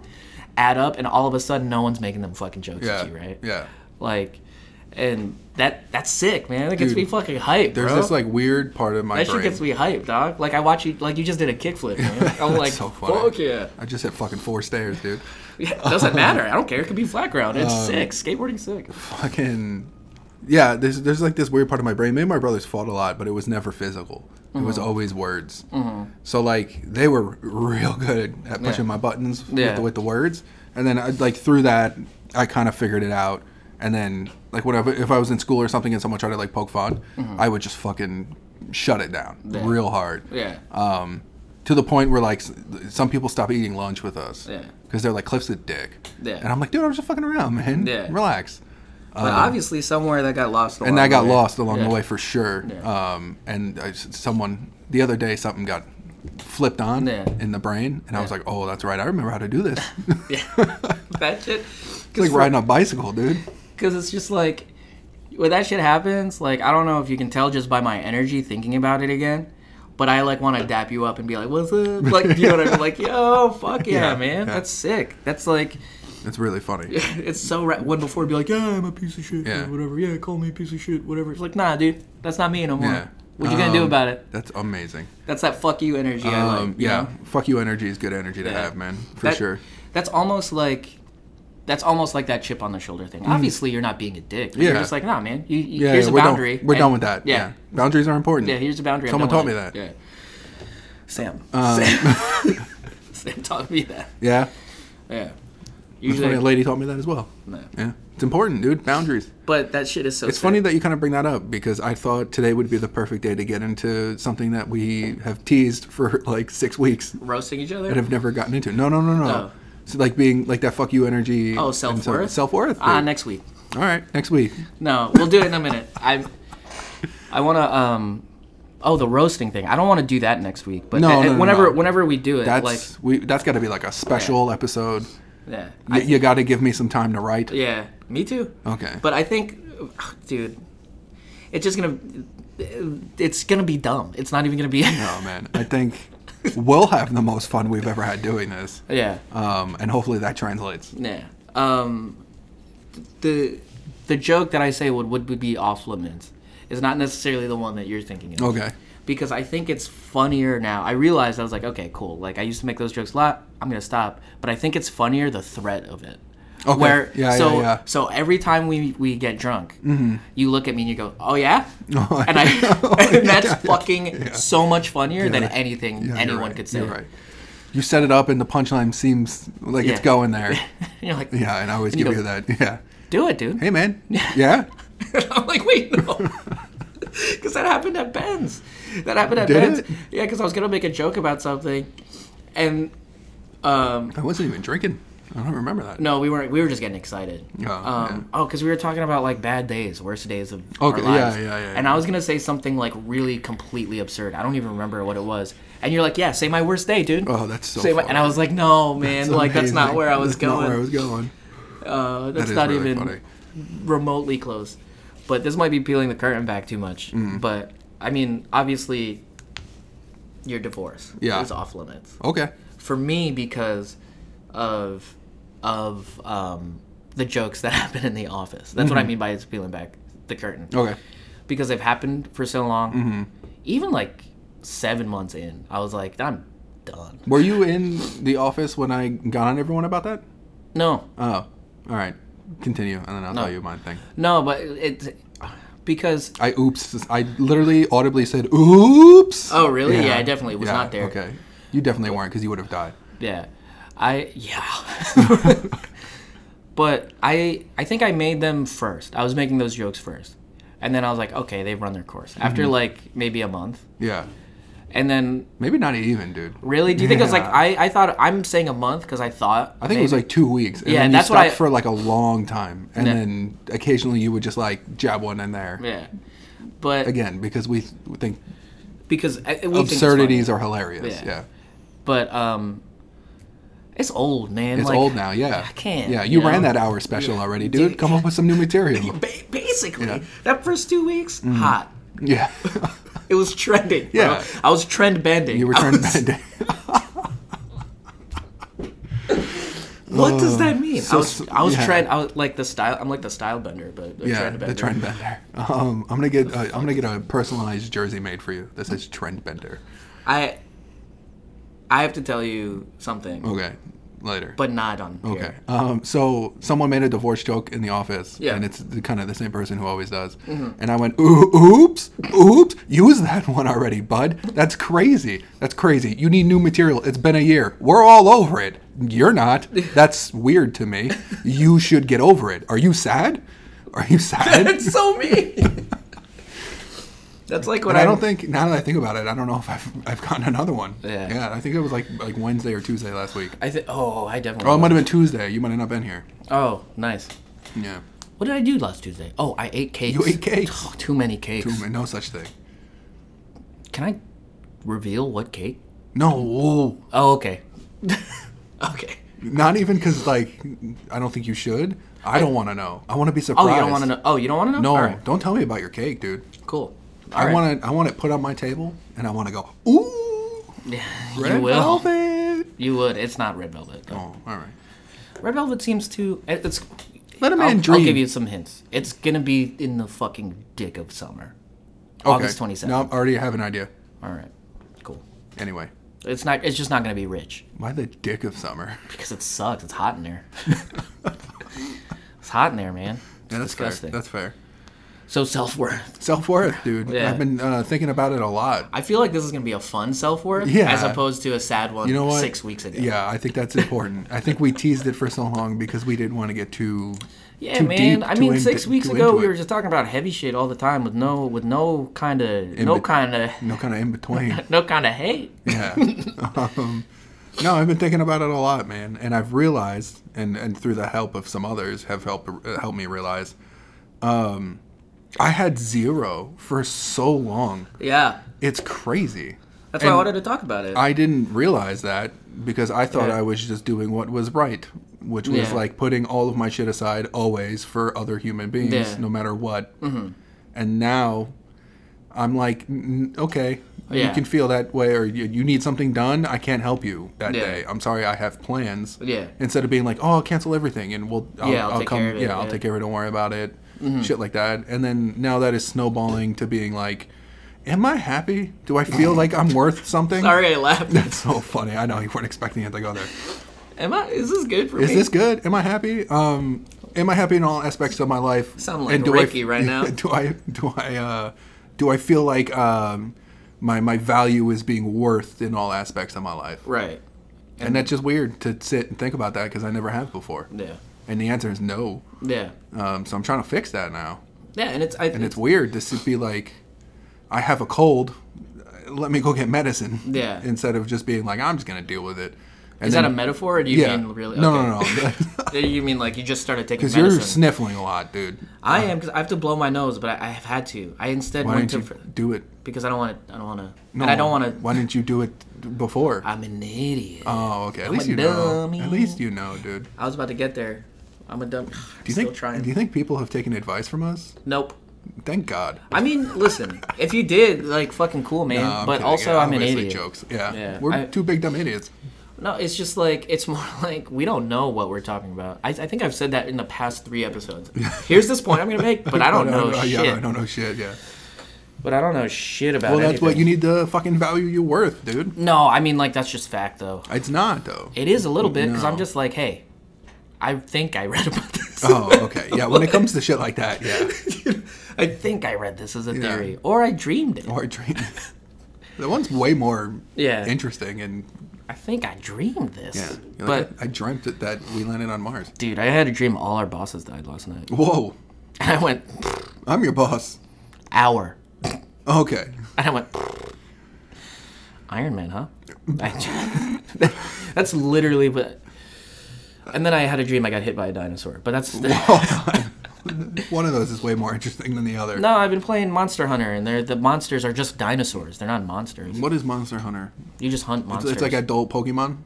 Speaker 1: add up, and all of a sudden, no one's making them fucking jokes
Speaker 2: Yeah.
Speaker 1: at you, right?
Speaker 2: Yeah.
Speaker 1: Like, and that that's sick, man. That gets
Speaker 2: Dude,
Speaker 1: me fucking hyped,
Speaker 2: There's
Speaker 1: bro.
Speaker 2: this like weird part of my
Speaker 1: that
Speaker 2: brain.
Speaker 1: shit gets me hyped, dog. Like I watch you, like you just did a kickflip,
Speaker 2: (laughs)
Speaker 1: man. I'm like,
Speaker 2: so funny.
Speaker 1: fuck yeah.
Speaker 2: I just hit fucking four stairs, dude.
Speaker 1: yeah. it Doesn't matter. I don't care. It could be flat ground. It's
Speaker 2: Uh,
Speaker 1: sick. Skateboarding sick.
Speaker 2: Fucking. Yeah, there's there's like this weird part of my brain. Me and my brothers fought a lot, but it was never physical. It
Speaker 1: Mm-hmm.
Speaker 2: was always words. So like they were real good at pushing my buttons with,
Speaker 1: Yeah.
Speaker 2: the, with the words, and then I, like through that I kind of figured it out. And then like whatever, if I was in school or something and someone tried to like poke fun, I would just fucking shut it down
Speaker 1: Mm-hmm. Yeah.
Speaker 2: real hard.
Speaker 1: Yeah.
Speaker 2: um, to the point where like s- some people stop eating lunch with us
Speaker 1: Yeah.
Speaker 2: because they're like Cliff's a dick,
Speaker 1: Yeah.
Speaker 2: and I'm like, dude, I was just fucking around, man.
Speaker 1: Yeah.
Speaker 2: relax.
Speaker 1: but obviously somewhere that got lost.
Speaker 2: um, And
Speaker 1: along
Speaker 2: that
Speaker 1: the
Speaker 2: got
Speaker 1: way.
Speaker 2: lost along
Speaker 1: Yeah.
Speaker 2: the way for sure.
Speaker 1: Yeah.
Speaker 2: Um, and I s someone the other day, something got flipped on
Speaker 1: Yeah.
Speaker 2: in the brain, and I was
Speaker 1: Yeah.
Speaker 2: like, "Oh, that's right. I remember how to do
Speaker 1: (laughs)
Speaker 2: this." (laughs) it's
Speaker 1: that shit.
Speaker 2: like riding a bicycle, dude.
Speaker 1: because it's just like when that shit happens like i don't know if you can tell just by my energy thinking about it again but i like want to dap you up and be like what's up like you know what i mean like yo fuck yeah,
Speaker 2: (laughs) Yeah,
Speaker 1: man
Speaker 2: yeah.
Speaker 1: that's sick that's like
Speaker 2: It's really funny.
Speaker 1: (laughs) it's so ra- when before it'd be like yeah i'm a piece of shit
Speaker 2: Yeah.
Speaker 1: yeah. whatever yeah call me a piece of shit whatever it's like nah dude that's not me no more
Speaker 2: Yeah.
Speaker 1: what you gonna do
Speaker 2: Um,
Speaker 1: about it
Speaker 2: That's amazing.
Speaker 1: that's that fuck you energy i like
Speaker 2: Um,
Speaker 1: you
Speaker 2: yeah,
Speaker 1: know?
Speaker 2: fuck you. Energy is good energy to
Speaker 1: Yeah.
Speaker 2: have, man, for
Speaker 1: That-
Speaker 2: sure.
Speaker 1: That's almost like that's almost like that chip on the shoulder thing. Obviously, you're not being a dick. You're
Speaker 2: Mm. Yeah.
Speaker 1: just like, nah, man. You, you,
Speaker 2: Yeah,
Speaker 1: here's
Speaker 2: yeah,
Speaker 1: a
Speaker 2: we're done-
Speaker 1: boundary.
Speaker 2: we're done
Speaker 1: and-
Speaker 2: with that. Yeah.
Speaker 1: Yeah.
Speaker 2: boundaries are important.
Speaker 1: Yeah. Here's a boundary. I'm
Speaker 2: Someone
Speaker 1: done
Speaker 2: taught
Speaker 1: with
Speaker 2: me
Speaker 1: it.
Speaker 2: that.
Speaker 1: Yeah. Sam.
Speaker 2: Um, (laughs)
Speaker 1: Sam. (laughs) Sam taught me that.
Speaker 2: yeah,
Speaker 1: Yeah.
Speaker 2: It's funny,
Speaker 1: Usually,
Speaker 2: a lady taught me that as well.
Speaker 1: no.
Speaker 2: Yeah, it's important, dude. Boundaries.
Speaker 1: but that shit is so.
Speaker 2: It's funny that you kind of bring that up because I thought today would be the perfect day to get into something that we have teased for like six weeks
Speaker 1: roasting each other.
Speaker 2: and have never gotten into. No, no, no, no.
Speaker 1: Oh.
Speaker 2: So like being like that fuck you energy.
Speaker 1: oh,
Speaker 2: and so-
Speaker 1: self worth.
Speaker 2: Self-worth.
Speaker 1: Ah,
Speaker 2: dude.
Speaker 1: next week.
Speaker 2: All right, next week.
Speaker 1: No, we'll do it in a minute. I'm. I want to. Um. Oh, the roasting thing. I don't want to do that next week. But
Speaker 2: No,
Speaker 1: and-
Speaker 2: no,
Speaker 1: and
Speaker 2: no,
Speaker 1: whenever
Speaker 2: no.
Speaker 1: whenever we do it,
Speaker 2: That's
Speaker 1: like
Speaker 2: we. That's got to be like a special episode.
Speaker 1: yeah,
Speaker 2: Y- Oh. you got to give me some time to write.
Speaker 1: Yeah, me too.
Speaker 2: Okay.
Speaker 1: But I think, ugh, dude, it's just gonna, it's gonna be dumb. It's not even gonna be.
Speaker 2: Oh man, I think we'll have the most fun we've ever had doing this.
Speaker 1: (laughs) yeah.
Speaker 2: Um, and hopefully that translates.
Speaker 1: Yeah. Um, the the joke that I say would would be off limits is not necessarily the one that you're thinking of.
Speaker 2: Okay.
Speaker 1: Because I think it's funnier now. I realized I was like, okay, cool. Like I used to make those jokes a lot. I'm gonna stop. But I think it's funnier the threat of it.
Speaker 2: Okay.
Speaker 1: Where
Speaker 2: Yeah,
Speaker 1: so
Speaker 2: yeah, yeah.
Speaker 1: so every time we we get drunk, you look at me and you go, "Oh yeah,"
Speaker 2: (laughs) Oh,
Speaker 1: and I
Speaker 2: (laughs)
Speaker 1: (laughs)
Speaker 2: yeah.
Speaker 1: and that's
Speaker 2: Yeah.
Speaker 1: fucking so much funnier than
Speaker 2: right.
Speaker 1: anything
Speaker 2: Yeah, you're
Speaker 1: anyone
Speaker 2: right.
Speaker 1: could say.
Speaker 2: You're right. You set it up, and the punchline seems like it's
Speaker 1: Yeah. (laughs)
Speaker 2: going there.
Speaker 1: (laughs) You're like,
Speaker 2: Yeah, and I always
Speaker 1: And you
Speaker 2: give
Speaker 1: go-
Speaker 2: you that. Yeah.
Speaker 1: do it, dude. (laughs)
Speaker 2: Hey man. Yeah.
Speaker 1: I'm like, wait, no. (laughs) Because that happened at Ben's. That happened at
Speaker 2: Did
Speaker 1: Ben's.
Speaker 2: it?
Speaker 1: Yeah, because I was going to make a joke about something. And um,
Speaker 2: I wasn't even drinking. I don't remember that.
Speaker 1: no, we weren't. We were just getting excited.
Speaker 2: Oh,
Speaker 1: um, oh, because we were talking about like bad days, worst days of
Speaker 2: Okay,
Speaker 1: our
Speaker 2: yeah,
Speaker 1: lives.
Speaker 2: yeah, yeah,
Speaker 1: And
Speaker 2: yeah.
Speaker 1: I was gonna say something like really completely absurd. I don't even remember what it was. And you're like, yeah, say my worst day, dude.
Speaker 2: Oh, that's so
Speaker 1: Say my,
Speaker 2: funny.
Speaker 1: and I was like, no, man,
Speaker 2: It's
Speaker 1: like that's not
Speaker 2: amazing. (laughs)
Speaker 1: where I was
Speaker 2: That's
Speaker 1: going.
Speaker 2: Not where I was going.
Speaker 1: uh,
Speaker 2: That
Speaker 1: that's
Speaker 2: is
Speaker 1: not
Speaker 2: really
Speaker 1: even
Speaker 2: funny.
Speaker 1: remotely close. But this might be peeling the curtain back too much.
Speaker 2: Mm-hmm.
Speaker 1: But I mean, obviously, your divorce
Speaker 2: Yeah.
Speaker 1: is off limits
Speaker 2: Okay.
Speaker 1: for me because of of um, the jokes that (laughs) happen in the office. That's what I mean by it's peeling back the curtain
Speaker 2: Okay.
Speaker 1: because they've happened for so long. Even like seven months in, I was like, I'm done.
Speaker 2: Were you in the office when I got on everyone about that?
Speaker 1: No,
Speaker 2: Oh. All right. Continue, and then I'll tell you my thing.
Speaker 1: no, but it's because
Speaker 2: I oops. I literally audibly said oops.
Speaker 1: Oh, really? Yeah, I definitely was not there.
Speaker 2: Okay. You definitely weren't because you would have died.
Speaker 1: Yeah. I yeah. (laughs) but I I think I made them first. I was making those jokes first. And then I was like, okay, they've run their course. After like maybe a month.
Speaker 2: Yeah.
Speaker 1: And then
Speaker 2: Maybe not even, dude.
Speaker 1: really, do you think it was like
Speaker 2: Yeah.
Speaker 1: I I thought I'm saying a month cuz I thought
Speaker 2: I think it was
Speaker 1: maybe-
Speaker 2: like two weeks. And
Speaker 1: Yeah,
Speaker 2: then you
Speaker 1: that's what
Speaker 2: stopped
Speaker 1: I-
Speaker 2: for like a long time. And
Speaker 1: Yeah.
Speaker 2: then occasionally you would just like jab one in there.
Speaker 1: yeah. But
Speaker 2: Again, because we th- think
Speaker 1: because I- we think it's
Speaker 2: absurdities
Speaker 1: funny.
Speaker 2: are hilarious.
Speaker 1: Yeah.
Speaker 2: Yeah.
Speaker 1: But um it's old, man.
Speaker 2: It's
Speaker 1: like,
Speaker 2: old now, yeah.
Speaker 1: I can't,
Speaker 2: Yeah, you
Speaker 1: you
Speaker 2: ran
Speaker 1: know?
Speaker 2: that hour special already,
Speaker 1: Dude,
Speaker 2: dude. Come up with some
Speaker 1: (laughs)
Speaker 2: new material.
Speaker 1: ba- basically,
Speaker 2: Yeah.
Speaker 1: that first 2 weeks hot.
Speaker 2: yeah.
Speaker 1: It was trending. Bro.
Speaker 2: Yeah.
Speaker 1: I was trend bending.
Speaker 2: you were
Speaker 1: I
Speaker 2: trying
Speaker 1: was-
Speaker 2: to
Speaker 1: What does that mean? I
Speaker 2: Uh, so-
Speaker 1: was I was
Speaker 2: yeah.
Speaker 1: trying. I was like the style. I'm like the style bender, but a
Speaker 2: Yeah,
Speaker 1: trend
Speaker 2: the
Speaker 1: bender.
Speaker 2: trend bender. Um, I'm gonna get uh, I'm gonna get a personalized jersey made for you that says trend bender.
Speaker 1: I I have to tell you something,
Speaker 2: Okay, later.
Speaker 1: but not on. here. (laughs)
Speaker 2: Okay. Um, so someone made a divorce joke in the office,
Speaker 1: Yeah. Mm-hmm.
Speaker 2: and it's the, kind of the same person who always does. And I went, "Ooh, "Oops, oops, use that one already, bud. That's crazy. That's crazy. You need new material. It's been a year. We're all over it. You're
Speaker 1: (laughs)
Speaker 2: not. That's weird to me. You should get over it. Are you sad? Are you sad?"
Speaker 1: It's so me. (laughs) That's like what
Speaker 2: But I
Speaker 1: I'm-
Speaker 2: don't think now that I think about it, I don't know if I've I've gotten another one.
Speaker 1: Yeah.
Speaker 2: yeah I think it was like like Wednesday or Tuesday last week.
Speaker 1: I think. Oh, I definitely.
Speaker 2: Oh, it might have been Tuesday. You might have not been here.
Speaker 1: oh, nice.
Speaker 2: Yeah.
Speaker 1: What did I do last Tuesday? Oh, I ate cakes.
Speaker 2: You ate (laughs) cakes.
Speaker 1: Oh, too many cakes.
Speaker 2: No such thing.
Speaker 1: Can I reveal what cake?
Speaker 2: No, whoa.
Speaker 1: Oh, okay. (laughs) okay.
Speaker 2: not even because like I don't think you should. I don't want to know. I want to be
Speaker 1: Oh,
Speaker 2: surprised.
Speaker 1: you don't want to know? Oh, you don't want to know?
Speaker 2: No,
Speaker 1: All right.
Speaker 2: don't tell me about your cake, dude.
Speaker 1: Cool.
Speaker 2: I
Speaker 1: All right.
Speaker 2: want to. I want it put on my table, and I want to go. Ooh, red
Speaker 1: you will.
Speaker 2: velvet.
Speaker 1: You would. It's not red velvet. though.
Speaker 2: Oh, all right.
Speaker 1: Red velvet seems to. it- It's.
Speaker 2: Let a
Speaker 1: I'll,
Speaker 2: Oh. man
Speaker 1: I'll
Speaker 2: dream.
Speaker 1: give you some hints. It's gonna be in the fucking dick of summer.
Speaker 2: Okay.
Speaker 1: August twenty
Speaker 2: No,
Speaker 1: seventh.
Speaker 2: I already have an idea.
Speaker 1: All right. Cool.
Speaker 2: Anyway,
Speaker 1: It's not. It's just not gonna be rich
Speaker 2: why the dick of summer?
Speaker 1: because it sucks. It's hot in there. (laughs) it's hot in there, man. It's
Speaker 2: Yeah, that's
Speaker 1: disgusting.
Speaker 2: fair. That's fair.
Speaker 1: so self worth.
Speaker 2: Self worth, dude.
Speaker 1: (laughs) Yeah.
Speaker 2: I've been uh, thinking about it a lot.
Speaker 1: I feel like this is gonna be a fun self worth,
Speaker 2: Yeah.
Speaker 1: as opposed to a sad one.
Speaker 2: You know what?
Speaker 1: Six weeks ago.
Speaker 2: Yeah, I think that's important. I think we teased it for so long because we didn't want to get too.
Speaker 1: Yeah,
Speaker 2: too
Speaker 1: man.
Speaker 2: deep,
Speaker 1: I
Speaker 2: too
Speaker 1: mean,
Speaker 2: in-
Speaker 1: six weeks
Speaker 2: too
Speaker 1: ago
Speaker 2: into
Speaker 1: we were
Speaker 2: it.
Speaker 1: just talking about heavy shit all the time with no, with no kind of, no
Speaker 2: bet-
Speaker 1: kind of,
Speaker 2: no kind of in
Speaker 1: (laughs)
Speaker 2: between.
Speaker 1: no kind of hate.
Speaker 2: Yeah. um, no, I've been thinking about it a lot, man, and I've realized, and and through the help of some others, have helped uh, helped me realize. Um, I had zero for so long.
Speaker 1: Yeah,
Speaker 2: It's crazy.
Speaker 1: that's why I
Speaker 2: And
Speaker 1: wanted to talk about it.
Speaker 2: I didn't realize that because I thought
Speaker 1: Yeah.
Speaker 2: I was just doing what was right, which was
Speaker 1: Yeah.
Speaker 2: like putting all of my shit aside always for other human beings,
Speaker 1: Yeah. Mm-hmm.
Speaker 2: no matter what. And now I'm like, "N- okay,
Speaker 1: Yeah.
Speaker 2: you can feel that way, or you, you need something done. I can't help you that
Speaker 1: Yeah.
Speaker 2: day. I'm sorry, I have plans.
Speaker 1: Yeah.
Speaker 2: Instead of being like, oh, I'll cancel everything and we'll, I'll,
Speaker 1: Yeah, I'll take
Speaker 2: come,
Speaker 1: care of it,
Speaker 2: yeah, I'll
Speaker 1: yeah. Mm-hmm.
Speaker 2: take care of it. Don't worry about it. Shit like that. And then now that is snowballing to being like. Am I happy? Do I
Speaker 1: (laughs)
Speaker 2: feel like I'm worth something?
Speaker 1: Sorry, I laughed.
Speaker 2: That's so funny. I know you weren't expecting it to go there.
Speaker 1: Am I? Is this good for
Speaker 2: Is
Speaker 1: me?
Speaker 2: this good? Am I happy? Um, am I happy in all aspects of my life?
Speaker 1: Sound like
Speaker 2: And do I-
Speaker 1: Ricky
Speaker 2: (laughs)
Speaker 1: right now.
Speaker 2: Do I do I uh, do I feel like um, my my value is being worth in all aspects of my life?
Speaker 1: right?
Speaker 2: And that's just weird to sit and think about that because I never have before.
Speaker 1: Yeah,
Speaker 2: And the answer is no.
Speaker 1: yeah,
Speaker 2: Um, so I'm trying to fix that now.
Speaker 1: yeah. And it's I,
Speaker 2: And it's weird to sit- be like, I have a cold. Let me go get medicine.
Speaker 1: Yeah.
Speaker 2: Instead of just being like, I'm just gonna deal with it. And
Speaker 1: is that a
Speaker 2: then-
Speaker 1: metaphor? Or do you mean really?
Speaker 2: No,
Speaker 1: okay.
Speaker 2: no, no.
Speaker 1: (laughs) you mean like you just started taking
Speaker 2: Because you're
Speaker 1: medicine?
Speaker 2: sniffling a lot, dude.
Speaker 1: I am because I have to blow my nose, but I, I have had to. I instead
Speaker 2: Why
Speaker 1: went
Speaker 2: didn't
Speaker 1: to
Speaker 2: you
Speaker 1: for,
Speaker 2: do it?
Speaker 1: because I don't want to. I don't want to. and I don't want to.
Speaker 2: Why didn't you do it before?
Speaker 1: I'm an idiot.
Speaker 2: oh, okay. At
Speaker 1: I'm
Speaker 2: least
Speaker 1: a
Speaker 2: you
Speaker 1: dummy.
Speaker 2: know. At least you know, dude. Do
Speaker 1: I was about to get there. I'm a dumb. (sighs) Do
Speaker 2: you
Speaker 1: still
Speaker 2: think?
Speaker 1: trying?
Speaker 2: Do you think people have taken advice from us?
Speaker 1: nope.
Speaker 2: Thank God.
Speaker 1: I mean, listen. if you did, like, fucking cool, man.
Speaker 2: No, I'm
Speaker 1: but
Speaker 2: kidding.
Speaker 1: also,
Speaker 2: Yeah,
Speaker 1: I'm an
Speaker 2: obviously
Speaker 1: idiot.
Speaker 2: Jokes. Yeah.
Speaker 1: Yeah.
Speaker 2: We're
Speaker 1: I-
Speaker 2: two big dumb idiots.
Speaker 1: No, it's just like it's (laughs) more like we don't know what we're talking about. I, I think I've said that in the past three
Speaker 2: (laughs)
Speaker 1: episodes. Here's this point I'm gonna make, but I don't know shit.
Speaker 2: Yeah, I don't know shit. Yeah.
Speaker 1: But I don't know shit about.
Speaker 2: Well, that's what
Speaker 1: anything.
Speaker 2: you need to fucking value your worth, dude.
Speaker 1: No, I mean like that's just fact though.
Speaker 2: It's not though.
Speaker 1: It is a little bit because I'm
Speaker 2: No.
Speaker 1: just like, hey, I think I read about this. (laughs)
Speaker 2: Oh, okay. Yeah. When it comes to shit like that, yeah.
Speaker 1: I think I read this as a theory, or I dreamed it.
Speaker 2: Or dream. (laughs) that one's way more
Speaker 1: Yeah.
Speaker 2: interesting and
Speaker 1: I think I dreamed this.
Speaker 2: yeah. You're like,
Speaker 1: But
Speaker 2: I, I dreamt that, that we landed on Mars.
Speaker 1: dude, I had a dream all our bosses died last night. (laughs)
Speaker 2: Whoa,
Speaker 1: And I went
Speaker 2: I'm your boss.
Speaker 1: hour, (laughs)
Speaker 2: Okay.
Speaker 1: and I went Iron Man, huh? I- (laughs) that's literally what. And then I had a dream I got hit by a dinosaur, but that's
Speaker 2: (laughs) One of those is way more interesting than the
Speaker 1: (laughs)
Speaker 2: other.
Speaker 1: no. I've been playing Monster Hunter, and they're the monsters are just dinosaurs. They're not monsters.
Speaker 2: What is Monster Hunter? It's-
Speaker 1: You just hunt monsters.
Speaker 2: It's like Oh. adult Pokemon.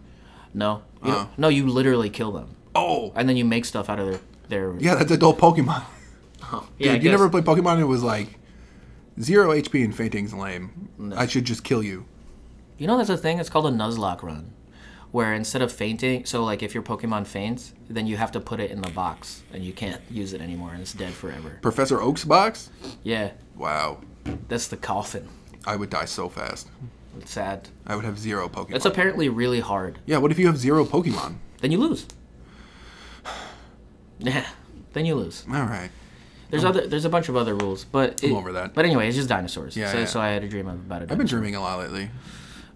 Speaker 1: No. You don't- No, you literally kill them.
Speaker 2: Oh,
Speaker 1: And then you make stuff out of their. their
Speaker 2: yeah, that's adult (laughs) Pokemon.
Speaker 1: yeah I
Speaker 2: Dude, you never
Speaker 1: guess.
Speaker 2: played Pokemon? It was like zero HP and fainting's lame. I should just kill you.
Speaker 1: You know, that's a thing. It's called a Nuzlocke run, where instead of fainting, so like if your Pokemon faints, then you have to put it in the box and you can't use it anymore and it's dead forever.
Speaker 2: Professor Oak's box.
Speaker 1: Yeah,
Speaker 2: Wow,
Speaker 1: that's the coffin.
Speaker 2: I would die so fast.
Speaker 1: It's sad.
Speaker 2: I would have zero Pokemon.
Speaker 1: It's apparently really hard.
Speaker 2: yeah, what if you have zero Pokemon?
Speaker 1: Then you lose. (sighs) Yeah, then you lose.
Speaker 2: All right.
Speaker 1: There's other, there's a bunch of other rules, but it,
Speaker 2: Hmm. over that.
Speaker 1: But anyway, it's just dinosaurs.
Speaker 2: Yeah,
Speaker 1: so,
Speaker 2: yeah.
Speaker 1: so I had a dream about it.
Speaker 2: I've been dreaming a lot lately.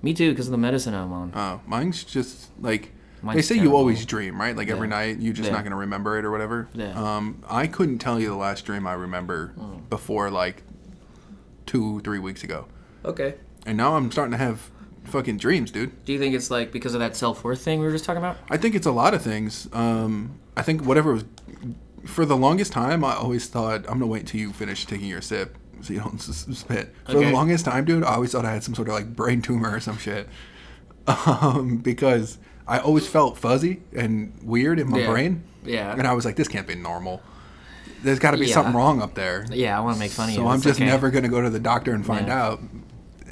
Speaker 1: Me too, because of the medicine I'm on.
Speaker 2: Oh, mine's just like they
Speaker 1: Mine's
Speaker 2: say you
Speaker 1: terrible.
Speaker 2: always dream, right? Like every night, you're just
Speaker 1: Yeah.
Speaker 2: not gonna remember it or whatever.
Speaker 1: Yeah. Mm.
Speaker 2: Um, I couldn't tell you the last dream I remember before like two, three weeks ago,
Speaker 1: Okay.
Speaker 2: and now I'm starting to have fucking dreams, dude.
Speaker 1: Do you think it's like because of that self worth thing we were just talking about?
Speaker 2: I think it's a lot of things. Um, I think whatever was for the longest time, I always thought I'm gonna wait till you finish taking your sip so you don't s- s- spit. For
Speaker 1: Okay.
Speaker 2: the longest time, dude, I always thought I had some sort of like brain tumor or some shit. (laughs) um, because I always felt fuzzy and weird in my
Speaker 1: Yeah.
Speaker 2: brain.
Speaker 1: Yeah.
Speaker 2: And I was like, this can't be normal. There's got to be
Speaker 1: Yeah.
Speaker 2: something wrong up there.
Speaker 1: Yeah, I want to make fun of you.
Speaker 2: So I'm
Speaker 1: It's
Speaker 2: just
Speaker 1: okay.
Speaker 2: never going to go to the doctor and find
Speaker 1: Yeah.
Speaker 2: out.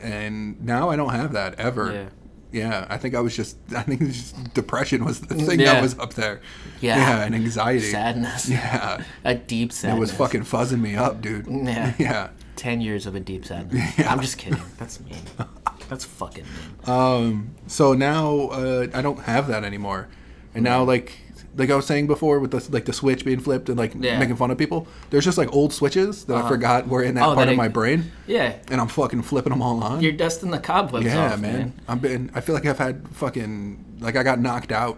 Speaker 2: And now I don't have that ever. Yeah. I think I was just, (laughs) I think it was just depression was the thing
Speaker 1: Yeah.
Speaker 2: that was up there.
Speaker 1: Yeah.
Speaker 2: and anxiety.
Speaker 1: Sadness.
Speaker 2: Yeah.
Speaker 1: A deep
Speaker 2: It
Speaker 1: sadness.
Speaker 2: was fucking fuzzing me up, dude.
Speaker 1: Yeah.
Speaker 2: (laughs) Yeah.
Speaker 1: Ten years of a deep sadness.
Speaker 2: (laughs) Yeah.
Speaker 1: I'm just kidding. That's
Speaker 2: (laughs)
Speaker 1: mean. That's fucking mean.
Speaker 2: Um, so now uh, I don't have that anymore, and now like like I was saying before with the like the switch being flipped and like
Speaker 1: Yeah.
Speaker 2: making fun of people. There's just like old switches that I forgot were in that
Speaker 1: Oh,
Speaker 2: part
Speaker 1: that
Speaker 2: of my
Speaker 1: it-
Speaker 2: brain,
Speaker 1: Yeah.
Speaker 2: and I'm fucking flipping them all on.
Speaker 1: You're dusting the cobwebs
Speaker 2: yeah,
Speaker 1: off,
Speaker 2: man.
Speaker 1: man.
Speaker 2: I've been. I feel like I've had fucking like I got knocked out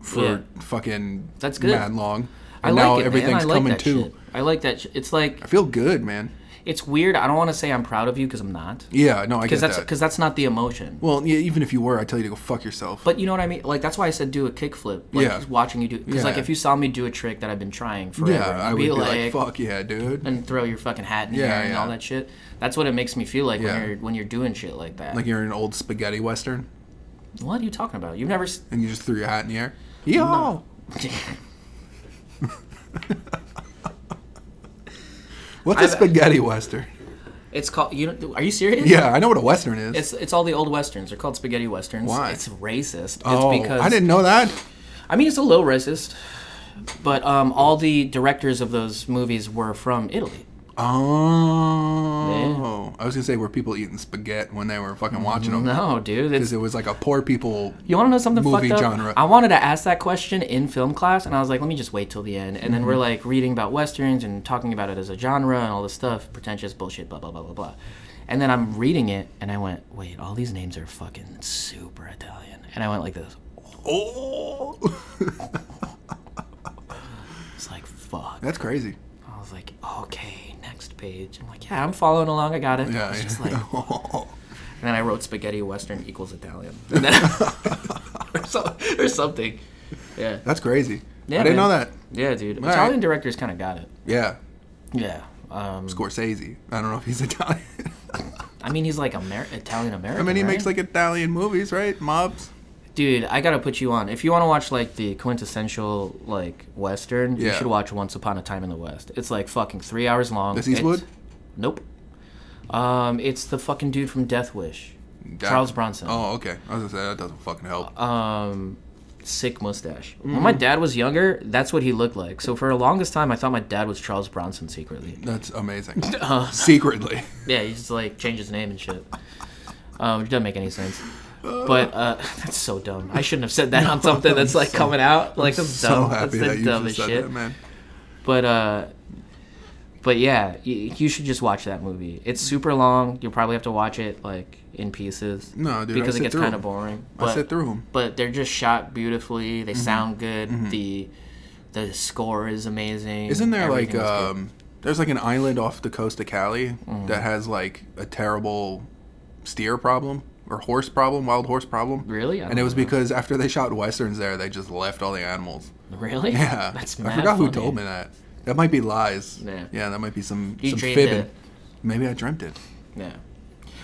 Speaker 2: for
Speaker 1: Yeah.
Speaker 2: fucking
Speaker 1: That's good.
Speaker 2: mad long.
Speaker 1: I
Speaker 2: And
Speaker 1: like
Speaker 2: now
Speaker 1: it,
Speaker 2: everything's
Speaker 1: man. I like
Speaker 2: coming
Speaker 1: that
Speaker 2: to.
Speaker 1: shit. I like that. Sh- it's like
Speaker 2: I feel good, man.
Speaker 1: it's weird. I don't want to say I'm proud of you because I'm not.
Speaker 2: Yeah, no, I get
Speaker 1: Because that's
Speaker 2: that.
Speaker 1: because that's not the emotion.
Speaker 2: well, yeah, even if you were, I tell you to go fuck yourself.
Speaker 1: But you know what I mean? Like that's why I said do a kickflip. Like
Speaker 2: Yeah.
Speaker 1: just watching you do because like
Speaker 2: Yeah.
Speaker 1: if you saw me do a trick that I've been trying forever,
Speaker 2: yeah, I
Speaker 1: you'd
Speaker 2: would be like, fuck yeah, dude.
Speaker 1: and throw your fucking hat in the
Speaker 2: Yeah,
Speaker 1: air and
Speaker 2: yeah.
Speaker 1: all that shit. That's what it makes me feel like
Speaker 2: Yeah.
Speaker 1: when you're when you're doing shit like that.
Speaker 2: Like you're in an old spaghetti western.
Speaker 1: what are you talking about? You've never. s- (laughs)
Speaker 2: and you just threw your hat in the air. Yeah. What's a
Speaker 1: I've-
Speaker 2: spaghetti western?
Speaker 1: it's called. You don't, are you serious?
Speaker 2: Yeah, I know what a western is.
Speaker 1: It's, it's all the old westerns. They're called spaghetti westerns.
Speaker 2: Why?
Speaker 1: It's racist.
Speaker 2: oh,
Speaker 1: it's because
Speaker 2: I didn't know that.
Speaker 1: I mean, it's a little racist, but um, all the directors of those movies were from Italy.
Speaker 2: Oh, I was gonna say were people eating spaghetti when they were fucking watching them?
Speaker 1: No, dude. It's,
Speaker 2: Because it was like a poor people.
Speaker 1: you want to know something
Speaker 2: movie
Speaker 1: fucked up?
Speaker 2: genre.
Speaker 1: I wanted to ask that question in film class, and I was like, let me just wait till the end. And then
Speaker 2: Mm-hmm.
Speaker 1: we're like reading about westerns and talking about it as a genre and all this stuff, pretentious bullshit, blah blah blah blah blah. And then I'm reading it, and I went, wait, all these names are fucking super Italian. And I went like this.
Speaker 2: Oh,
Speaker 1: It's like fuck.
Speaker 2: (laughs) that's crazy.
Speaker 1: I was like, okay, next page. I'm like, yeah, I'm following along. I got it.
Speaker 2: Yeah.
Speaker 1: It's
Speaker 2: yeah.
Speaker 1: just
Speaker 2: (laughs)
Speaker 1: like. And then I wrote spaghetti western equals Italian. (laughs) And then, or, so, or something. Yeah.
Speaker 2: that's crazy.
Speaker 1: Yeah,
Speaker 2: I didn't
Speaker 1: man.
Speaker 2: know that.
Speaker 1: Yeah, dude.
Speaker 2: All
Speaker 1: Italian
Speaker 2: right.
Speaker 1: directors kind of got it.
Speaker 2: Yeah,
Speaker 1: Yeah. Um,
Speaker 2: Scorsese. I don't know if he's (laughs) Italian.
Speaker 1: I mean, he's like Amer- Italian American.
Speaker 2: I mean, he makes like Italian movies, right? Mobs.
Speaker 1: Dude, I gotta put you on. If you want to watch like the quintessential like western, you
Speaker 2: Yeah.
Speaker 1: should watch Once Upon a Time in the West. It's like fucking three hours long.
Speaker 2: This
Speaker 1: It's-
Speaker 2: Eastwood?
Speaker 1: Nope. Um, it's the fucking dude from Death Wish,
Speaker 2: That-
Speaker 1: Charles Bronson.
Speaker 2: Oh, okay. I was gonna say that doesn't fucking help.
Speaker 1: um sick mustache. When
Speaker 2: Mm-hmm.
Speaker 1: my dad was younger, that's what he looked like. So for the longest time I thought my dad was Charles Bronson secretly.
Speaker 2: That's
Speaker 1: (laughs)
Speaker 2: amazing.
Speaker 1: Uh-huh.
Speaker 2: Secretly.
Speaker 1: Yeah, he just like changed his name and shit. Um it doesn't make any sense. But uh (laughs) that's so dumb. I shouldn't have said that
Speaker 2: (laughs)
Speaker 1: on something that's like coming out. Like that's
Speaker 2: so
Speaker 1: dumb.
Speaker 2: happy
Speaker 1: that's
Speaker 2: that
Speaker 1: the
Speaker 2: you
Speaker 1: dumbest
Speaker 2: just said
Speaker 1: shit.
Speaker 2: that, man.
Speaker 1: But uh but yeah, you, you should just watch that movie. It's super long. You'll probably have to watch it like in pieces.
Speaker 2: No, dude, I
Speaker 1: because
Speaker 2: sit
Speaker 1: it gets
Speaker 2: through
Speaker 1: kind of
Speaker 2: 'em.
Speaker 1: boring.
Speaker 2: I sit through them.
Speaker 1: but they're just shot beautifully.
Speaker 2: Mm-hmm.
Speaker 1: They sound good. The the score is amazing.
Speaker 2: Isn't there like
Speaker 1: Everything is good. Mm-hmm.
Speaker 2: um there's like an island off the coast of Cali that has like a terrible steer problem or horse problem, wild horse problem?
Speaker 1: Really? I
Speaker 2: And it
Speaker 1: don't
Speaker 2: was because after they shot westerns there, they just left all the animals. (laughs)
Speaker 1: (laughs) really?
Speaker 2: Yeah.
Speaker 1: that's
Speaker 2: I
Speaker 1: mad
Speaker 2: forgot who
Speaker 1: funny.
Speaker 2: told me that. That might be lies.
Speaker 1: Yeah.
Speaker 2: that might be some
Speaker 1: You
Speaker 2: some
Speaker 1: dreamed
Speaker 2: fibbing.
Speaker 1: it.
Speaker 2: Maybe I dredreamt it.
Speaker 1: Yeah.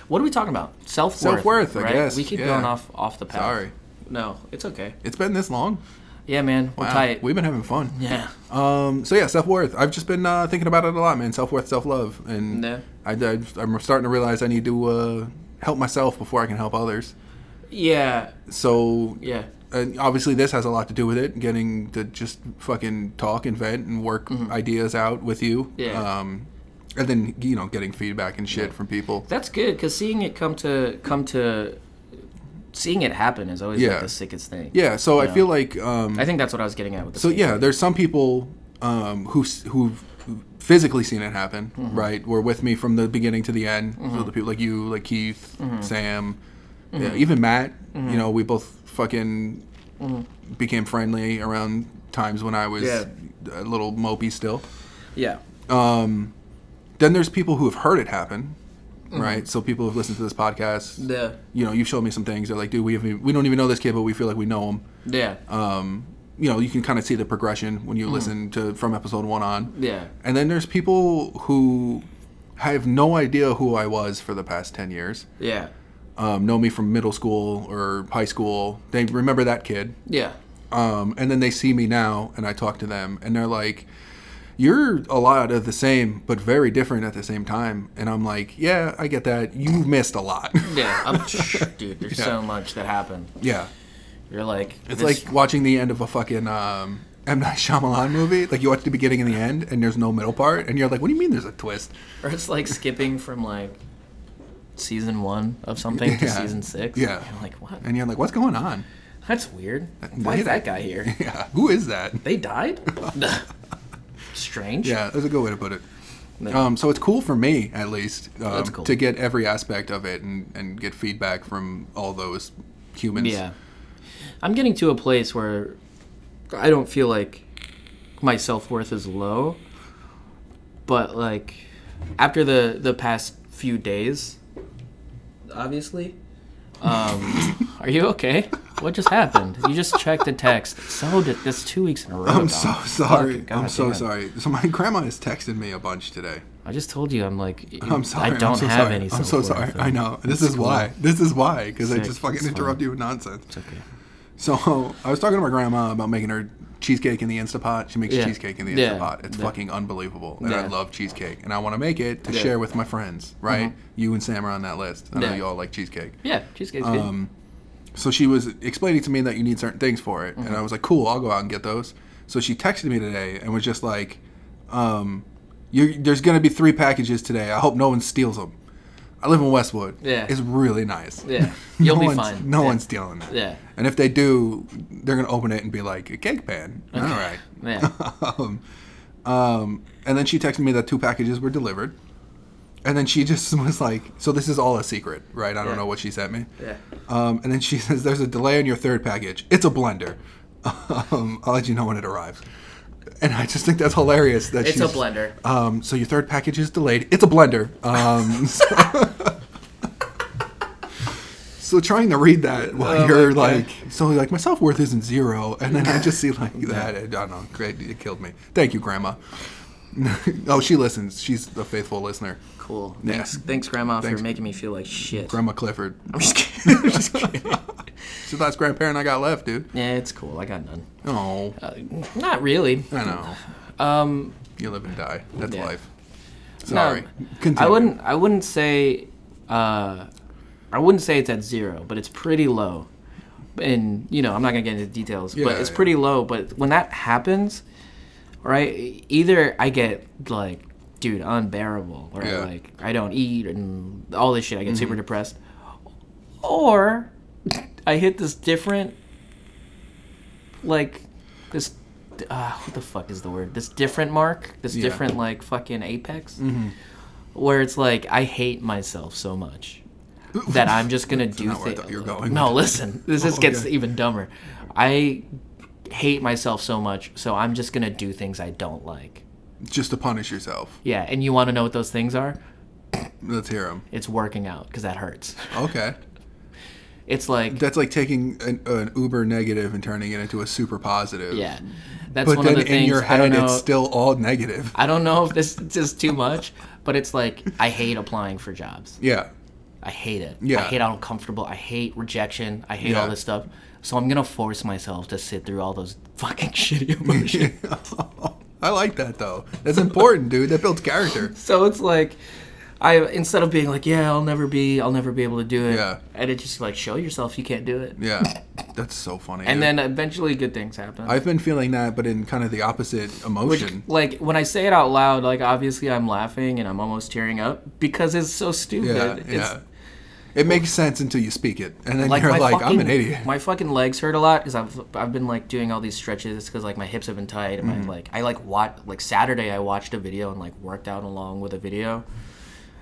Speaker 1: What are we talking about? Self worth.
Speaker 2: Self-worth, I
Speaker 1: right?
Speaker 2: guess,
Speaker 1: We keep
Speaker 2: yeah.
Speaker 1: going off off the path.
Speaker 2: Sorry.
Speaker 1: No, it's okay.
Speaker 2: It's been this long.
Speaker 1: Yeah, man, we're
Speaker 2: Wow.
Speaker 1: tight.
Speaker 2: We've been having fun.
Speaker 1: yeah.
Speaker 2: Um, so yeah, self worth. I've just been uh, thinking about it a lot, man. Self worth, self love, and
Speaker 1: Yeah.
Speaker 2: I, am starting to realize I need to uh, help myself before I can help others.
Speaker 1: Yeah.
Speaker 2: So
Speaker 1: Yeah.
Speaker 2: and obviously this has a lot to do with it. Getting to just fucking talk and vent and work ideas out with you.
Speaker 1: Mm-hmm. Yeah.
Speaker 2: Um, and then you know getting feedback and shit from people.
Speaker 1: That's good because seeing it come to come to seeing it happen is always
Speaker 2: Yeah.
Speaker 1: like the sickest thing.
Speaker 2: Yeah. So I feel like um,
Speaker 1: I think that's what I was getting at with this.
Speaker 2: So yeah, there's some people um, who s- who've physically seen it happen, right? Were with me from the beginning to the end. So the people like you, like Keith, Sam, yeah, even Matt. You know, we both fucking became friendly around times when I was
Speaker 1: Yeah.
Speaker 2: a little mopey still.
Speaker 1: yeah.
Speaker 2: Then there's people who have heard it happen, right? So people who've listened to this podcast.
Speaker 1: Yeah.
Speaker 2: You know, you showed me some things. They're like, dude, we haven't, we don't even know this kid, but we feel like we know him.
Speaker 1: Yeah.
Speaker 2: um, you know, you can kind of see the progression when you listen to from episode one on.
Speaker 1: Yeah.
Speaker 2: And then there's people who have no idea who I was for the past ten years,
Speaker 1: yeah.
Speaker 2: um, know me from middle school or high school. They remember that kid.
Speaker 1: Yeah.
Speaker 2: Um, and then they see me now and I talk to them and they're like, you're a lot of the same, but very different at the same time. And I'm like, yeah, I get that. You've missed a lot. (laughs)
Speaker 1: Yeah. I'm, shh, dude, there's so much that happened.
Speaker 2: yeah.
Speaker 1: You're like,
Speaker 2: It's
Speaker 1: this-
Speaker 2: like watching the end of a fucking um, M. Night Shyamalan movie. Like, you watch the beginning and the end, and there's no middle part. And you're like, what do you mean there's a twist?
Speaker 1: (laughs) Or it's like skipping from like season one of something to
Speaker 2: Yeah.
Speaker 1: season six.
Speaker 2: Yeah.
Speaker 1: You're like, what?
Speaker 2: And you're like, what's going on? (laughs)
Speaker 1: That's weird. Why is that guy here?
Speaker 2: Yeah. Who is that?
Speaker 1: They
Speaker 2: (laughs)
Speaker 1: died? (laughs) Strange.
Speaker 2: Yeah, that's a good way to put it.
Speaker 1: No.
Speaker 2: Um, so it's cool for me, at least, um,
Speaker 1: That's cool.
Speaker 2: to get every aspect of it and, and get feedback from all those humans.
Speaker 1: Yeah. I'm getting to a place where I don't feel like my self worth is low. But like after the the past few days obviously. Um are you okay? What just happened? You just checked the text. So did that's two weeks in a row.
Speaker 2: I'm
Speaker 1: Dom.
Speaker 2: so sorry.
Speaker 1: Fucking
Speaker 2: I'm so
Speaker 1: goddamn.
Speaker 2: sorry. So my grandma has texted me a bunch today.
Speaker 1: I just told you I'm like
Speaker 2: I'm sorry.
Speaker 1: I don't
Speaker 2: am so
Speaker 1: have
Speaker 2: sorry.
Speaker 1: any
Speaker 2: I'm
Speaker 1: self
Speaker 2: so
Speaker 1: worth.
Speaker 2: sorry. I know. This is why. This is why. Because I
Speaker 1: Sick.
Speaker 2: just fucking
Speaker 1: It's fine.
Speaker 2: interrupt you with nonsense.
Speaker 1: It's okay.
Speaker 2: So I was talking to my grandma about making her cheesecake in the Instapot. She makes
Speaker 1: Yeah.
Speaker 2: cheesecake in the
Speaker 1: Yeah.
Speaker 2: Instapot. It's
Speaker 1: Yeah.
Speaker 2: fucking unbelievable. And I
Speaker 1: Yeah.
Speaker 2: love cheesecake. And I want to make it to
Speaker 1: Yeah. Mm-hmm.
Speaker 2: share with my friends, right? You and Sam are on that list. I know
Speaker 1: Yeah.
Speaker 2: you all like cheesecake.
Speaker 1: Yeah, cheesecake's
Speaker 2: Um, so she was explaining to me that you need certain things for it,
Speaker 1: Mm-hmm.
Speaker 2: and I was like, "Cool, I'll go out and get those." So she texted me today and was just like, um, you "There's going to be three packages today. I hope no one steals them." I live in Westwood.
Speaker 1: Yeah.
Speaker 2: it's really nice.
Speaker 1: good. Yeah. You'll
Speaker 2: no
Speaker 1: be
Speaker 2: one's,
Speaker 1: fine.
Speaker 2: No
Speaker 1: yeah.
Speaker 2: one's stealing that.
Speaker 1: Yeah.
Speaker 2: And if they do, they're gonna open it and be like, "A cake pan." All right.
Speaker 1: Yeah.
Speaker 2: (laughs) um, um, and then she texted me that two packages were delivered. And then she (laughs) just was like, "So this is all a secret, right? I don't
Speaker 1: Yeah.
Speaker 2: know what she sent me."
Speaker 1: Yeah.
Speaker 2: Um, and then she (laughs) says, "There's a delay on your third package. It's a blender. (laughs) Um, I'll let you know when it arrives." And I just think that's hilarious. That
Speaker 1: It's
Speaker 2: she's-
Speaker 1: a blender.
Speaker 2: Um, so your third package is delayed. It's a blender. Um, (laughs) so trying to read that while
Speaker 1: Oh,
Speaker 2: you're
Speaker 1: my
Speaker 2: like, so like my self worth isn't zero, and then I
Speaker 1: (laughs)
Speaker 2: just see like that. I don't know. Great, it killed me. Thank you, Grandma. (laughs) oh, she listens. She's a faithful listener.
Speaker 1: Cool.
Speaker 2: Yeah.
Speaker 1: Thanks, thanks, Grandma,
Speaker 2: Thanks.
Speaker 1: for making me feel like shit.
Speaker 2: Grandma Clifford. (laughs)
Speaker 1: I'm just kidding. (laughs) I'm just kidding.
Speaker 2: She's the last grandparent I got left, dude.
Speaker 1: yeah, it's cool. I got none.
Speaker 2: Oh,
Speaker 1: Uh, not really.
Speaker 2: I know.
Speaker 1: Uh, Um,
Speaker 2: You live and die. That's
Speaker 1: Yeah.
Speaker 2: life. Sorry.
Speaker 1: I
Speaker 2: Continue.
Speaker 1: wouldn't. I wouldn't say. Uh, I wouldn't say it's at zero, but it's pretty low. And you know, I'm not gonna get into details,
Speaker 2: Yeah,
Speaker 1: but it's
Speaker 2: yeah.
Speaker 1: pretty low. But when that happens, right? Either I get like, dude, unbearable, or
Speaker 2: Yeah. Mm-hmm.
Speaker 1: like I don't eat and all this shit. I get super depressed, or I hit this different, like, this. Uh, what the fuck is the word? This different mark, this
Speaker 2: Yeah.
Speaker 1: different like fucking apex, where it's like I hate myself so much that I'm just
Speaker 2: (laughs)
Speaker 1: gonna do
Speaker 2: not where I
Speaker 1: things.
Speaker 2: thought you were going.
Speaker 1: No, listen, this
Speaker 2: (laughs)
Speaker 1: just gets
Speaker 2: okay.
Speaker 1: even dumber. I hate myself so much, so I'm just gonna do things I don't like.
Speaker 2: Just to punish yourself.
Speaker 1: Yeah, and you want to know what those things are?
Speaker 2: Let's hear him.
Speaker 1: It's working out because that hurts.
Speaker 2: Okay.
Speaker 1: It's like
Speaker 2: That's like taking an, an uber negative and turning it into a super positive.
Speaker 1: yeah, that's
Speaker 2: But
Speaker 1: one
Speaker 2: then
Speaker 1: of the
Speaker 2: in
Speaker 1: things.
Speaker 2: your
Speaker 1: I
Speaker 2: head,
Speaker 1: don't know.
Speaker 2: it's still all negative. (laughs)
Speaker 1: I don't know if this is just too much, but it's like I hate applying for jobs.
Speaker 2: Yeah.
Speaker 1: I hate it.
Speaker 2: Yeah.
Speaker 1: I hate how uncomfortable. I hate rejection. I hate
Speaker 2: Yeah.
Speaker 1: all this stuff. So I'm gonna force myself to sit through all those (laughs) fucking
Speaker 2: (laughs)
Speaker 1: shitty emotions.
Speaker 2: I like that though. That's important, dude. That builds character.
Speaker 1: so it's like, I instead of being like, yeah, I'll never be, I'll never be able to do it.
Speaker 2: Yeah.
Speaker 1: And it's just like, show yourself you can't do it.
Speaker 2: Yeah. That's so funny.
Speaker 1: And then
Speaker 2: dude.
Speaker 1: eventually good things happen.
Speaker 2: I've been feeling that, but in kind of the opposite emotion.
Speaker 1: like when I say it out loud, like obviously I'm laughing and I'm almost tearing up because it's so stupid.
Speaker 2: yeah.
Speaker 1: It's-
Speaker 2: yeah. It makes sense until you speak it, and then you're
Speaker 1: my
Speaker 2: like,
Speaker 1: fucking,
Speaker 2: "I'm an idiot."
Speaker 1: My fucking legs hurt a lot because I've I've been like doing all these stretches because like my hips have been tight and
Speaker 2: Mm-hmm.
Speaker 1: my like I like watch like Saturday I watched a video and like worked out along with a video,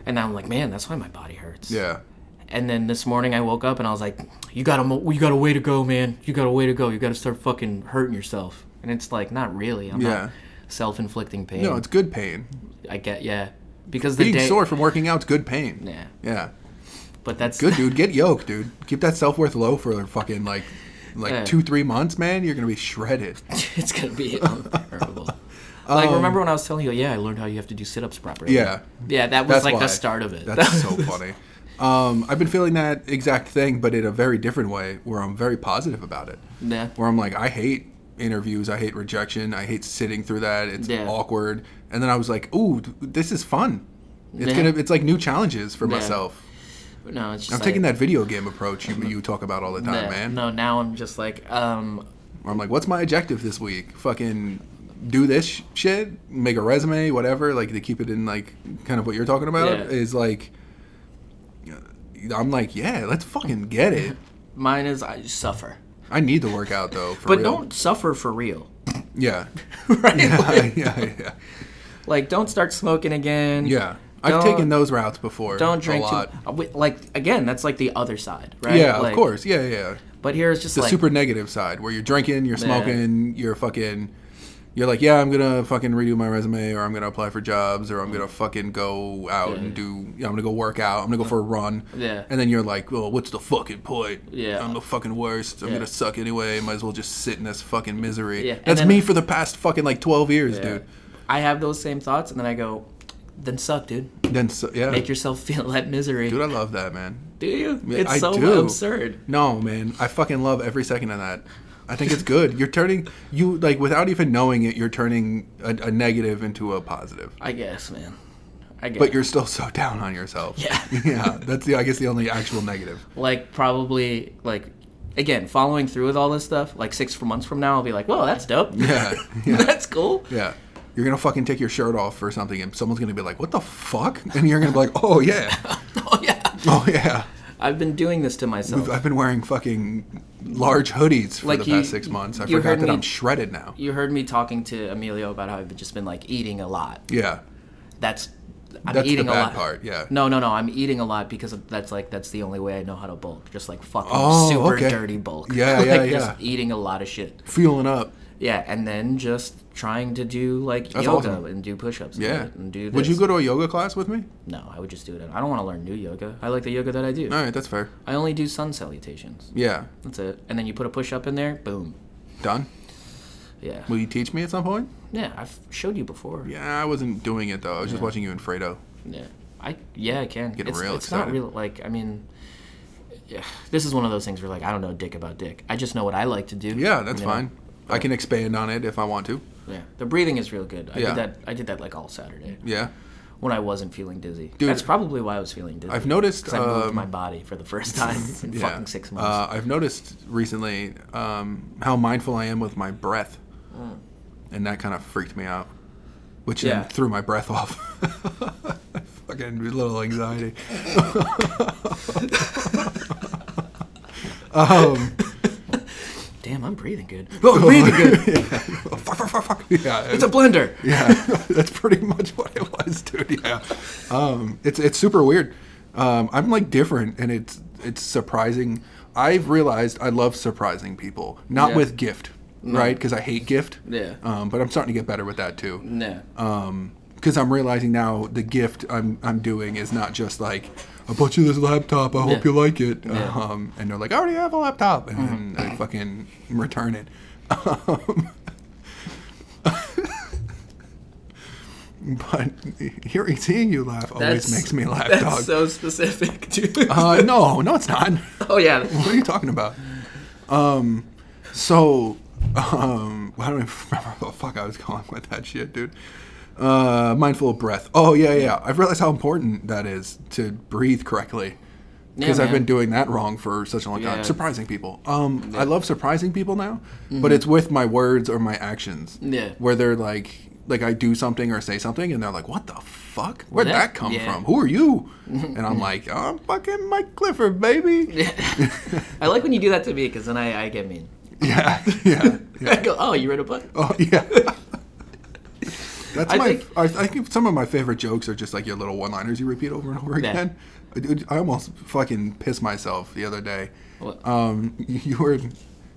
Speaker 1: and I'm like, man, that's why my body hurts.
Speaker 2: yeah.
Speaker 1: And then this morning I woke up and I was like, you got a mo- you got a way to go, man. You got a way to go. You got to start fucking hurting yourself. And it's like, not really. I'm
Speaker 2: Yeah.
Speaker 1: not self-inflicting pain.
Speaker 2: No, it's good pain.
Speaker 1: I get yeah, because the
Speaker 2: Being
Speaker 1: day.
Speaker 2: sore from working out's good pain.
Speaker 1: Yeah,
Speaker 2: Yeah.
Speaker 1: but that's
Speaker 2: Good dude, get yoked, dude. Keep that self worth low for fucking like like
Speaker 1: Yeah.
Speaker 2: two, three months, man. You're gonna be shredded.
Speaker 1: (laughs) it's gonna be
Speaker 2: (laughs)
Speaker 1: unbearable. like remember when I was telling you, yeah, I learned how you have to do sit-ups properly.
Speaker 2: Um, Yeah.
Speaker 1: yeah, that was
Speaker 2: That's
Speaker 1: like (laughs)
Speaker 2: why.
Speaker 1: the start of it.
Speaker 2: That's so funny. Um, I've been feeling that exact thing, but in a very different way, where I'm very positive about it.
Speaker 1: Yeah.
Speaker 2: Where I'm like, I hate interviews, I hate rejection, I hate sitting through that. It's
Speaker 1: Yeah.
Speaker 2: awkward. And then I was like, ooh, th- this is fun. It's
Speaker 1: Yeah.
Speaker 2: gonna, it's like new challenges for myself.
Speaker 1: But no, it's just
Speaker 2: I'm
Speaker 1: like-
Speaker 2: taking that video game approach you, you talk about all the time,
Speaker 1: Yeah,
Speaker 2: man.
Speaker 1: No, now I'm just like, um,
Speaker 2: Where I'm like, what's my objective this week? Fucking do this sh- shit, make a resume, whatever. Like to keep it in like kind of what you're talking about
Speaker 1: Yeah.
Speaker 2: is like, I'm like, yeah, let's fucking get it.
Speaker 1: mine is I suffer,
Speaker 2: I need to work out though. For
Speaker 1: but
Speaker 2: real.
Speaker 1: don't suffer for
Speaker 2: (laughs)
Speaker 1: real, (laughs)
Speaker 2: Yeah.
Speaker 1: right?
Speaker 2: yeah,
Speaker 1: Like,
Speaker 2: yeah, yeah.
Speaker 1: like, don't start smoking again.
Speaker 2: Yeah. I've
Speaker 1: Don't-
Speaker 2: taken those routes before.
Speaker 1: Don't drink
Speaker 2: a
Speaker 1: too.
Speaker 2: lot.
Speaker 1: uh, we- Like again, that's like the other side, right?
Speaker 2: Yeah,
Speaker 1: Like,
Speaker 2: of course. Yeah, yeah, yeah.
Speaker 1: But here it's just
Speaker 2: The
Speaker 1: like
Speaker 2: super negative side where you're drinking, you're smoking, you're fucking. You're like, yeah, I'm gonna fucking redo my resume, or I'm gonna apply for jobs, or I'm gonna fucking go out and do. You know, I'm gonna go work out. I'm gonna go for a run.
Speaker 1: Yeah.
Speaker 2: And then you're like, well, what's the fucking point?
Speaker 1: Yeah.
Speaker 2: I'm the fucking worst. I'm
Speaker 1: Yeah.
Speaker 2: gonna suck anyway. Might as well just sit in this fucking misery.
Speaker 1: Yeah, and
Speaker 2: That's
Speaker 1: then-
Speaker 2: me for the past fucking like 12 years,
Speaker 1: yeah.
Speaker 2: dude.
Speaker 1: I have those same thoughts, and then I go, then suck, dude.
Speaker 2: Then so, yeah,
Speaker 1: Make yourself (laughs) feel that misery.
Speaker 2: dude, I love that man.
Speaker 1: do you?
Speaker 2: Yeah,
Speaker 1: it's
Speaker 2: I
Speaker 1: so
Speaker 2: do.
Speaker 1: absurd.
Speaker 2: No, man, I fucking love every second of that. I think it's good. You're turning you like without even knowing it, you're turning a, a negative into a positive.
Speaker 1: I guess, man. I guess.
Speaker 2: But you're still so down on yourself.
Speaker 1: Yeah.
Speaker 2: (laughs) yeah. That's the I guess the only
Speaker 1: (laughs)
Speaker 2: actual negative.
Speaker 1: like probably like again following through with all this stuff like six f- months from now i'll be like whoa that's dope
Speaker 2: Yeah.
Speaker 1: (laughs)
Speaker 2: Yeah.
Speaker 1: that's cool (laughs)
Speaker 2: yeah. You're gonna fucking take your shirt off or something, and someone's gonna be like, "What the fuck?" And you're gonna be like,
Speaker 1: (laughs)
Speaker 2: "Oh yeah,
Speaker 1: oh yeah
Speaker 2: oh yeah."
Speaker 1: i've been doing this to myself
Speaker 2: I've been wearing fucking large hoodies for
Speaker 1: Like
Speaker 2: the
Speaker 1: you-
Speaker 2: past six months. I
Speaker 1: you
Speaker 2: forgot
Speaker 1: heard
Speaker 2: that
Speaker 1: me-
Speaker 2: I'm shredded now.
Speaker 1: you heard me talking to emilio about how i've just been like eating a lot
Speaker 2: Yeah.
Speaker 1: that's i'm
Speaker 2: That's the
Speaker 1: eating a
Speaker 2: bad
Speaker 1: lot
Speaker 2: part, yeah.
Speaker 1: no no no i'm eating a lot because of, that's like that's the only way i know how to bulk just like fucking
Speaker 2: Oh,
Speaker 1: super
Speaker 2: okay.
Speaker 1: dirty bulk (laughs)
Speaker 2: Yeah,
Speaker 1: like
Speaker 2: yeah, yeah.
Speaker 1: just eating a lot of shit
Speaker 2: Fueling up.
Speaker 1: yeah and then just trying to do like
Speaker 2: That's
Speaker 1: yoga
Speaker 2: awesome.
Speaker 1: and do push-ups and
Speaker 2: Yeah.
Speaker 1: do- and do this.
Speaker 2: Would you go to a yoga class with me?
Speaker 1: No, I would just do it. I don't want to learn new yoga. I like the yoga that I do.
Speaker 2: All right, that's fair.
Speaker 1: I only do sun salutations.
Speaker 2: Yeah.
Speaker 1: That's it. And then you put a push up in there, boom.
Speaker 2: Done.
Speaker 1: Yeah.
Speaker 2: Will you teach me at some point?
Speaker 1: Yeah, I've showed you before. Yeah.
Speaker 2: Yeah, I wasn't doing it though. I was just watching you and Fredo.
Speaker 1: I yeah, I can.
Speaker 2: Getting
Speaker 1: it's
Speaker 2: real
Speaker 1: it's not
Speaker 2: excited.
Speaker 1: real like I mean yeah, this is one of those things where like I don't know dick about dick. I just know what I like to do.
Speaker 2: Yeah, that's
Speaker 1: you know?
Speaker 2: fine. I can expand on it if I want to.
Speaker 1: Yeah. The breathing is real good. I
Speaker 2: Yeah.
Speaker 1: did that I did that like all Saturday
Speaker 2: Yeah.
Speaker 1: when I wasn't feeling dizzy.
Speaker 2: Dude.
Speaker 1: That's probably why I was feeling dizzy.
Speaker 2: I've noticed,
Speaker 1: 'cause I moved
Speaker 2: um,
Speaker 1: my body for the first time in
Speaker 2: (laughs) yeah.
Speaker 1: fucking 6 months.
Speaker 2: Uh, I've noticed recently um, how mindful I am with my breath, and that kind of freaked me out, which then
Speaker 1: Yeah.
Speaker 2: threw my breath (laughs) off. Fucking a little anxiety. um,
Speaker 1: Damn, I'm breathing
Speaker 2: (laughs)
Speaker 1: good.
Speaker 2: oh, breathing good. yeah. Fuck, fuck, fuck, fuck. Yeah,
Speaker 1: It's a blender.
Speaker 2: Yeah, (laughs) that's pretty much what it was, dude. Yeah, um, it's it's super weird. Um, I'm like different, and it's it's surprising. I've realized I love surprising people, not
Speaker 1: Yeah.
Speaker 2: with gift, right? 'Cause right? Because I hate gift.
Speaker 1: Yeah.
Speaker 2: Um, but I'm starting to get better with that too.
Speaker 1: No.
Speaker 2: Uh, Because I'm realizing now the gift I'm I'm doing is not just like I bought you this laptop. I hope
Speaker 1: Yeah.
Speaker 2: you like it.
Speaker 1: Yeah. Mm-hmm.
Speaker 2: Um, and they're like, I already have a laptop, and then I fucking return it. Um, (laughs) but hearing seeing you laugh always
Speaker 1: That's-
Speaker 2: makes me laugh,
Speaker 1: That's
Speaker 2: dog.
Speaker 1: so specific, (laughs) dude.
Speaker 2: uh, no, no, it's not.
Speaker 1: oh yeah.
Speaker 2: what are you talking about? Um, so, um, I don't even remember what the fuck I was going with that shit, dude. Uh, mindful of breath. Oh yeah, yeah. I've realized how important that is to breathe correctly because
Speaker 1: Yeah,
Speaker 2: I've been (laughs)
Speaker 1: man.
Speaker 2: doing that wrong for such a long time.
Speaker 1: Yeah.
Speaker 2: Surprising people. Um, I love surprising people now, but it's with my words or my actions.
Speaker 1: Mm-hmm. Yeah.
Speaker 2: Where they're like, like I do something or say something, and they're like, "What the fuck? Where'd
Speaker 1: That-
Speaker 2: that come
Speaker 1: yeah.
Speaker 2: from? Who
Speaker 1: (laughs)
Speaker 2: are you?" and I'm like, "I'm fucking Mike Clifford, baby."
Speaker 1: (laughs) I like when you do that to me because then I, I get mean.
Speaker 2: Yeah, (laughs) yeah,
Speaker 1: (laughs) I
Speaker 2: yeah.
Speaker 1: go, oh, you read a book?
Speaker 2: Oh, yeah. That's
Speaker 1: I
Speaker 2: my.
Speaker 1: think-
Speaker 2: I, I think some of my favorite jokes are just like your little one-liners you repeat over and over
Speaker 1: Yeah.
Speaker 2: again. Dude, I almost fucking pissed myself the other day.
Speaker 1: What?
Speaker 2: Um, (laughs) you you were,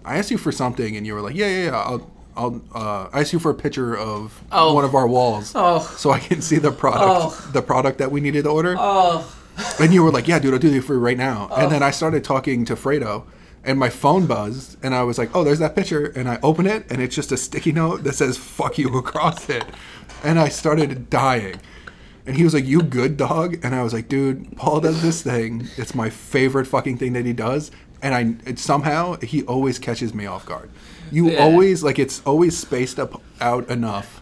Speaker 2: I asked you for something and you were like, yeah, yeah, yeah. I'll, I'll. Uh, I asked you for a picture of
Speaker 1: Oh.
Speaker 2: one of our walls,
Speaker 1: Oh.
Speaker 2: so I can see the product, the product that we needed to order.
Speaker 1: Oh,
Speaker 2: And you were like, "Yeah, dude, I'll do it for you right now." And then I started talking to Fredo, and my phone buzzed, and I was like, "Oh, there's that picture." And I open it, and (laughs) it's just a sticky note that says "fuck you" across it, and I started dying. And he was like, "You good dog?" And I was like, "Dude, Paul does this thing. It's my favorite fucking thing that he does." And I it, somehow he always catches me off guard. You
Speaker 1: Yeah.
Speaker 2: always like it's always spaced up out enough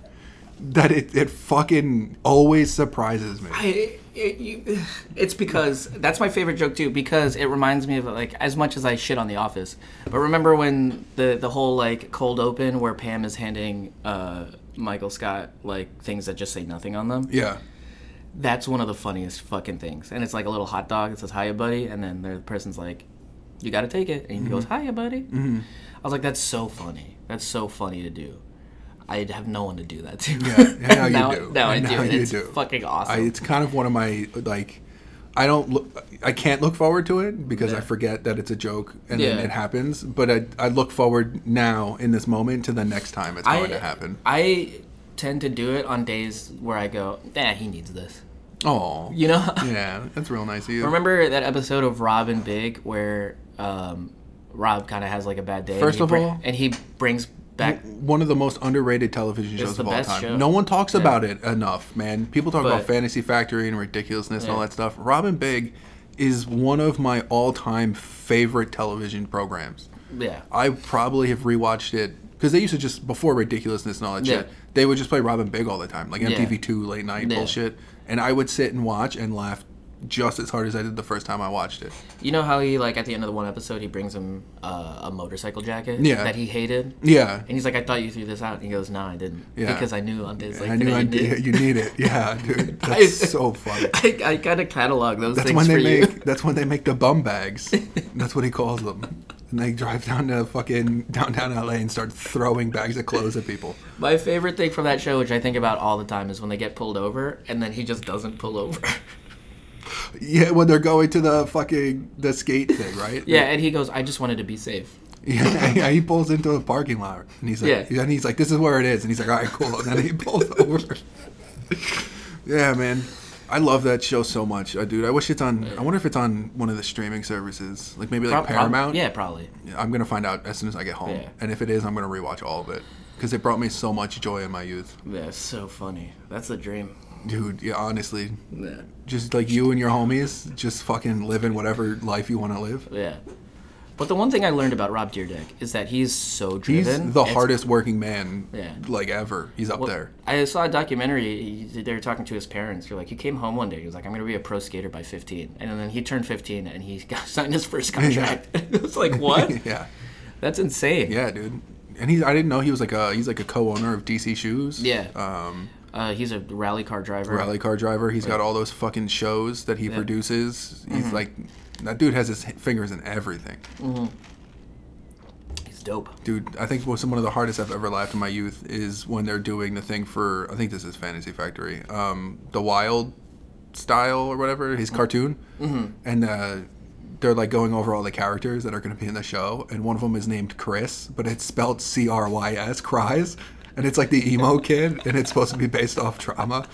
Speaker 2: that it it fucking always surprises me.
Speaker 1: I- it- you- (sighs) it's because that's my favorite joke too because it reminds me of like as much as I shit on The Office, but remember when the the whole like cold open where Pam is handing uh, Michael Scott like things that just say nothing on them.
Speaker 2: Yeah.
Speaker 1: That's one of the funniest fucking things, and it's like a little hot dog that says "Hiya, buddy," and then the person's like, "You got to take it," and he goes
Speaker 2: Mm-hmm.
Speaker 1: "Hiya, buddy." I was like, "That's so funny. That's so funny to do." I'd have no one to do that to.
Speaker 2: Yeah, yeah,
Speaker 1: (laughs)
Speaker 2: now you
Speaker 1: now,
Speaker 2: do.
Speaker 1: Now
Speaker 2: (laughs)
Speaker 1: I
Speaker 2: And
Speaker 1: do.
Speaker 2: now
Speaker 1: and
Speaker 2: you
Speaker 1: it's
Speaker 2: do.
Speaker 1: fucking awesome.
Speaker 2: I, it's kind of one of my like I don't look I can't look forward to it because I forget that it's a joke and then
Speaker 1: Yeah.
Speaker 2: it happens. But I I look forward now in this moment to the next time it's going to happen.
Speaker 1: I tend to do it on days where I go, eh, he needs this.
Speaker 2: Oh.
Speaker 1: You know?
Speaker 2: Yeah, that's real nice of
Speaker 1: (laughs)
Speaker 2: you.
Speaker 1: Remember that episode of Rob and Big where um, Rob kind of has like a bad day? and
Speaker 2: First
Speaker 1: he
Speaker 2: of
Speaker 1: bring-
Speaker 2: all-
Speaker 1: and he brings back.
Speaker 2: one of the most underrated television shows
Speaker 1: the
Speaker 2: of all
Speaker 1: best
Speaker 2: time.
Speaker 1: show.
Speaker 2: No one talks about it enough, man. People talk about
Speaker 1: But-
Speaker 2: Fantasy Factory and ridiculousness and all
Speaker 1: Yeah.
Speaker 2: that stuff. Robin Big is one of my all-time favorite television programs.
Speaker 1: Yeah.
Speaker 2: I probably have rewatched it because they used to just before ridiculousness and all that shit.
Speaker 1: Yeah.
Speaker 2: They would just play Robin Big all the time, like MTV2 late night
Speaker 1: Yeah.
Speaker 2: bullshit, and I would sit and watch and laugh just as hard as I did the first time I watched it.
Speaker 1: You know how he, like, at the end of the one episode, he brings him uh, a motorcycle jacket
Speaker 2: Yeah.
Speaker 1: that he hated?
Speaker 2: Yeah,
Speaker 1: And he's like, I thought you threw this out. And he goes, No, I didn't.
Speaker 2: Yeah.
Speaker 1: Because I knew on days like
Speaker 2: I knew
Speaker 1: today
Speaker 2: I
Speaker 1: you
Speaker 2: did.
Speaker 1: did."
Speaker 2: You need it. Yeah, dude, that's so funny.
Speaker 1: (laughs) I, I kind of catalog those
Speaker 2: That's
Speaker 1: things
Speaker 2: when they
Speaker 1: for you.
Speaker 2: make. That's when they make the bum
Speaker 1: (laughs)
Speaker 2: bags. That's what he calls them. And they drive down to fucking downtown LA and start throwing bags of clothes at people.
Speaker 1: My favorite thing from that show, which I think about all the time, is when they get pulled over and then he just doesn't pull over. (laughs)
Speaker 2: Yeah, when they're going to the fucking the skate thing, right?
Speaker 1: yeah, and he goes, I just wanted to be safe.
Speaker 2: Yeah, yeah, (laughs) he pulls into a parking lot and he's like,
Speaker 1: Yeah.
Speaker 2: and he's like, this is where it is, and he's like, all right, cool. And then he pulls (laughs) over. yeah, man, I love that show so much, uh, dude. I wish it's on. I wonder if it's on one of the streaming services, like maybe like
Speaker 1: Prob- prob-
Speaker 2: Paramount.
Speaker 1: yeah, probably.
Speaker 2: I'm gonna find out as soon as I get home,
Speaker 1: Yeah.
Speaker 2: and if it is, I'm gonna rewatch all of it because it brought me so much joy in my youth,
Speaker 1: Yeah, it's so funny. That's the dream.
Speaker 2: dude. Yeah, honestly,
Speaker 1: Yeah.
Speaker 2: just like you and your homies, just fucking living whatever life you want to live.
Speaker 1: Yeah. But the one thing I learned about Rob Deerdeck is that he's so
Speaker 2: He's
Speaker 1: driven.
Speaker 2: the
Speaker 1: It's-
Speaker 2: hardest working man,
Speaker 1: Yeah.
Speaker 2: like ever. He's up
Speaker 1: Well,
Speaker 2: there.
Speaker 1: I saw a documentary. he- They were talking to his parents. They're like, he came home one day. He was like, I'm going to be a pro skater by 15. And then he turned 15 and he (laughs) got signed his first contract. (laughs) it was like,
Speaker 2: (laughs)
Speaker 1: what?
Speaker 2: yeah,
Speaker 1: That's insane.
Speaker 2: yeah, dude. And he's I didn't know he was like a he's like a co-owner of DC Shoes.
Speaker 1: Yeah.
Speaker 2: Um,
Speaker 1: Uh, he's a rally car driver.
Speaker 2: rally car driver. He's got all those fucking shows that he produces. He's like, that dude has his fingers in everything.
Speaker 1: He's dope.
Speaker 2: Dude, I think was one of the hardest I've ever laughed in my youth is when they're doing the thing for I think this is Fantasy Factory, um, the Wild style or whatever his cartoon, and uh, they're like going over all the characters that are going to be in the show, and one of them is named Chris, but it's spelled C R Y S, cries, and it's like the emo kid, and it's supposed to be based off trauma.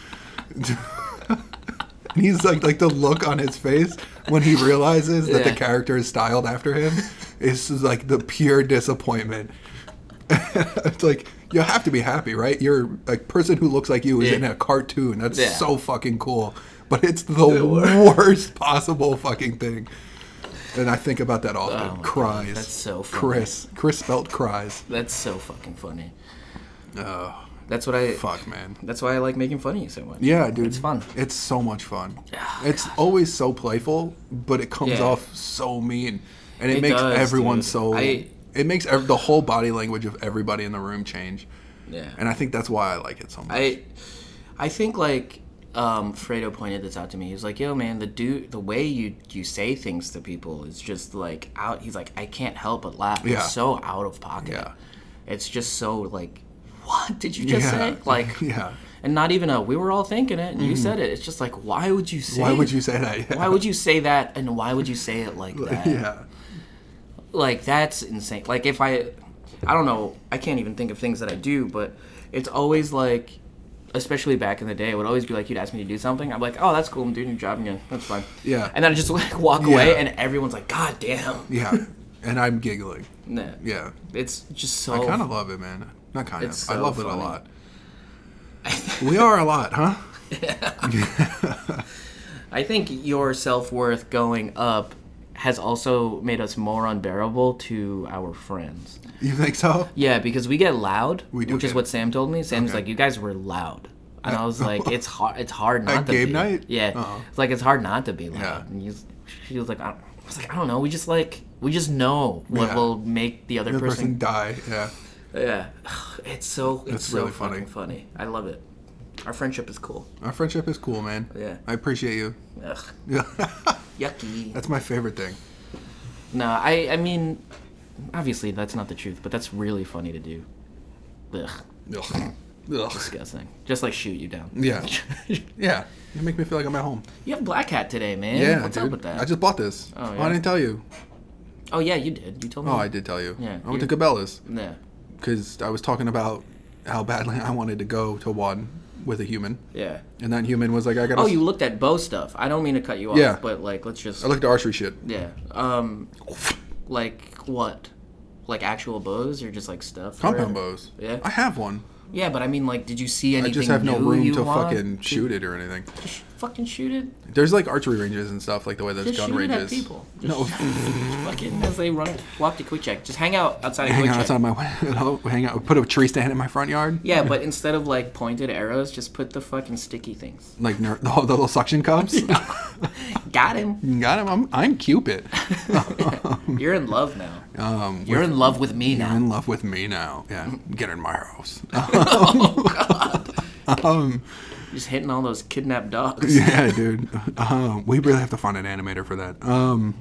Speaker 2: (laughs) And he's like, like the look on his face when he realizes that the
Speaker 1: Yeah.
Speaker 2: character is styled after him is like the pure disappointment. it's like you have to be happy, right? You're a person who looks like you is
Speaker 1: Yeah.
Speaker 2: in a cartoon. That's
Speaker 1: Yeah.
Speaker 2: so fucking cool,
Speaker 1: (laughs)
Speaker 2: but it's the worst possible fucking thing. And I think about that often.
Speaker 1: Oh God,
Speaker 2: cries.
Speaker 1: that's so funny.
Speaker 2: Chris. Chris spelt cries.
Speaker 1: That's so fucking funny.
Speaker 2: Oh,
Speaker 1: That's what I.
Speaker 2: fuck, man.
Speaker 1: That's why I like making fun of you so much.
Speaker 2: Yeah, dude.
Speaker 1: It's fun.
Speaker 2: It's so much fun.
Speaker 1: Ah,
Speaker 2: it's always so playful, but it comes
Speaker 1: Yeah.
Speaker 2: off so mean, and it,
Speaker 1: It
Speaker 2: makes
Speaker 1: does,
Speaker 2: everyone
Speaker 1: dude.
Speaker 2: so.
Speaker 1: I-
Speaker 2: it makes ev- the whole body language of everybody in the room change,
Speaker 1: Yeah.
Speaker 2: and I think that's why I like it so much.
Speaker 1: I, I think like um, Fredo pointed this out to me. He was like, "Yo, man, the dude, the way you you say things to people is just like out." He's like, "I can't help but laugh.
Speaker 2: Yeah.
Speaker 1: It's so out of pocket.
Speaker 2: Yeah.
Speaker 1: It's just so like, what did you just
Speaker 2: Yeah.
Speaker 1: say? Like,
Speaker 2: (laughs) Yeah.
Speaker 1: And not even a we were all thinking it and you said it. It's just like, why would you say?
Speaker 2: Mm-hmm. why would
Speaker 1: it?
Speaker 2: you say that? Yeah.
Speaker 1: Why would you say that? And why would you say it like that?
Speaker 2: (laughs) yeah.
Speaker 1: like that's insane like if i i don't know i can't even think of things that i do but it's always like especially back in the day it would always be like you'd ask me to do something i'm like oh that's cool i'm doing your job again that's fine
Speaker 2: Yeah.
Speaker 1: and then i just like (laughs) walk away
Speaker 2: Yeah.
Speaker 1: and everyone's like god damn
Speaker 2: Yeah. and I'm giggling.
Speaker 1: Nah.
Speaker 2: Yeah.
Speaker 1: it's just so
Speaker 2: I kind of love it, man. Not kind of.
Speaker 1: Oh. (laughs) It's
Speaker 2: I
Speaker 1: so
Speaker 2: love it a
Speaker 1: funny.
Speaker 2: lot. we are a lot, huh?
Speaker 1: I think your self worth going up has also made us more unbearable to our friends.
Speaker 2: You think so?
Speaker 1: Yeah, because we get loud,
Speaker 2: We do
Speaker 1: which is
Speaker 2: get-
Speaker 1: what Sam told me. Sam's
Speaker 2: Okay.
Speaker 1: like, "You guys were loud," and I was
Speaker 2: (laughs)
Speaker 1: like, "It's hard. It's hard not to
Speaker 2: game
Speaker 1: be."
Speaker 2: night?
Speaker 1: Yeah,
Speaker 2: Uh-uh.
Speaker 1: it's like it's hard not to be loud.
Speaker 2: Yeah.
Speaker 1: And he's, she was like, I, I was like, "I don't know. We just like we just know what
Speaker 2: Yeah.
Speaker 1: will make the other
Speaker 2: The
Speaker 1: person."
Speaker 2: person die. Yeah.
Speaker 1: Yeah, it's so it's,
Speaker 2: That's
Speaker 1: so
Speaker 2: really funny.
Speaker 1: funny. Funny. I love it. Our friendship is cool.
Speaker 2: Our friendship is cool, man.
Speaker 1: Yeah.
Speaker 2: I appreciate you. (laughs)
Speaker 1: Ugh, yucky.
Speaker 2: That's my favorite thing.
Speaker 1: No, I I mean, obviously that's not the truth, but that's really funny to do. Ugh,
Speaker 2: Ugh. Ugh.
Speaker 1: disgusting. Just like shoot you down.
Speaker 2: Yeah.
Speaker 1: (laughs)
Speaker 2: Yeah. You make me feel like I'm at home.
Speaker 1: you have black hat today, man.
Speaker 2: Yeah,
Speaker 1: What's
Speaker 2: dude.
Speaker 1: up with that?
Speaker 2: I just bought this.
Speaker 1: Oh,
Speaker 2: I
Speaker 1: yeah?
Speaker 2: didn't tell you.
Speaker 1: Oh yeah, you did. You told me.
Speaker 2: Oh, I did tell you.
Speaker 1: Yeah,
Speaker 2: I went
Speaker 1: you-
Speaker 2: to Cabela's
Speaker 1: Yeah.
Speaker 2: because I was talking about how badly (laughs) I wanted to go to one with a human,
Speaker 1: Yeah.
Speaker 2: and that human was like, "I got."
Speaker 1: Oh, you looked at bow stuff. I don't mean to cut you off,
Speaker 2: Yeah.
Speaker 1: but like, let's just
Speaker 2: I looked at archery shit.
Speaker 1: yeah. Um, like what? Like actual bows or just like stuff?
Speaker 2: Compound
Speaker 1: Or-
Speaker 2: bows.
Speaker 1: Yeah.
Speaker 2: I have one.
Speaker 1: Yeah, but I mean, like, did you see
Speaker 2: I
Speaker 1: anything?
Speaker 2: just have no
Speaker 1: new
Speaker 2: room
Speaker 1: you
Speaker 2: to
Speaker 1: want?
Speaker 2: fucking shoot it or anything.
Speaker 1: Just fucking shoot it.
Speaker 2: There's like archery ranges and stuff, like the way those
Speaker 1: Just
Speaker 2: gun
Speaker 1: shoot
Speaker 2: ranges.
Speaker 1: it at people. Just
Speaker 2: No, (laughs)
Speaker 1: fucking as they run, walk to quick check. Just hang out outside of
Speaker 2: hang
Speaker 1: quick
Speaker 2: out
Speaker 1: check.
Speaker 2: outside my (laughs) window. Hang out. Put a tree stand in my front yard.
Speaker 1: Yeah, but instead of like pointed arrows, just put the fucking sticky things.
Speaker 2: Like ner- the the little suction
Speaker 1: (laughs)
Speaker 2: cups.
Speaker 1: Got him.
Speaker 2: Got him. I'm, I'm Cupid.
Speaker 1: You're in love now.
Speaker 2: Um,
Speaker 1: You're in love with me
Speaker 2: You're
Speaker 1: now.
Speaker 2: in love with me now. Yeah, get in
Speaker 1: (laughs)
Speaker 2: my house. (laughs) um,
Speaker 1: Just hitting all those kidnapped dogs.
Speaker 2: yeah, dude. Um, we really have to find an animator for that. Um,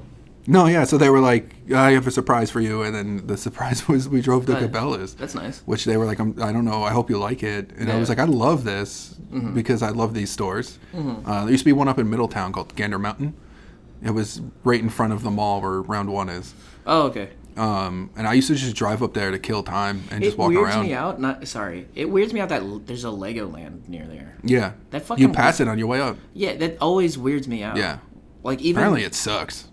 Speaker 2: no, yeah. So they were like, "I have a surprise for you," and then the (laughs) surprise was we drove to
Speaker 1: Right.
Speaker 2: Cabela's,
Speaker 1: That's nice.
Speaker 2: which they were like, I'm, "I don't know. I hope you like it." And I was
Speaker 1: Yeah. Mm-hmm.
Speaker 2: like, "I love this because I love these stores." Uh, there used to be one up in Middletown called Gander Mountain. It was right in front of the mall where Round One is.
Speaker 1: Oh, okay.
Speaker 2: Um, and I used to just drive up there to kill time and just
Speaker 1: it
Speaker 2: walk
Speaker 1: weirds
Speaker 2: around.
Speaker 1: me out. Not sorry. It weirds me out that l- there's a Legoland near there.
Speaker 2: Yeah.
Speaker 1: That
Speaker 2: you
Speaker 1: fucking-
Speaker 2: pass it on your way up.
Speaker 1: Yeah, that always weirds me out.
Speaker 2: Yeah.
Speaker 1: Like even
Speaker 2: Apparently it sucks.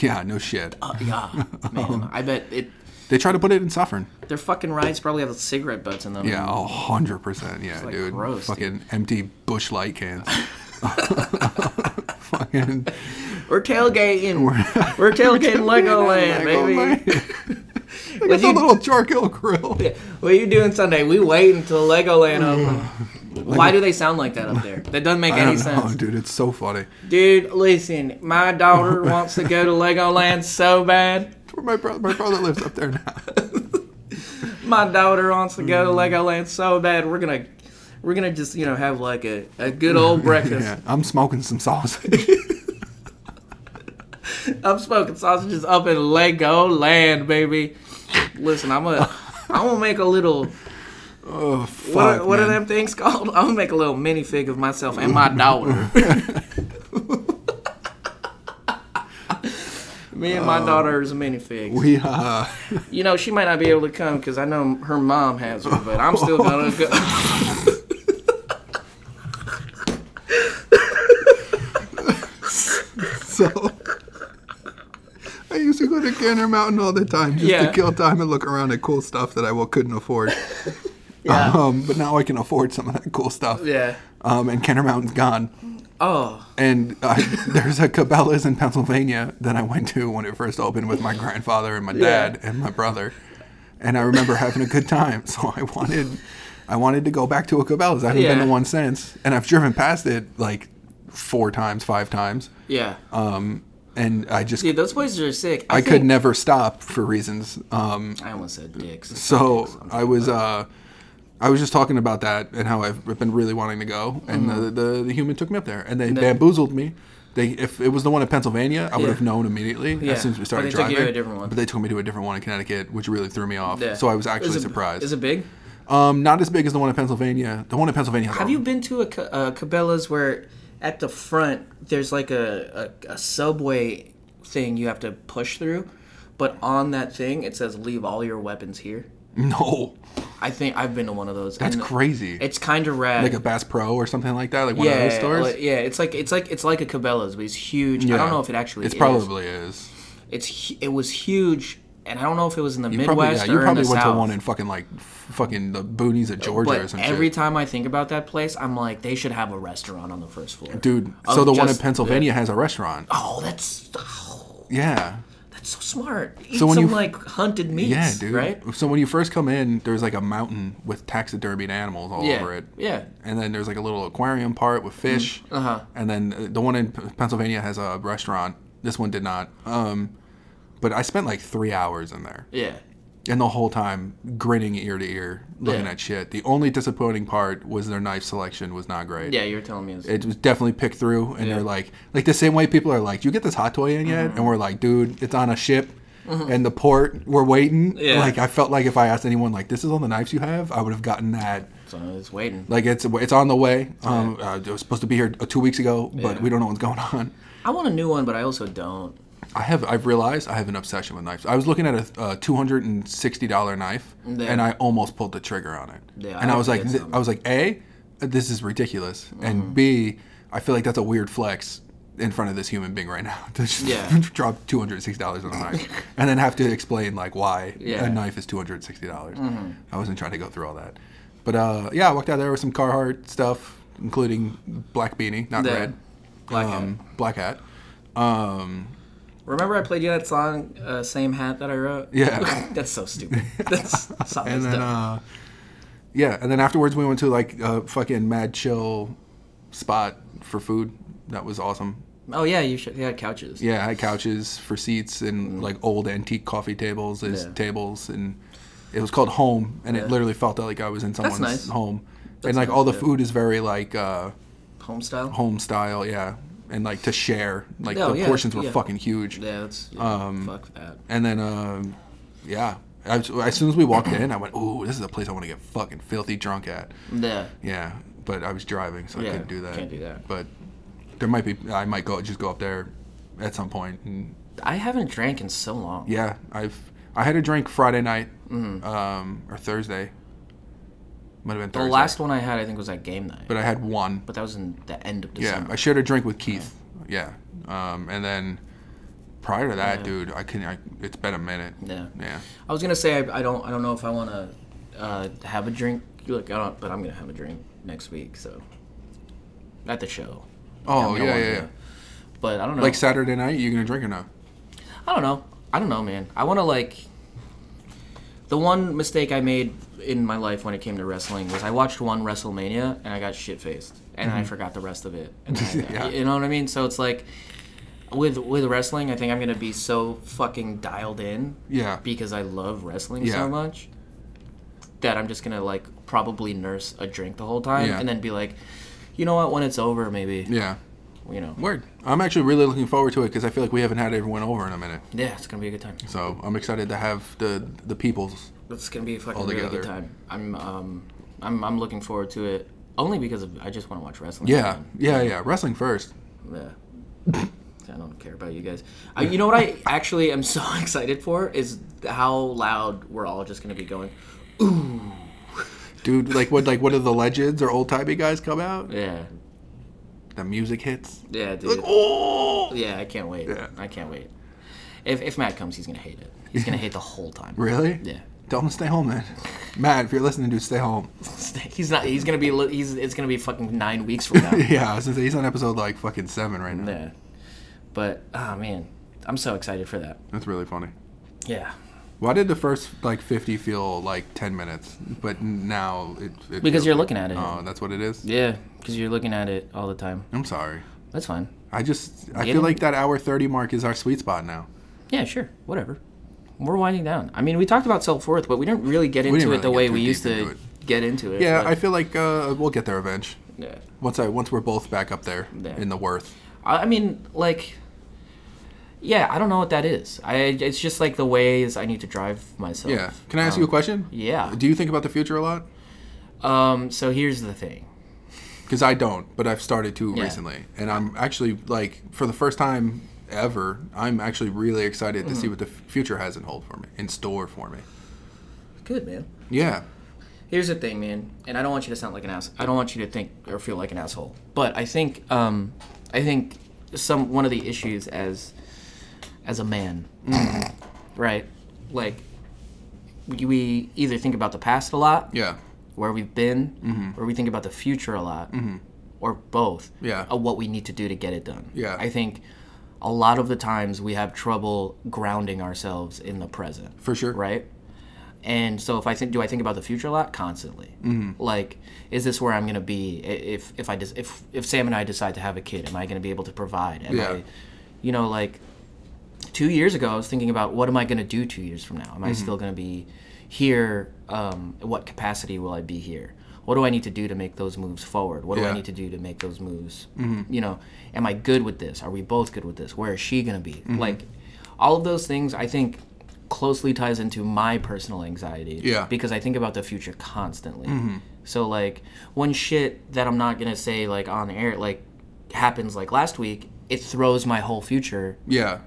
Speaker 2: yeah, no shit.
Speaker 1: Uh, yeah, (laughs) man. I bet it.
Speaker 2: They try to put it in Suffern.
Speaker 1: Their fucking rides probably have cigarette butts in them.
Speaker 2: Yeah, a hundred percent. Yeah,
Speaker 1: like
Speaker 2: dude.
Speaker 1: gross, dude.
Speaker 2: Fucking empty bush light
Speaker 1: (laughs)
Speaker 2: cans. (laughs) Fucking
Speaker 1: We're tailgating. (laughs) We're,
Speaker 2: (laughs)
Speaker 1: tailgating Legoland, baby. (laughs)
Speaker 2: Look
Speaker 1: Would
Speaker 2: at the
Speaker 1: you-
Speaker 2: little charcoal grill.
Speaker 1: What are you doing Sunday? We wait until
Speaker 2: (laughs)
Speaker 1: Legoland opens. Why do they sound like that up there? That doesn't make
Speaker 2: I
Speaker 1: any
Speaker 2: don't know,
Speaker 1: sense.
Speaker 2: dude. It's so funny.
Speaker 1: Dude, listen, my daughter wants to go to Legoland so bad.
Speaker 2: Where my brother, my brother lives up there now.
Speaker 1: (laughs)
Speaker 2: (laughs)
Speaker 1: My daughter wants to go to Legoland so bad. We're gonna we're gonna just, you know, have like a, a good old breakfast.
Speaker 2: Yeah, I'm smoking
Speaker 1: (laughs)
Speaker 2: some sausage.
Speaker 1: I'm smoking sausages up in Legoland, baby. Listen, I'm gonna I'm gonna make a little
Speaker 2: oh fuck,
Speaker 1: what, are, what are
Speaker 2: man.
Speaker 1: them things called? I'm gonna make a little minifig of myself and my daughter. (laughs) Me and my daughter is a minifig.
Speaker 2: We uh, (laughs)
Speaker 1: you know, she might not be able to come because I know her mom has her, but I'm still gonna
Speaker 2: (laughs)
Speaker 1: go.
Speaker 2: So I used to go to Gander Mountain all the time just to
Speaker 1: Yeah.
Speaker 2: kill time and look around at cool stuff that I well couldn't afford.
Speaker 1: Yeah.
Speaker 2: Um, but now I can afford some of that cool stuff.
Speaker 1: yeah.
Speaker 2: Um, and Gander Mountain's gone.
Speaker 1: Oh,
Speaker 2: And I, (laughs) there's a Cabela's in Pennsylvania that I went to when it first opened with my grandfather and my
Speaker 1: Yeah.
Speaker 2: dad and my brother. And I remember having a good time. So I wanted, I wanted to go back to a Cabela's. I haven't been
Speaker 1: Yeah.
Speaker 2: to one since. And I've driven past it like four times, five times.
Speaker 1: yeah.
Speaker 2: Um, and I just
Speaker 1: Dude, those places are sick.
Speaker 2: I
Speaker 1: think-
Speaker 2: could never stop for reasons. Um,
Speaker 1: I almost said dicks.
Speaker 2: so I was uh, I was just talking about that and how I've been really wanting to go, and
Speaker 1: Mm-hmm.
Speaker 2: the, the the human took me up there, and they bamboozled me. They if it was the one in Pennsylvania, I would
Speaker 1: Yeah.
Speaker 2: have known immediately
Speaker 1: Yeah.
Speaker 2: as soon as we
Speaker 1: But
Speaker 2: started
Speaker 1: they took you
Speaker 2: driving.
Speaker 1: to a different one.
Speaker 2: But they took me to a different one in Connecticut, which really threw me off.
Speaker 1: Yeah.
Speaker 2: So I was actually
Speaker 1: Is it-
Speaker 2: surprised.
Speaker 1: Is it big?
Speaker 2: um, not as big as the one in Pennsylvania. The one in Pennsylvania. Has
Speaker 1: Have you been to a, Ca- uh Cabela's where at the front there's like a, a, a subway thing you have to push through, but on that thing it says leave all your weapons here.
Speaker 2: (laughs) no?
Speaker 1: I think I've been to one of those.
Speaker 2: That's
Speaker 1: and
Speaker 2: crazy.
Speaker 1: It's kind of rad.
Speaker 2: like a Bass Pro or something like that, like one
Speaker 1: yeah,
Speaker 2: of those stores.
Speaker 1: like- yeah. It's like it's like it's like a Cabela's, but it's huge. I
Speaker 2: Yeah.
Speaker 1: don't know if it actually.
Speaker 2: It's
Speaker 1: is.
Speaker 2: probably is.
Speaker 1: It's hu- it was huge, and I don't know if it was in the
Speaker 2: You probably,
Speaker 1: Midwest
Speaker 2: yeah, you
Speaker 1: or in
Speaker 2: probably
Speaker 1: the
Speaker 2: went
Speaker 1: South.
Speaker 2: to one in fucking like f- fucking the boonies of Georgia or
Speaker 1: but
Speaker 2: some
Speaker 1: every
Speaker 2: shit.
Speaker 1: time I think about that place, I'm like, they should have a restaurant on the first floor,
Speaker 2: Dude,
Speaker 1: Of
Speaker 2: so the one in
Speaker 1: Oh, just
Speaker 2: Pennsylvania has a restaurant.
Speaker 1: Oh, that's oh,
Speaker 2: Yeah.
Speaker 1: that's so smart. Eat
Speaker 2: So when
Speaker 1: some
Speaker 2: you-
Speaker 1: like hunted meats,
Speaker 2: Yeah, dude.
Speaker 1: right?
Speaker 2: So when you first come in, there's like a mountain with taxidermied animals all
Speaker 1: Yeah,
Speaker 2: over it.
Speaker 1: yeah.
Speaker 2: And then there's like a little aquarium part with fish.
Speaker 1: uh-huh.
Speaker 2: And then uh, the one in P- Pennsylvania has a restaurant. This one did not. Um, but I spent like three hours in there.
Speaker 1: Yeah,
Speaker 2: And the whole time, grinning ear to ear, looking
Speaker 1: Yeah.
Speaker 2: at shit. The only disappointing part was their knife selection was not great.
Speaker 1: yeah. You're telling me this.
Speaker 2: It was definitely picked through,
Speaker 1: Yeah.
Speaker 2: and
Speaker 1: Mm-hmm.
Speaker 2: they're like, like the same way people are like, "Do you get this hot toy in yet?" And we're like, "Dude, it's on a ship, and the port, we're waiting."
Speaker 1: Yeah.
Speaker 2: Like I felt like if I asked anyone like, "This is all the knives you have," I would have gotten that.
Speaker 1: so I was waiting.
Speaker 2: Like it's it's on the way. Um, uh, it was supposed to be here uh, two weeks ago, but
Speaker 1: Yeah.
Speaker 2: we don't know what's going on.
Speaker 1: I want a new one, but I also don't.
Speaker 2: I have I've realized I have an obsession with knives. I was looking at a, uh two hundred and sixty dollar knife,
Speaker 1: Yeah.
Speaker 2: and I almost pulled the trigger on it.
Speaker 1: Yeah, I
Speaker 2: and I,
Speaker 1: have
Speaker 2: was
Speaker 1: to
Speaker 2: like,
Speaker 1: get
Speaker 2: th-
Speaker 1: some. Mm-hmm.
Speaker 2: I was like, a, this is ridiculous, and b, I feel like that's a weird flex in front of this human being right now (laughs) to just
Speaker 1: Yeah.
Speaker 2: drop two hundred sixty dollars on
Speaker 1: (laughs)
Speaker 2: a knife, and then have to explain like why
Speaker 1: Yeah. Mm-hmm.
Speaker 2: a knife is two hundred sixty dollars. I wasn't trying to go through all that, but uh, yeah, I walked out there with some Carhartt stuff, including black beanie, not
Speaker 1: Yeah.
Speaker 2: red,
Speaker 1: Black hat.
Speaker 2: um, black hat. Um,
Speaker 1: Remember I played you that song, uh, same hat that I wrote.
Speaker 2: Yeah.
Speaker 1: (laughs) that's so
Speaker 2: (laughs)
Speaker 1: stupid. That's solid
Speaker 2: and then
Speaker 1: stuff.
Speaker 2: uh, yeah, and then afterwards we went to like a fucking mad chill spot for food. That was awesome.
Speaker 1: oh yeah, you should. You had couches.
Speaker 2: uh, Yeah, I had couches for seats and like old antique coffee tables as
Speaker 1: Mm. Yeah.
Speaker 2: tables, and it was called home, and it literally felt like I was in someone's
Speaker 1: nice.
Speaker 2: home.
Speaker 1: That's
Speaker 2: and like
Speaker 1: nice,
Speaker 2: all the
Speaker 1: yeah.
Speaker 2: food is very like uh,
Speaker 1: home style.
Speaker 2: home style, yeah, and like to share. Like
Speaker 1: Oh,
Speaker 2: the
Speaker 1: yeah,
Speaker 2: portions were
Speaker 1: yeah.
Speaker 2: fucking huge.
Speaker 1: Yeah, that's
Speaker 2: Um,
Speaker 1: fuck that.
Speaker 2: And then, um, yeah, I, as soon as we walked in, I went, "Ooh, this is a place I want to get fucking filthy drunk at."
Speaker 1: Yeah,
Speaker 2: Yeah, but I was driving, so
Speaker 1: Yeah,
Speaker 2: I couldn't do that.
Speaker 1: can't do that.
Speaker 2: But there might be. I might go just go up there at some point. And
Speaker 1: I haven't drank in so long.
Speaker 2: yeah, I've I had a drink Friday night, um, or Thursday. Might have been
Speaker 1: Mm-hmm. the
Speaker 2: Thursday.
Speaker 1: last one I had, I think, was at game night.
Speaker 2: but I had one.
Speaker 1: But that was in the end of
Speaker 2: yeah,
Speaker 1: December.
Speaker 2: I shared a drink with Keith. Yeah, um, and then prior to that, dude, I couldn't. I, it's been a minute.
Speaker 1: Yeah.
Speaker 2: Yeah.
Speaker 1: I was gonna say I, I don't I don't know if I want to uh, have a drink. Look, I don't, but I'm gonna have a drink next week. So at the show.
Speaker 2: Oh
Speaker 1: I'm gonna
Speaker 2: yeah,
Speaker 1: wanna
Speaker 2: yeah,
Speaker 1: do
Speaker 2: yeah.
Speaker 1: it. But I don't know.
Speaker 2: Like Saturday night, you gonna drink or not?
Speaker 1: I don't know. I don't know, man. I want to like. The one mistake I made in my life when it came to wrestling was I watched one WrestleMania and I got shit faced and I forgot the rest of
Speaker 2: (laughs)
Speaker 1: it. And then I-
Speaker 2: Mm-hmm. Yeah.
Speaker 1: You know what I mean? So it's like, with with wrestling, I think I'm gonna be so fucking dialed in
Speaker 2: Yeah.
Speaker 1: because I love wrestling
Speaker 2: Yeah.
Speaker 1: so much that I'm just gonna like probably nurse a drink the whole time
Speaker 2: Yeah.
Speaker 1: and then be like, you know what? When it's over, maybe
Speaker 2: Yeah.
Speaker 1: you know.
Speaker 2: Word. I'm actually really looking forward to it because I feel like we haven't had everyone over in a minute.
Speaker 1: Yeah, it's gonna be a good time.
Speaker 2: So I'm excited to have the the peoples.
Speaker 1: It's gonna be a fucking
Speaker 2: All
Speaker 1: really good
Speaker 2: together.
Speaker 1: time. I'm um I'm I'm looking forward to it only because of, I just want to watch wrestling.
Speaker 2: Yeah,
Speaker 1: man.
Speaker 2: yeah, yeah. Wrestling first.
Speaker 1: Yeah. I don't care about you guys. I, you know what
Speaker 2: (laughs)
Speaker 1: I actually am so (laughs) excited for is how loud we're all just gonna be going.
Speaker 2: Dude, like what like what are the legends or old timey guys come out?
Speaker 1: Yeah.
Speaker 2: The music hits.
Speaker 1: Yeah, dude.
Speaker 2: Like, oh
Speaker 1: Yeah, I can't wait.
Speaker 2: Yeah.
Speaker 1: I can't wait. If if Matt comes, he's gonna hate it. He's gonna hate the whole time.
Speaker 2: Really?
Speaker 1: Yeah. (laughs)
Speaker 2: Tell them to stay home then. Matt, if you're listening, dude, stay home.
Speaker 1: He's not. He's gonna be. li- He's. It's gonna be fucking nine weeks from
Speaker 2: (laughs)
Speaker 1: now.
Speaker 2: Yeah, I was gonna say he's on episode like fucking seven right now.
Speaker 1: yeah. But ah man, I'm so excited for that.
Speaker 2: That's really funny.
Speaker 1: Yeah.
Speaker 2: Why did the first like fifty feel like ten minutes, but now it? it
Speaker 1: Because
Speaker 2: feels
Speaker 1: you're
Speaker 2: like-
Speaker 1: looking at it.
Speaker 2: Oh, that's what it is.
Speaker 1: Yeah, because you're looking at it all the time.
Speaker 2: I'm sorry.
Speaker 1: That's fine.
Speaker 2: I just I
Speaker 1: Get
Speaker 2: feel
Speaker 1: him.
Speaker 2: like that hour thirty mark is our sweet spot now.
Speaker 1: Yeah, sure, whatever. We're winding down. I mean, we talked about self worth, but we didn't really get into
Speaker 2: didn't
Speaker 1: it the
Speaker 2: really
Speaker 1: way
Speaker 2: get
Speaker 1: we
Speaker 2: too
Speaker 1: used
Speaker 2: deep
Speaker 1: to
Speaker 2: into
Speaker 1: get into it.
Speaker 2: Yeah, I
Speaker 1: but-
Speaker 2: feel like uh, we'll get there eventually.
Speaker 1: yeah.
Speaker 2: Once I once we're both back up there
Speaker 1: Yeah.
Speaker 2: in the worth.
Speaker 1: I, I mean, like, yeah, I don't know what that is. I it's just like the ways I need to drive myself.
Speaker 2: Yeah. Can I ask you a question?
Speaker 1: Um, yeah.
Speaker 2: Do you think about the future a lot?
Speaker 1: Um. So here's the thing.
Speaker 2: Because I don't, but I've started to
Speaker 1: Yeah.
Speaker 2: recently, and I'm actually like for the first time ever, I'm actually really excited to see
Speaker 1: Mm.
Speaker 2: what the f- future has in hold for me, in store for me.
Speaker 1: Good man.
Speaker 2: Yeah.
Speaker 1: Here's the thing, man, and I don't want you to sound like an ass. I don't want you to think or feel like an asshole. But I think, um, I think some one of the issues as as a man, (clears throat) right, like we either think about the past a lot,
Speaker 2: Yeah.
Speaker 1: where we've been,
Speaker 2: Mm-hmm.
Speaker 1: or we think about the future a lot, or both,
Speaker 2: Yeah.
Speaker 1: of what we need to do to get it done.
Speaker 2: Yeah.
Speaker 1: I think a lot of the times we have trouble grounding ourselves in the present.
Speaker 2: For sure.
Speaker 1: Right? And so if I think, do I think about the future a lot? Constantly. Like, is this where I'm going to be i- if if I des- if if Sam and I decide to have a kid? Am I going to be able to provide? Am
Speaker 2: Yeah.
Speaker 1: I, you know, like two years ago, I was thinking about what am I going to do two years from now? Am I
Speaker 2: Mm-hmm.
Speaker 1: still going to be here? Um, in what capacity will I be here? What do I need to do to make those moves forward? What do I
Speaker 2: Yeah. Mm-hmm.
Speaker 1: need to do to make those moves? You know, am I good with this? Are we both good with this? Where is she going to be?
Speaker 2: Mm-hmm.
Speaker 1: Like, all of those things, I think, closely ties into my personal anxiety.
Speaker 2: Yeah. Mm-hmm.
Speaker 1: Because I think about the future constantly. So like when shit that I'm not gonna say like on air like happens like last week, it throws my whole future
Speaker 2: Yeah.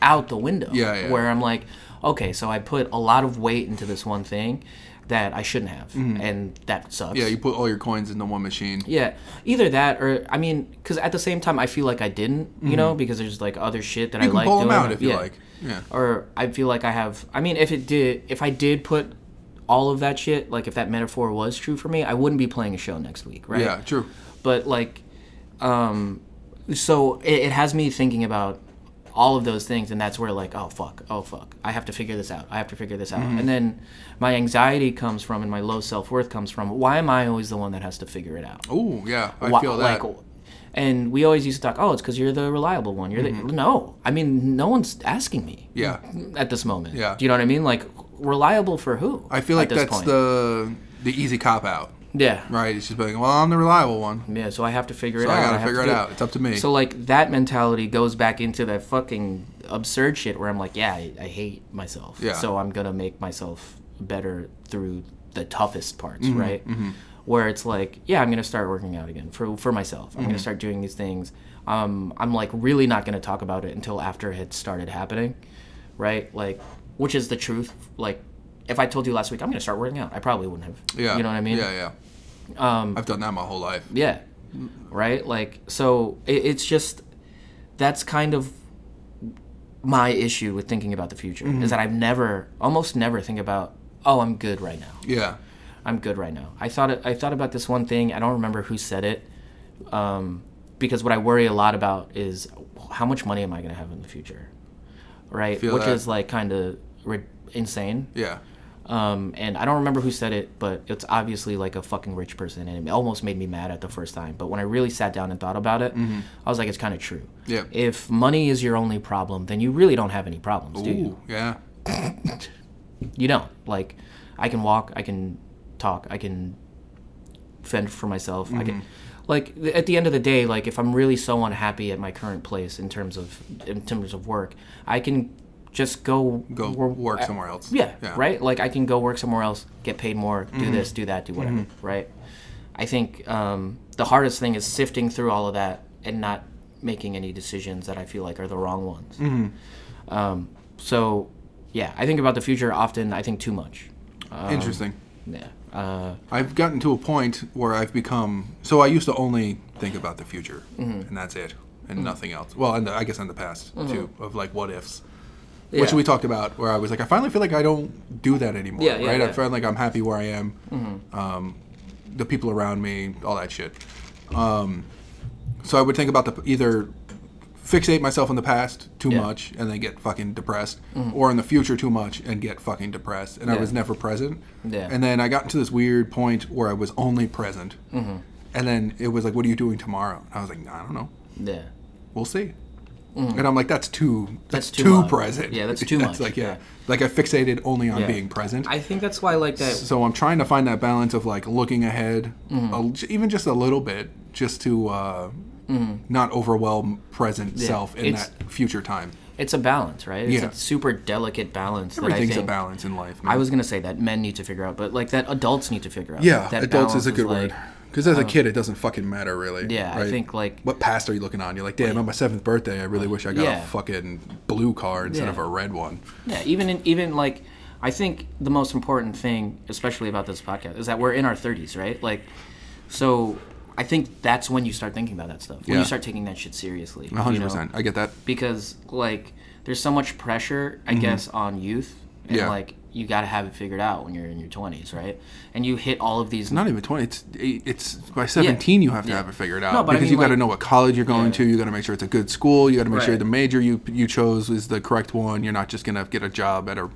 Speaker 1: out the window.
Speaker 2: Yeah, yeah.
Speaker 1: Where I'm like, okay, so I put a lot of weight into this one thing that I shouldn't have, and that sucks.
Speaker 2: Mm-hmm. Yeah. You put all your coins into one machine.
Speaker 1: Yeah, either that or I mean, because at the same time I feel like I didn't, you know, because there's like other shit that I
Speaker 2: Mm-hmm. You
Speaker 1: like
Speaker 2: can pull
Speaker 1: doing.
Speaker 2: them out if you
Speaker 1: Yeah.
Speaker 2: like. Yeah.
Speaker 1: Or I feel like I have. I mean, if it did, if I did put all of that shit, like if that metaphor was true for me, I wouldn't be playing a show next week, right?
Speaker 2: Yeah. True.
Speaker 1: but like um so it, it has me thinking about all of those things and that's where like oh fuck oh fuck i have to figure this out i have to figure this out
Speaker 2: Mm-hmm.
Speaker 1: and then my anxiety comes from and my low self-worth comes from why am i always the one that has to figure it out
Speaker 2: Oh yeah. I
Speaker 1: Why-
Speaker 2: feel that.
Speaker 1: like and we always used to talk oh it's because you're the reliable one you're the no i mean no one's asking me
Speaker 2: Mm-hmm. yeah.
Speaker 1: at this moment
Speaker 2: Yeah.
Speaker 1: do you know what i mean like reliable for who
Speaker 2: I feel
Speaker 1: at
Speaker 2: like
Speaker 1: this
Speaker 2: that's
Speaker 1: point?
Speaker 2: the the easy cop out.
Speaker 1: yeah
Speaker 2: Right. It's just like, well, I'm the reliable one.
Speaker 1: yeah so i have to figure it
Speaker 2: So
Speaker 1: out
Speaker 2: I gotta
Speaker 1: have to
Speaker 2: figure it
Speaker 1: do
Speaker 2: out. It's up to me.
Speaker 1: So like that mentality goes back into that fucking absurd shit where I'm like, yeah, I, I hate myself.
Speaker 2: Yeah.
Speaker 1: So I'm gonna make myself better through the toughest parts,
Speaker 2: Mm-hmm,
Speaker 1: right? Where it's like, yeah, I'm gonna start working out again for for myself. I'm
Speaker 2: Mm-hmm.
Speaker 1: gonna start doing these things. Um, I'm like really not gonna talk about it until after it had started happening, right? Like, which is the truth. Like, if I told you last week I'm gonna start working out, I probably wouldn't have.
Speaker 2: yeah.
Speaker 1: You know what I mean?
Speaker 2: Yeah. Yeah. Um, I've done that my whole life.
Speaker 1: Yeah. Right? Like, so it, it's just that's kind of my issue with thinking about the future
Speaker 2: Mm-hmm.
Speaker 1: is that I've never, almost never think about, oh, I'm good right now.
Speaker 2: Yeah.
Speaker 1: I'm good right now. I thought, I thought about this one thing. I don't remember who said it. Um, because what I worry a lot about is how much money am I going to have in the future? Right?
Speaker 2: Feel
Speaker 1: Which
Speaker 2: that.
Speaker 1: is like kind of ri insane.
Speaker 2: Yeah.
Speaker 1: Um, and I don't remember who said it, but it's obviously like a fucking rich person, and it almost made me mad at the first time. But when I really sat down and thought about it, I was like, it's kind of true.
Speaker 2: Mm-hmm. Yeah.
Speaker 1: If money is your only problem, then you really don't have any problems, do you?
Speaker 2: Ooh. Yeah.
Speaker 1: You don't. Like, I can walk, I can talk, I can fend for myself. I can,
Speaker 2: Mm-hmm.
Speaker 1: like, th- at the end of the day, like, if I'm really so unhappy at my current place in terms of in terms of work, I can just go
Speaker 2: Go
Speaker 1: wor-
Speaker 2: work somewhere else.
Speaker 1: yeah, right. Like I can go work somewhere else, get paid more, do
Speaker 2: Mm-hmm.
Speaker 1: this, do that, do whatever, right? I think um, the hardest thing is sifting through all of that and not making any decisions that I feel like are the wrong ones. Um,
Speaker 2: Mm-hmm.
Speaker 1: so, yeah, I think about the future often. I think too much.
Speaker 2: Interesting.
Speaker 1: Yeah. Uh,
Speaker 2: I've gotten to a point where I've become so I used to only think about the future
Speaker 1: Mm-hmm.
Speaker 2: and that's it and nothing else. Well, and the, I guess in the past too of like what ifs. Which
Speaker 1: Yeah.
Speaker 2: we talked about, where I was like, I finally feel like I don't do that anymore.
Speaker 1: Yeah, yeah,
Speaker 2: right? I
Speaker 1: yeah. Mm-hmm.
Speaker 2: feel like I'm happy where I am. Um, the people around me, all that shit. Um, so I would think about the either fixate myself in the past too
Speaker 1: Yeah. Mm-hmm.
Speaker 2: much and then get fucking depressed, or in the future too much and get fucking depressed. And I
Speaker 1: Yeah.
Speaker 2: was never present.
Speaker 1: Yeah.
Speaker 2: And then I got into this weird point where I was only present.
Speaker 1: Mm-hmm.
Speaker 2: And then it was like, what are you doing tomorrow? And I was like, I don't know.
Speaker 1: yeah.
Speaker 2: We'll see. And I'm like, that's too that's,
Speaker 1: Mm-hmm. That's too
Speaker 2: too,
Speaker 1: much.
Speaker 2: present.
Speaker 1: Yeah, that's
Speaker 2: (laughs)
Speaker 1: too much.
Speaker 2: like
Speaker 1: Yeah.
Speaker 2: yeah. Like I fixated only on
Speaker 1: Yeah.
Speaker 2: being present.
Speaker 1: I think that's why I like that.
Speaker 2: so I'm trying to find that balance of like looking ahead,
Speaker 1: Mm-hmm.
Speaker 2: a- even just a little bit, just to uh, not overwhelm present self in
Speaker 1: Mm-hmm. It's-
Speaker 2: that future time.
Speaker 1: It's a balance, right? It's
Speaker 2: Yeah.
Speaker 1: a super delicate balance. That I
Speaker 2: Everything's a
Speaker 1: think-
Speaker 2: balance in life. Man.
Speaker 1: I was gonna say that men need to figure out, but like that adults need to figure out.
Speaker 2: yeah,
Speaker 1: that
Speaker 2: adults is
Speaker 1: balance
Speaker 2: a good
Speaker 1: like- um,
Speaker 2: word. Because as a kid, it doesn't fucking matter really.
Speaker 1: Yeah, I
Speaker 2: right?
Speaker 1: think like
Speaker 2: What past are you looking on? You're like, damn, on my seventh birthday, I really wish I got
Speaker 1: Yeah.
Speaker 2: a fucking blue car instead
Speaker 1: Yeah.
Speaker 2: of a red one.
Speaker 1: Yeah, even in, even like I think the most important thing, especially about this podcast, is that we're in our thirties, right? Like, so I think that's when you start thinking about that stuff. When
Speaker 2: Yeah.
Speaker 1: you start taking that shit seriously. you know?
Speaker 2: 100%. I get that.
Speaker 1: Because like, there's so much pressure, I guess, on youth and
Speaker 2: Mm-hmm. Yeah.
Speaker 1: like you got to have it figured out when you're in your 20s, right? And you hit all of these
Speaker 2: Not even twenty. It's eight- it's by seventeen. You have to have it figured out
Speaker 1: No, but I
Speaker 2: because
Speaker 1: mean,
Speaker 2: you got to
Speaker 1: like-
Speaker 2: know what college you're going
Speaker 1: Yeah.
Speaker 2: to. You got to make sure it's a good school. You got to make sure
Speaker 1: Right.
Speaker 2: the major you you chose is the correct one. You're not just gonna get a job at a,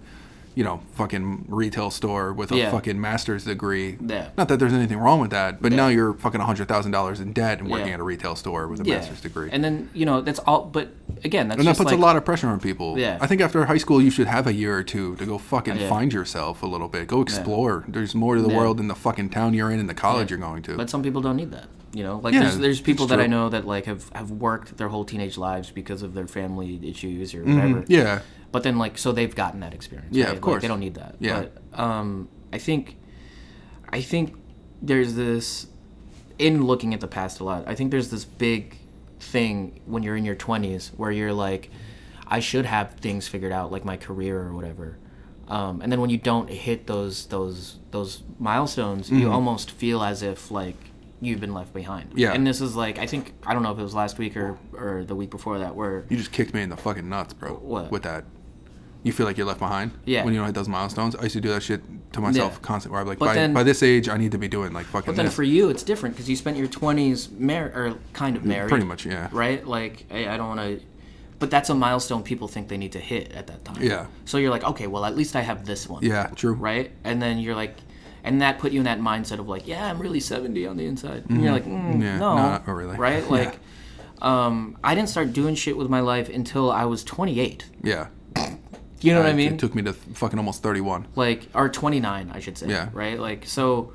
Speaker 2: you know, fucking retail store with a
Speaker 1: Yeah.
Speaker 2: fucking master's degree.
Speaker 1: Yeah.
Speaker 2: Not that there's anything wrong with that, but now you're fucking hundred thousand dollars in debt and working
Speaker 1: Yeah.
Speaker 2: at a retail store with a master's degree.
Speaker 1: And then you know that's all. But again, that's
Speaker 2: And that
Speaker 1: just
Speaker 2: puts
Speaker 1: like,
Speaker 2: a lot of pressure on people.
Speaker 1: Yeah.
Speaker 2: I think after high school, you should have a year or two to go fucking
Speaker 1: Yeah.
Speaker 2: find yourself a little bit. Go explore. There's more to the
Speaker 1: Yeah.
Speaker 2: world than the fucking town you're in and the college
Speaker 1: Yeah.
Speaker 2: you're going to.
Speaker 1: But some people don't need that. You know, like
Speaker 2: Yeah,
Speaker 1: there's there's people
Speaker 2: it's
Speaker 1: that I
Speaker 2: true.
Speaker 1: know that like have have worked their whole teenage lives because of their family issues or whatever.
Speaker 2: Mm-hmm. yeah.
Speaker 1: But then like so they've gotten that experience.
Speaker 2: Yeah,
Speaker 1: right?
Speaker 2: of
Speaker 1: Like,
Speaker 2: course.
Speaker 1: they don't need that.
Speaker 2: Yeah.
Speaker 1: But um, I think, I think there's this in looking at the past a lot. I think there's this big thing when you're in your 20s where you're like, I should have things figured out, like my career or whatever. Um, and then when you don't hit those those those milestones, you almost feel as if like you've been left behind.
Speaker 2: Mm-hmm. Yeah.
Speaker 1: And this is like I think I don't know if it was last week or or the week before that where
Speaker 2: You just kicked me in the fucking nuts, bro.
Speaker 1: What?
Speaker 2: With that. You feel like you're left behind?
Speaker 1: Yeah.
Speaker 2: When you don't hit those milestones? I used to do that shit to myself
Speaker 1: Yeah.
Speaker 2: constantly where I'm like,
Speaker 1: But
Speaker 2: by,
Speaker 1: then-
Speaker 2: by this age, I need to be doing like fucking
Speaker 1: But then
Speaker 2: this.
Speaker 1: for you, it's different because you spent your twenties married or kind of married.
Speaker 2: Mm, Pretty much, yeah.
Speaker 1: Right? Like I, I don't want to, but that's a milestone people think they need to hit at that time.
Speaker 2: Yeah.
Speaker 1: So you're like, okay, well at least I have this one.
Speaker 2: Yeah, true.
Speaker 1: Right? And then you're like, and that put you in that mindset of like, yeah, I'm really seventy on the inside. And you're like, mm,
Speaker 2: Mm-hmm. Yeah,
Speaker 1: no,
Speaker 2: not really.
Speaker 1: Right?
Speaker 2: (laughs) Yeah.
Speaker 1: Like, um, I didn't start doing shit with my life until I was 28.
Speaker 2: Yeah.
Speaker 1: You know what I mean?
Speaker 2: It took me to fucking almost 31.
Speaker 1: like or 29 i should say
Speaker 2: Yeah.
Speaker 1: right like so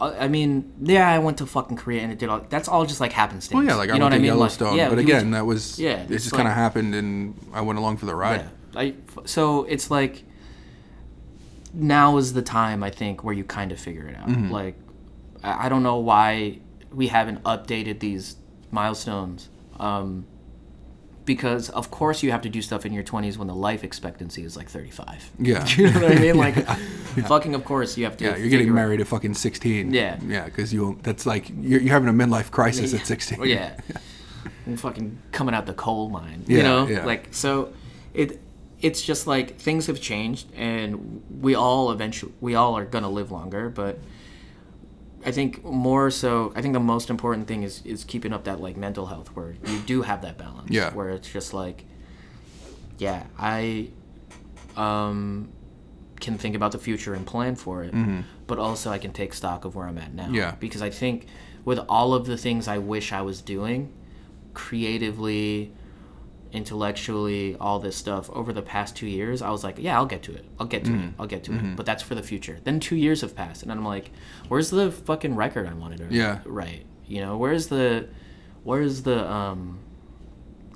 Speaker 1: uh, I I mean, yeah, I went to fucking Korea and it did all. That's all just like happenstance.
Speaker 2: Well, Oh, yeah, like I went to Yellowstone, but
Speaker 1: we
Speaker 2: again,
Speaker 1: would-
Speaker 2: that was
Speaker 1: yeah,
Speaker 2: It
Speaker 1: it's
Speaker 2: just
Speaker 1: like-
Speaker 2: kind of happened, and I went along for the ride.
Speaker 1: yeah. I, so it's like now is the time I think where you kind of figure it out.
Speaker 2: Mm-hmm.
Speaker 1: Like I, I don't know why we haven't updated these milestones. Um, because of course you have to do stuff in your 20s when the life expectancy is like 35.
Speaker 2: (laughs) Yeah.
Speaker 1: (laughs) you know what I mean? Like fucking of course you have to
Speaker 2: Yeah, you're getting
Speaker 1: figure out-
Speaker 2: married at fucking 16.
Speaker 1: Yeah.
Speaker 2: Yeah, because you that's like you're, you're having a midlife crisis at 16.
Speaker 1: Well, yeah. And fucking coming out the coal mine.
Speaker 2: Yeah,
Speaker 1: you know?
Speaker 2: yeah.
Speaker 1: Like so it it's just like things have changed and we all eventually we all are gonna live longer, but I think more so I think the most important thing is is keeping up that like mental health where you do have that balance.
Speaker 2: Yeah.
Speaker 1: Where it's just like yeah, I um can think about the future and plan for it, but also I can take stock of where I'm at now.
Speaker 2: Mm-hmm. Yeah.
Speaker 1: Because I think with all of the things I wish I was doing, creatively, intellectually, all this stuff, over the past two years, I was like, yeah, I'll get to it. I'll get to
Speaker 2: Mm-hmm.
Speaker 1: it. I'll get to it. But that's for the future. Then two years have passed, and I'm like, where's the fucking record I wanted to
Speaker 2: Yeah.
Speaker 1: write? You know, where's the, where's the, um,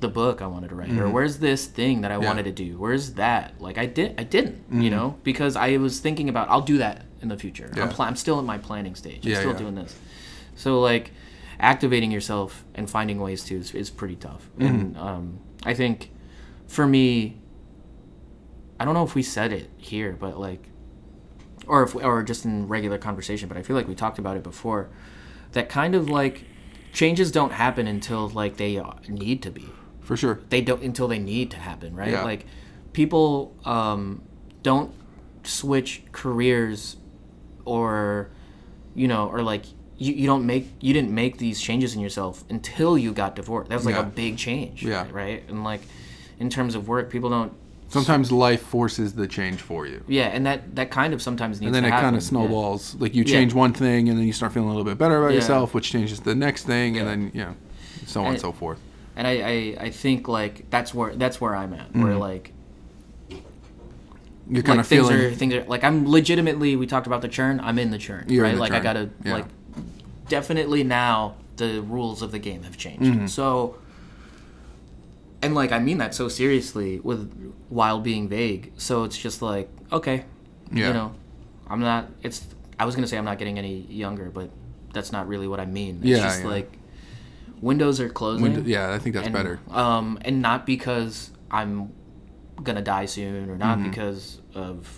Speaker 1: the book I wanted to write,
Speaker 2: Mm-hmm.
Speaker 1: or where's this thing that I wanted to do? Where's that? Like I did, I didn't, you know, because I was thinking about I'll do that in the future.
Speaker 2: Mm-hmm. Yeah.
Speaker 1: I'm, pl- I'm still in my planning stage. I'm
Speaker 2: Yeah,
Speaker 1: still
Speaker 2: yeah.
Speaker 1: doing this. So like, activating yourself and finding ways to is, is pretty tough.
Speaker 2: Mm-hmm.
Speaker 1: And um, I think, for me, I don't know if we said it here, but like, or if or just in regular conversation, but I feel like we talked about it before. That kind of like changes don't happen until like they uh, need to be
Speaker 2: For sure.
Speaker 1: they don't until they need to happen, right?
Speaker 2: Yeah.
Speaker 1: Like people um, don't switch careers or you know or like you, you don't make you didn't make these changes in yourself until you got divorced. That was like
Speaker 2: Yeah.
Speaker 1: a big change,
Speaker 2: Yeah.
Speaker 1: right? And like in terms of work, people don't
Speaker 2: Sometimes life forces the change for you.
Speaker 1: yeah, and that that kind of sometimes needs
Speaker 2: And then
Speaker 1: to
Speaker 2: it
Speaker 1: happen.
Speaker 2: kind of
Speaker 1: yeah.
Speaker 2: snowballs. Like you change one thing, and then you start feeling a little bit better about
Speaker 1: Yeah.
Speaker 2: yourself, which changes the next thing,
Speaker 1: Yeah.
Speaker 2: and then you know, so on and
Speaker 1: And-
Speaker 2: so forth.
Speaker 1: and I, I, I think like that's where that's where I'm
Speaker 2: Mm-hmm.
Speaker 1: at. Where like
Speaker 2: You're kind
Speaker 1: like
Speaker 2: of
Speaker 1: things
Speaker 2: feeling
Speaker 1: are things are like I'm legitimately we talked about the churn. I'm in the churn,
Speaker 2: You're in
Speaker 1: right?
Speaker 2: the
Speaker 1: like I
Speaker 2: churn,
Speaker 1: gotta
Speaker 2: yeah.
Speaker 1: like definitely now the rules of the game have changed.
Speaker 2: Mm-hmm.
Speaker 1: So and like I mean that so seriously with while being vague. So it's just like okay,
Speaker 2: Yeah.
Speaker 1: you know, I'm not. It's I was gonna say I'm not getting any younger, but that's not really what I mean. It's
Speaker 2: Yeah,
Speaker 1: just
Speaker 2: yeah.
Speaker 1: like windows are closing.
Speaker 2: Wind- yeah, I think that's
Speaker 1: and,
Speaker 2: better.
Speaker 1: Um, and not because I'm gonna die soon, or not because of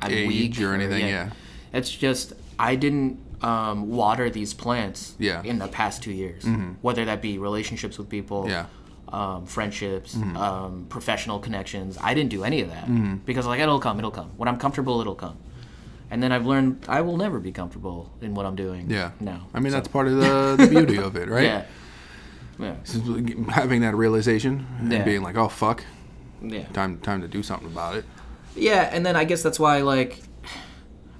Speaker 1: I'm
Speaker 2: Mm-hmm. Age
Speaker 1: weak
Speaker 2: or anything, yeah.
Speaker 1: it's just I didn't um, water these plants.
Speaker 2: Yeah. Mm-hmm.
Speaker 1: in the past two years, whether that be relationships with people,
Speaker 2: Yeah. Mm-hmm.
Speaker 1: um, friendships, um, professional connections. I didn't do any of that because like it'll come, it'll come. When I'm comfortable, it'll come. And then I've learned I will never be comfortable in what I'm doing.
Speaker 2: Yeah.
Speaker 1: Now.
Speaker 2: I mean, that's part of the, the beauty of it, right?
Speaker 1: (laughs) yeah. Yeah.
Speaker 2: Having that realization and
Speaker 1: Yeah.
Speaker 2: being like, oh, fuck,
Speaker 1: Yeah.
Speaker 2: time, time to do something about it.
Speaker 1: Yeah, and then I guess that's why like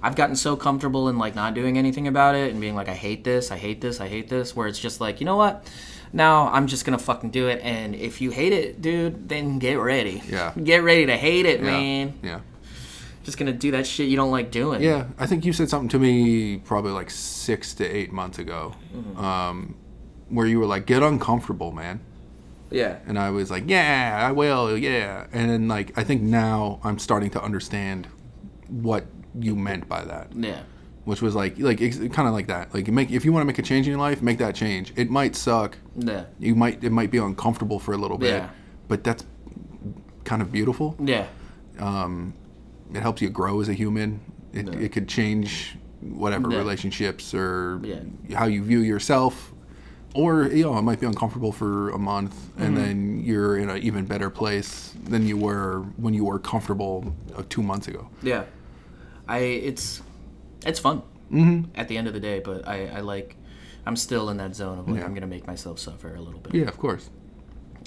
Speaker 1: I've gotten so comfortable in like not doing anything about it and being like I hate this, I hate this, I hate this where it's just like, you know what? Now I'm just going to fucking do it and if you hate it, dude, then get ready.
Speaker 2: Yeah.
Speaker 1: (laughs) Get ready to hate it,
Speaker 2: Yeah.
Speaker 1: man.
Speaker 2: Yeah.
Speaker 1: Just going to do that shit you don't like doing.
Speaker 2: Yeah, I think you said something to me probably like six to eight months ago,
Speaker 1: Mm-hmm.
Speaker 2: um, where you were like, "Get uncomfortable, man,"
Speaker 1: Yeah.
Speaker 2: and I was like, "Yeah, I will, yeah." And then like I think now I'm starting to understand what you meant by that,
Speaker 1: Yeah.
Speaker 2: which was like like ex- kind of like that. Like you make if you want to make a change in your life, make that change. It might suck.
Speaker 1: Yeah.
Speaker 2: You might it might be uncomfortable for a little bit,
Speaker 1: Yeah.
Speaker 2: but that's kind of beautiful
Speaker 1: Yeah.
Speaker 2: it helps you grow as a human. It, it could change whatever
Speaker 1: Yeah.
Speaker 2: relationships or
Speaker 1: Yeah.
Speaker 2: how you view yourself. Or you know, it might be uncomfortable for a month,
Speaker 1: Mm-hmm.
Speaker 2: and then you're in an even better place than you were when you were comfortable uh, two months ago.
Speaker 1: Yeah, I it's it's fun mm-hmm. at the end of the day, but I, I like I'm still in that zone of like
Speaker 2: Yeah.
Speaker 1: I'm gonna make myself suffer a little bit.
Speaker 2: Yeah, of course.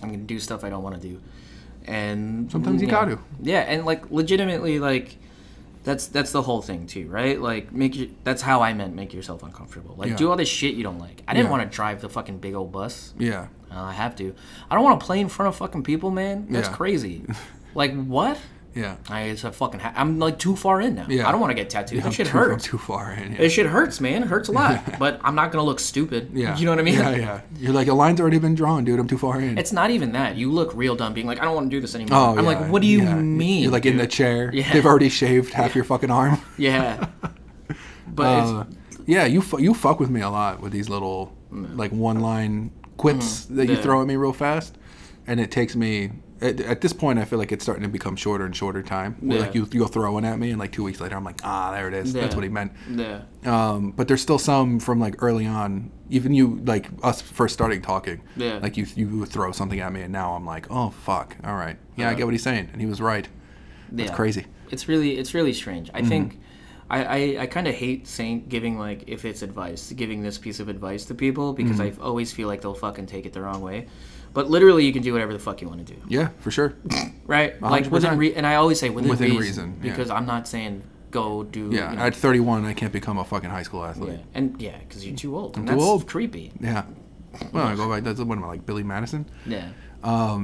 Speaker 1: I'm gonna do stuff I don't want to do, and
Speaker 2: Sometimes you
Speaker 1: know,
Speaker 2: gotta.
Speaker 1: Yeah, and like legitimately, like that's that's the whole thing too, right? Like make you, that's how I meant make yourself uncomfortable. Like
Speaker 2: Yeah.
Speaker 1: do all this shit you don't like. I didn't
Speaker 2: Yeah.
Speaker 1: want to drive the fucking big old bus.
Speaker 2: Yeah,
Speaker 1: Uh, I have to. I don't want to play in front of fucking people, man. That's
Speaker 2: Yeah. (laughs)
Speaker 1: crazy. like what?
Speaker 2: yeah.
Speaker 1: I it's a fucking. Ha- I'm like too far in now.
Speaker 2: Yeah.
Speaker 1: I don't want to get tattooed.
Speaker 2: I'm
Speaker 1: that shit
Speaker 2: too, I'm
Speaker 1: hurts.
Speaker 2: too far in. Yeah.
Speaker 1: This shit hurts, man. It hurts a
Speaker 2: (laughs)
Speaker 1: lot. but I'm not gonna look stupid.
Speaker 2: Yeah.
Speaker 1: You know what I mean?
Speaker 2: Yeah, yeah. You're like a line's already been drawn, dude. I'm too far in.
Speaker 1: It's not even that. You look real dumb, being like, I don't want to do this anymore.
Speaker 2: Oh,
Speaker 1: I'm
Speaker 2: yeah,
Speaker 1: like, what do you
Speaker 2: yeah.
Speaker 1: mean?
Speaker 2: You're like in the chair.
Speaker 1: Yeah.
Speaker 2: They've already shaved half your fucking arm. (laughs)
Speaker 1: yeah. But
Speaker 2: Uh, yeah, you fu- you fuck with me a lot with these little like one line quips that you
Speaker 1: Mm-hmm. Yeah.
Speaker 2: throw at me real fast, and it takes me. At, at this point, I feel like it's starting to become shorter and shorter time. Where, Like
Speaker 1: Yeah.
Speaker 2: you you're throwing at me, and like two weeks later, I'm like, ah, there it is. That's
Speaker 1: Yeah.
Speaker 2: what he meant.
Speaker 1: it's yeah,
Speaker 2: Um, but there's still some from like early on, even you like us first starting talking.
Speaker 1: Yeah.
Speaker 2: Like you you would throw something at me, and now I'm like, oh fuck, all right, yeah, I
Speaker 1: Yeah.
Speaker 2: get what he's saying, and he was right. That's
Speaker 1: Uh-huh. yeah.
Speaker 2: crazy. Mm-hmm.
Speaker 1: It's really it's really strange. I think I I, I kind of hate saying giving like if it's advice giving this piece of advice to people because
Speaker 2: Mm-hmm.
Speaker 1: I always feel like they'll fucking take it the wrong way. But literally, you can do whatever the fuck you want to do.
Speaker 2: Yeah, for
Speaker 1: (laughs)
Speaker 2: sure.
Speaker 1: right? Like
Speaker 2: 100%.
Speaker 1: within re- and I always say within,
Speaker 2: Within
Speaker 1: reason,
Speaker 2: reason, yeah.
Speaker 1: because I'm not saying go do.
Speaker 2: Yeah,
Speaker 1: you know,
Speaker 2: at 31, I can't become a fucking high school athlete.
Speaker 1: yeah. and yeah, because you're too old. And
Speaker 2: too
Speaker 1: that's
Speaker 2: old.
Speaker 1: Creepy.
Speaker 2: Yeah. Well, I go back. That's what am I like, Billy Madison?
Speaker 1: Yeah,
Speaker 2: Um,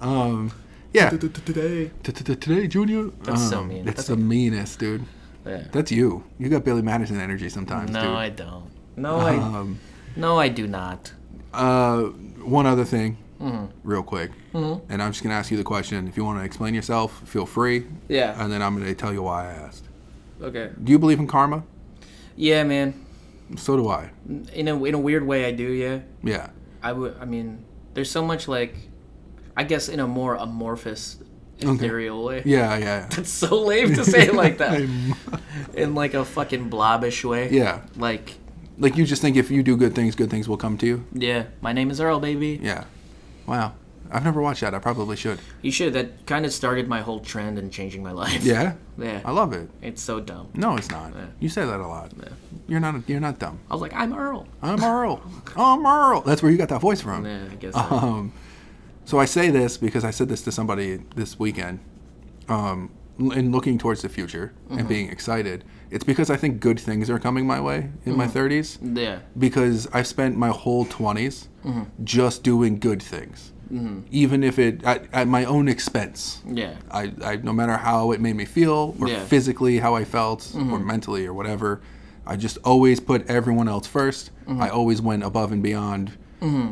Speaker 2: um, yeah.
Speaker 1: today.
Speaker 2: Today, Junior.
Speaker 1: That's so
Speaker 2: Um,
Speaker 1: mean.
Speaker 2: That's
Speaker 1: That's
Speaker 2: the meanest, dude.
Speaker 1: Yeah.
Speaker 2: That's you. You got Billy Madison energy sometimes,
Speaker 1: No,
Speaker 2: dude. Um,
Speaker 1: I don't. No, I. no, I do not.
Speaker 2: Uh, one other thing,
Speaker 1: Mm-hmm.
Speaker 2: real quick, and I'm just gonna ask you the question. If you want to explain yourself, feel free.
Speaker 1: Yeah.
Speaker 2: And then I'm gonna tell you why I asked.
Speaker 1: Okay.
Speaker 2: Do you believe in karma?
Speaker 1: Yeah, man.
Speaker 2: So do I.
Speaker 1: In a in a weird way, I do. Yeah.
Speaker 2: Yeah.
Speaker 1: I would. I mean, there's so much like, I guess in a more amorphous, ethereal way.
Speaker 2: Yeah. Yeah.
Speaker 1: (laughs) It's so lame to say it like
Speaker 2: (laughs)
Speaker 1: that.
Speaker 2: I'm-
Speaker 1: in like a fucking blobbish way.
Speaker 2: yeah.
Speaker 1: Like,
Speaker 2: Like you just think if you do good things, good things will come to you.
Speaker 1: yeah. My name is Earl, baby.
Speaker 2: Yeah. Wow. I've never watched that. I probably should.
Speaker 1: You should. That kind of started my whole trend in changing my life.
Speaker 2: Yeah.
Speaker 1: Yeah.
Speaker 2: I love it.
Speaker 1: It's so dumb.
Speaker 2: No, it's not. You say that a lot. You're not. You're not dumb.
Speaker 1: I was like, I'm Earl.
Speaker 2: I'm Earl. I'm Earl. That's where you got that voice from.
Speaker 1: Yeah, I guess. so.
Speaker 2: Um, so I say this because I said this to somebody this weekend. Um, l- in looking towards the future and being excited, it's because I think good things are coming my way in my 30s.
Speaker 1: yeah.
Speaker 2: because I've spent my whole 20s just doing good things, even if it at, at my own expense.
Speaker 1: Yeah.
Speaker 2: I, I no matter how it made me feel or
Speaker 1: Yeah. Mm-hmm.
Speaker 2: physically how I felt or mentally or whatever, I just always put everyone else 1st
Speaker 1: Mm-hmm.
Speaker 2: I always went above and beyond, and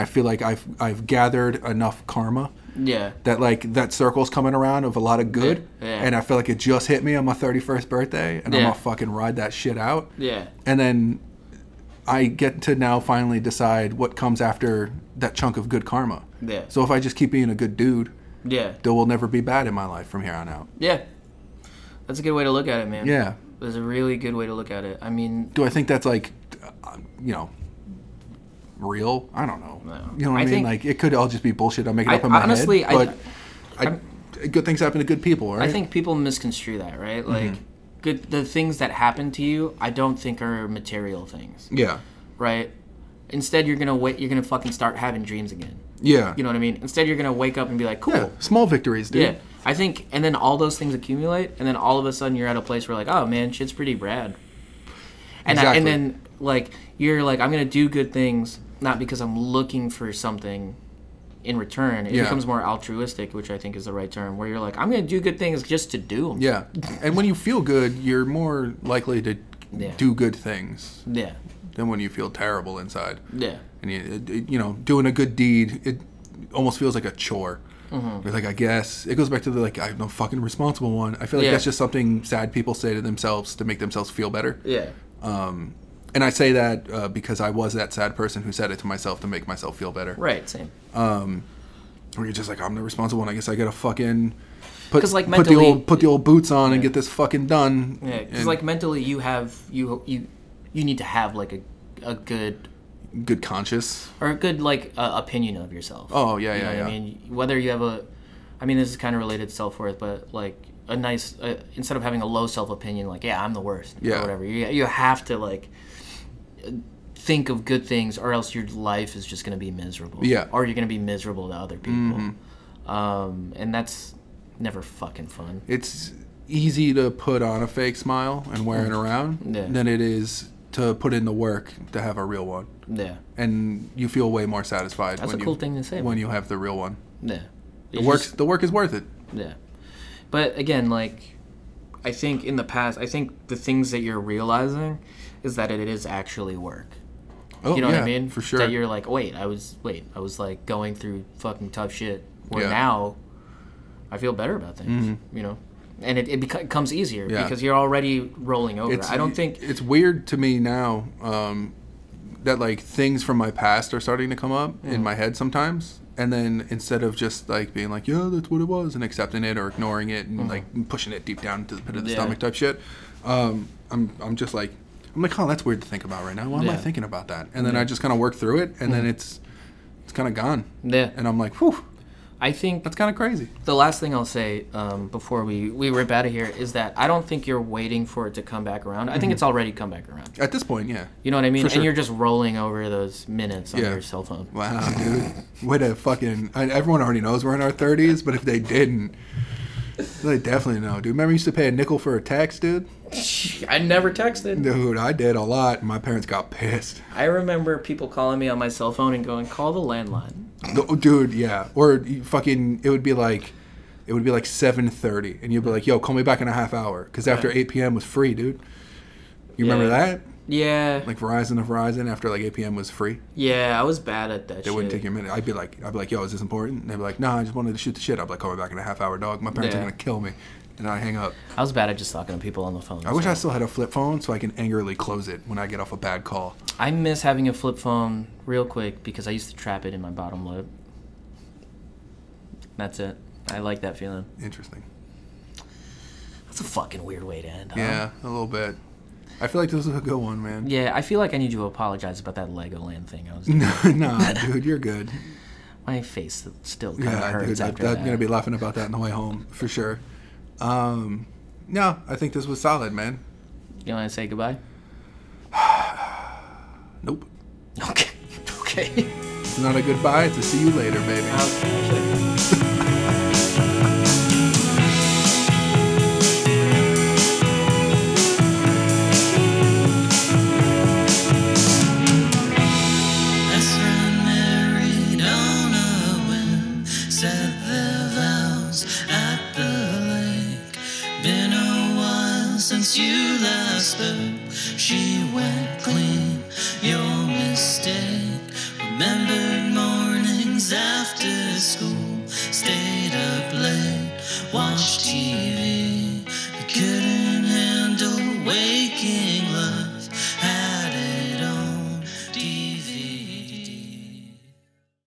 Speaker 2: I feel like I've I've gathered enough karma.
Speaker 1: Yeah.
Speaker 2: That like that circle's coming around of a lot of good,
Speaker 1: Yeah, yeah.
Speaker 2: and I feel like it just hit me on my thirty first birthday, and I'm
Speaker 1: Yeah.
Speaker 2: gonna fucking ride that shit out
Speaker 1: Yeah.
Speaker 2: and then I get to now finally decide what comes after that chunk of good karma.
Speaker 1: Yeah.
Speaker 2: So if I just keep being a good dude,
Speaker 1: Yeah.
Speaker 2: there will never be bad in my life from here on out.
Speaker 1: Yeah. That's a good way to look at it, man.
Speaker 2: Yeah.
Speaker 1: That's a really good way to look at it. I mean,
Speaker 2: Do I think that's like, uh, you know, real. I don't know.
Speaker 1: No.
Speaker 2: You know what
Speaker 1: I
Speaker 2: I mean?
Speaker 1: think-
Speaker 2: like it could all just be bullshit. I'm making it
Speaker 1: I-
Speaker 2: up in my
Speaker 1: honestly, I-
Speaker 2: head. But I, good things happen to good people, right?
Speaker 1: I think people misconstrue that, right?
Speaker 2: Mm-hmm.
Speaker 1: Like, good the things that happen to you, I don't think are material things,
Speaker 2: Yeah.
Speaker 1: right? Instead, you're gonna wait. You're gonna fucking start having dreams again.
Speaker 2: Yeah.
Speaker 1: You know what I mean? Instead, you're gonna wake up and be like, cool.
Speaker 2: yeah. Small victories, dude.
Speaker 1: Yeah. I think, and then all those things accumulate, and then all of a sudden you're at a place where like, oh man, shit's pretty rad. And I,
Speaker 2: Exactly.
Speaker 1: and then like you're like, I'm gonna do good things not because I'm looking for something in return. It
Speaker 2: Yeah.
Speaker 1: becomes more altruistic, which I think is the right term, where you're like, I'm gonna do good things just to do 'em."
Speaker 2: Yeah. And when you feel good, you're more likely to
Speaker 1: Yeah.
Speaker 2: do good things
Speaker 1: Yeah.
Speaker 2: than when you feel terrible inside.
Speaker 1: Yeah.
Speaker 2: And you, it- it- you know, doing a good deed, it almost feels like a chore.
Speaker 1: Mm-hmm.
Speaker 2: You're like, I guess it goes back to the like, I'm the fucking responsible one. I feel like
Speaker 1: Yeah.
Speaker 2: that's just something sad people say to themselves to make themselves feel better.
Speaker 1: Yeah.
Speaker 2: And I say that uh, because I was that sad person who said it to myself to make myself feel better.
Speaker 1: Right. Same.
Speaker 2: Where you're just like, I'm the responsible one. I guess I gotta fucking put
Speaker 1: 'Cause, like,
Speaker 2: put the
Speaker 1: mentally-
Speaker 2: old put the old boots on and get this fucking done.
Speaker 1: Yeah. Because
Speaker 2: And
Speaker 1: like mentally, you have you you you need to have like a a good
Speaker 2: good conscious.
Speaker 1: or a good like uh, opinion of yourself.
Speaker 2: Oh, yeah,
Speaker 1: You know
Speaker 2: yeah,
Speaker 1: what I
Speaker 2: yeah.
Speaker 1: mean, whether you have a, I mean, this is kind of related to self worth, but like a nice uh, instead of having a low self opinion, like yeah, I'm the worst, or
Speaker 2: Yeah.
Speaker 1: whatever. You you have to like think of good things, or else your life is just gonna be miserable.
Speaker 2: Yeah. Mm-hmm.
Speaker 1: or you're gonna be miserable to other people, um, and that's never fucking fun.
Speaker 2: It's easy to put on a fake smile and wear it around
Speaker 1: Mm. Yeah.
Speaker 2: than it is to put in the work to have a real one.
Speaker 1: Yeah,
Speaker 2: And you feel way more satisfied.
Speaker 1: That's
Speaker 2: when
Speaker 1: a cool
Speaker 2: you,
Speaker 1: thing to say.
Speaker 2: When you have the real one,
Speaker 1: yeah.
Speaker 2: the work the work is worth it.
Speaker 1: Yeah. But again, like I think in the past, I think the things that you're realizing is that it is actually work.
Speaker 2: Oh,
Speaker 1: You know what
Speaker 2: yeah,
Speaker 1: I mean?
Speaker 2: For sure.
Speaker 1: That you're like, wait, I was wait, I was like going through fucking tough shit. Where
Speaker 2: Yeah. Mm-hmm.
Speaker 1: now I feel better about things. You know? And it, it beco- comes easier
Speaker 2: Yeah.
Speaker 1: because you're already rolling over. I don't think
Speaker 2: it's e-, weird to me now um, that like things from my past are starting to come up
Speaker 1: Mm.
Speaker 2: in my head sometimes, and then instead of just like being like, yeah, that's what it was, and accepting it or ignoring it and like pushing it deep down into the pit of the
Speaker 1: Mm-hmm. Yeah.
Speaker 2: stomach type shit, um, I'm I'm just like I'm like, oh, that's weird to think about right now. Why am I
Speaker 1: Yeah. Mm.
Speaker 2: thinking about that? And then I just kind of work through it, and then it's it's kind of gone,
Speaker 1: yeah.
Speaker 2: and I'm like, whew,
Speaker 1: I think
Speaker 2: that's kind of crazy.
Speaker 1: the last thing I'll say um, before we, we rip out of here is that I don't think you're waiting for it to come back around. I think it's already come back around.
Speaker 2: At this point, yeah.
Speaker 1: You know what I mean?
Speaker 2: Mm-hmm. For
Speaker 1: And
Speaker 2: sure.
Speaker 1: you're just rolling over those minutes on
Speaker 2: Yeah.
Speaker 1: your cell phone.
Speaker 2: Wow, dude. What a fucking. I, everyone already knows we're in our 30s, but if they didn't, they definitely know, dude. Remember, you used to pay a nickel for a text, dude?
Speaker 1: I never texted.
Speaker 2: Dude, I did a lot, and my parents got pissed.
Speaker 1: I remember people calling me on my cell phone and going, "Call the landline."
Speaker 2: No, Dude, yeah. Or you fucking, it would be like. It would be like 7:30, and you'd be like, "Yo, call me back in a half hour," because after 8 p.m. was free, dude. You remember
Speaker 1: Yeah.
Speaker 2: that?
Speaker 1: Yeah,
Speaker 2: Like Verizon to Verizon after like 8 p.m. was free.
Speaker 1: yeah, I was bad at that.
Speaker 2: It
Speaker 1: shit.
Speaker 2: wouldn't take you a minute. I'd be like, I'd be like, yo, is this important? And they'd be like, nah, I just wanted to shoot the shit. I'd be like, call me back in a half hour, dog. My parents
Speaker 1: Yeah.
Speaker 2: are gonna kill me. And I hang up.
Speaker 1: I was bad at just talking to people on the phone.
Speaker 2: I wish I still had a flip phone so I can angrily close it when I get off a bad call.
Speaker 1: I miss having a flip phone real quick because I used to trap it in my bottom lip. That's it. I like that feeling.
Speaker 2: Interesting.
Speaker 1: That's a fucking weird way to end. huh?
Speaker 2: Yeah, a little bit. I feel like this is a good one, man.
Speaker 1: Yeah, I feel like I need you to apologize about that Legoland thing. I
Speaker 2: (laughs)
Speaker 1: was (laughs)
Speaker 2: nah, dude, you're good.
Speaker 1: my face still kind of
Speaker 2: Yeah,
Speaker 1: hurts
Speaker 2: dude, I,
Speaker 1: after
Speaker 2: I'm
Speaker 1: that.
Speaker 2: gonna be laughing about that on the way home for sure. Um, no, I think this was solid, man.
Speaker 1: You want to say goodbye? (laughs)
Speaker 2: Nope,
Speaker 1: Okay. Okay.
Speaker 2: it's not a goodbye. It's a see you later, baby. (laughs)
Speaker 3: Best friend married on a whim, set their vows at the lake. Been a while since you last spoke.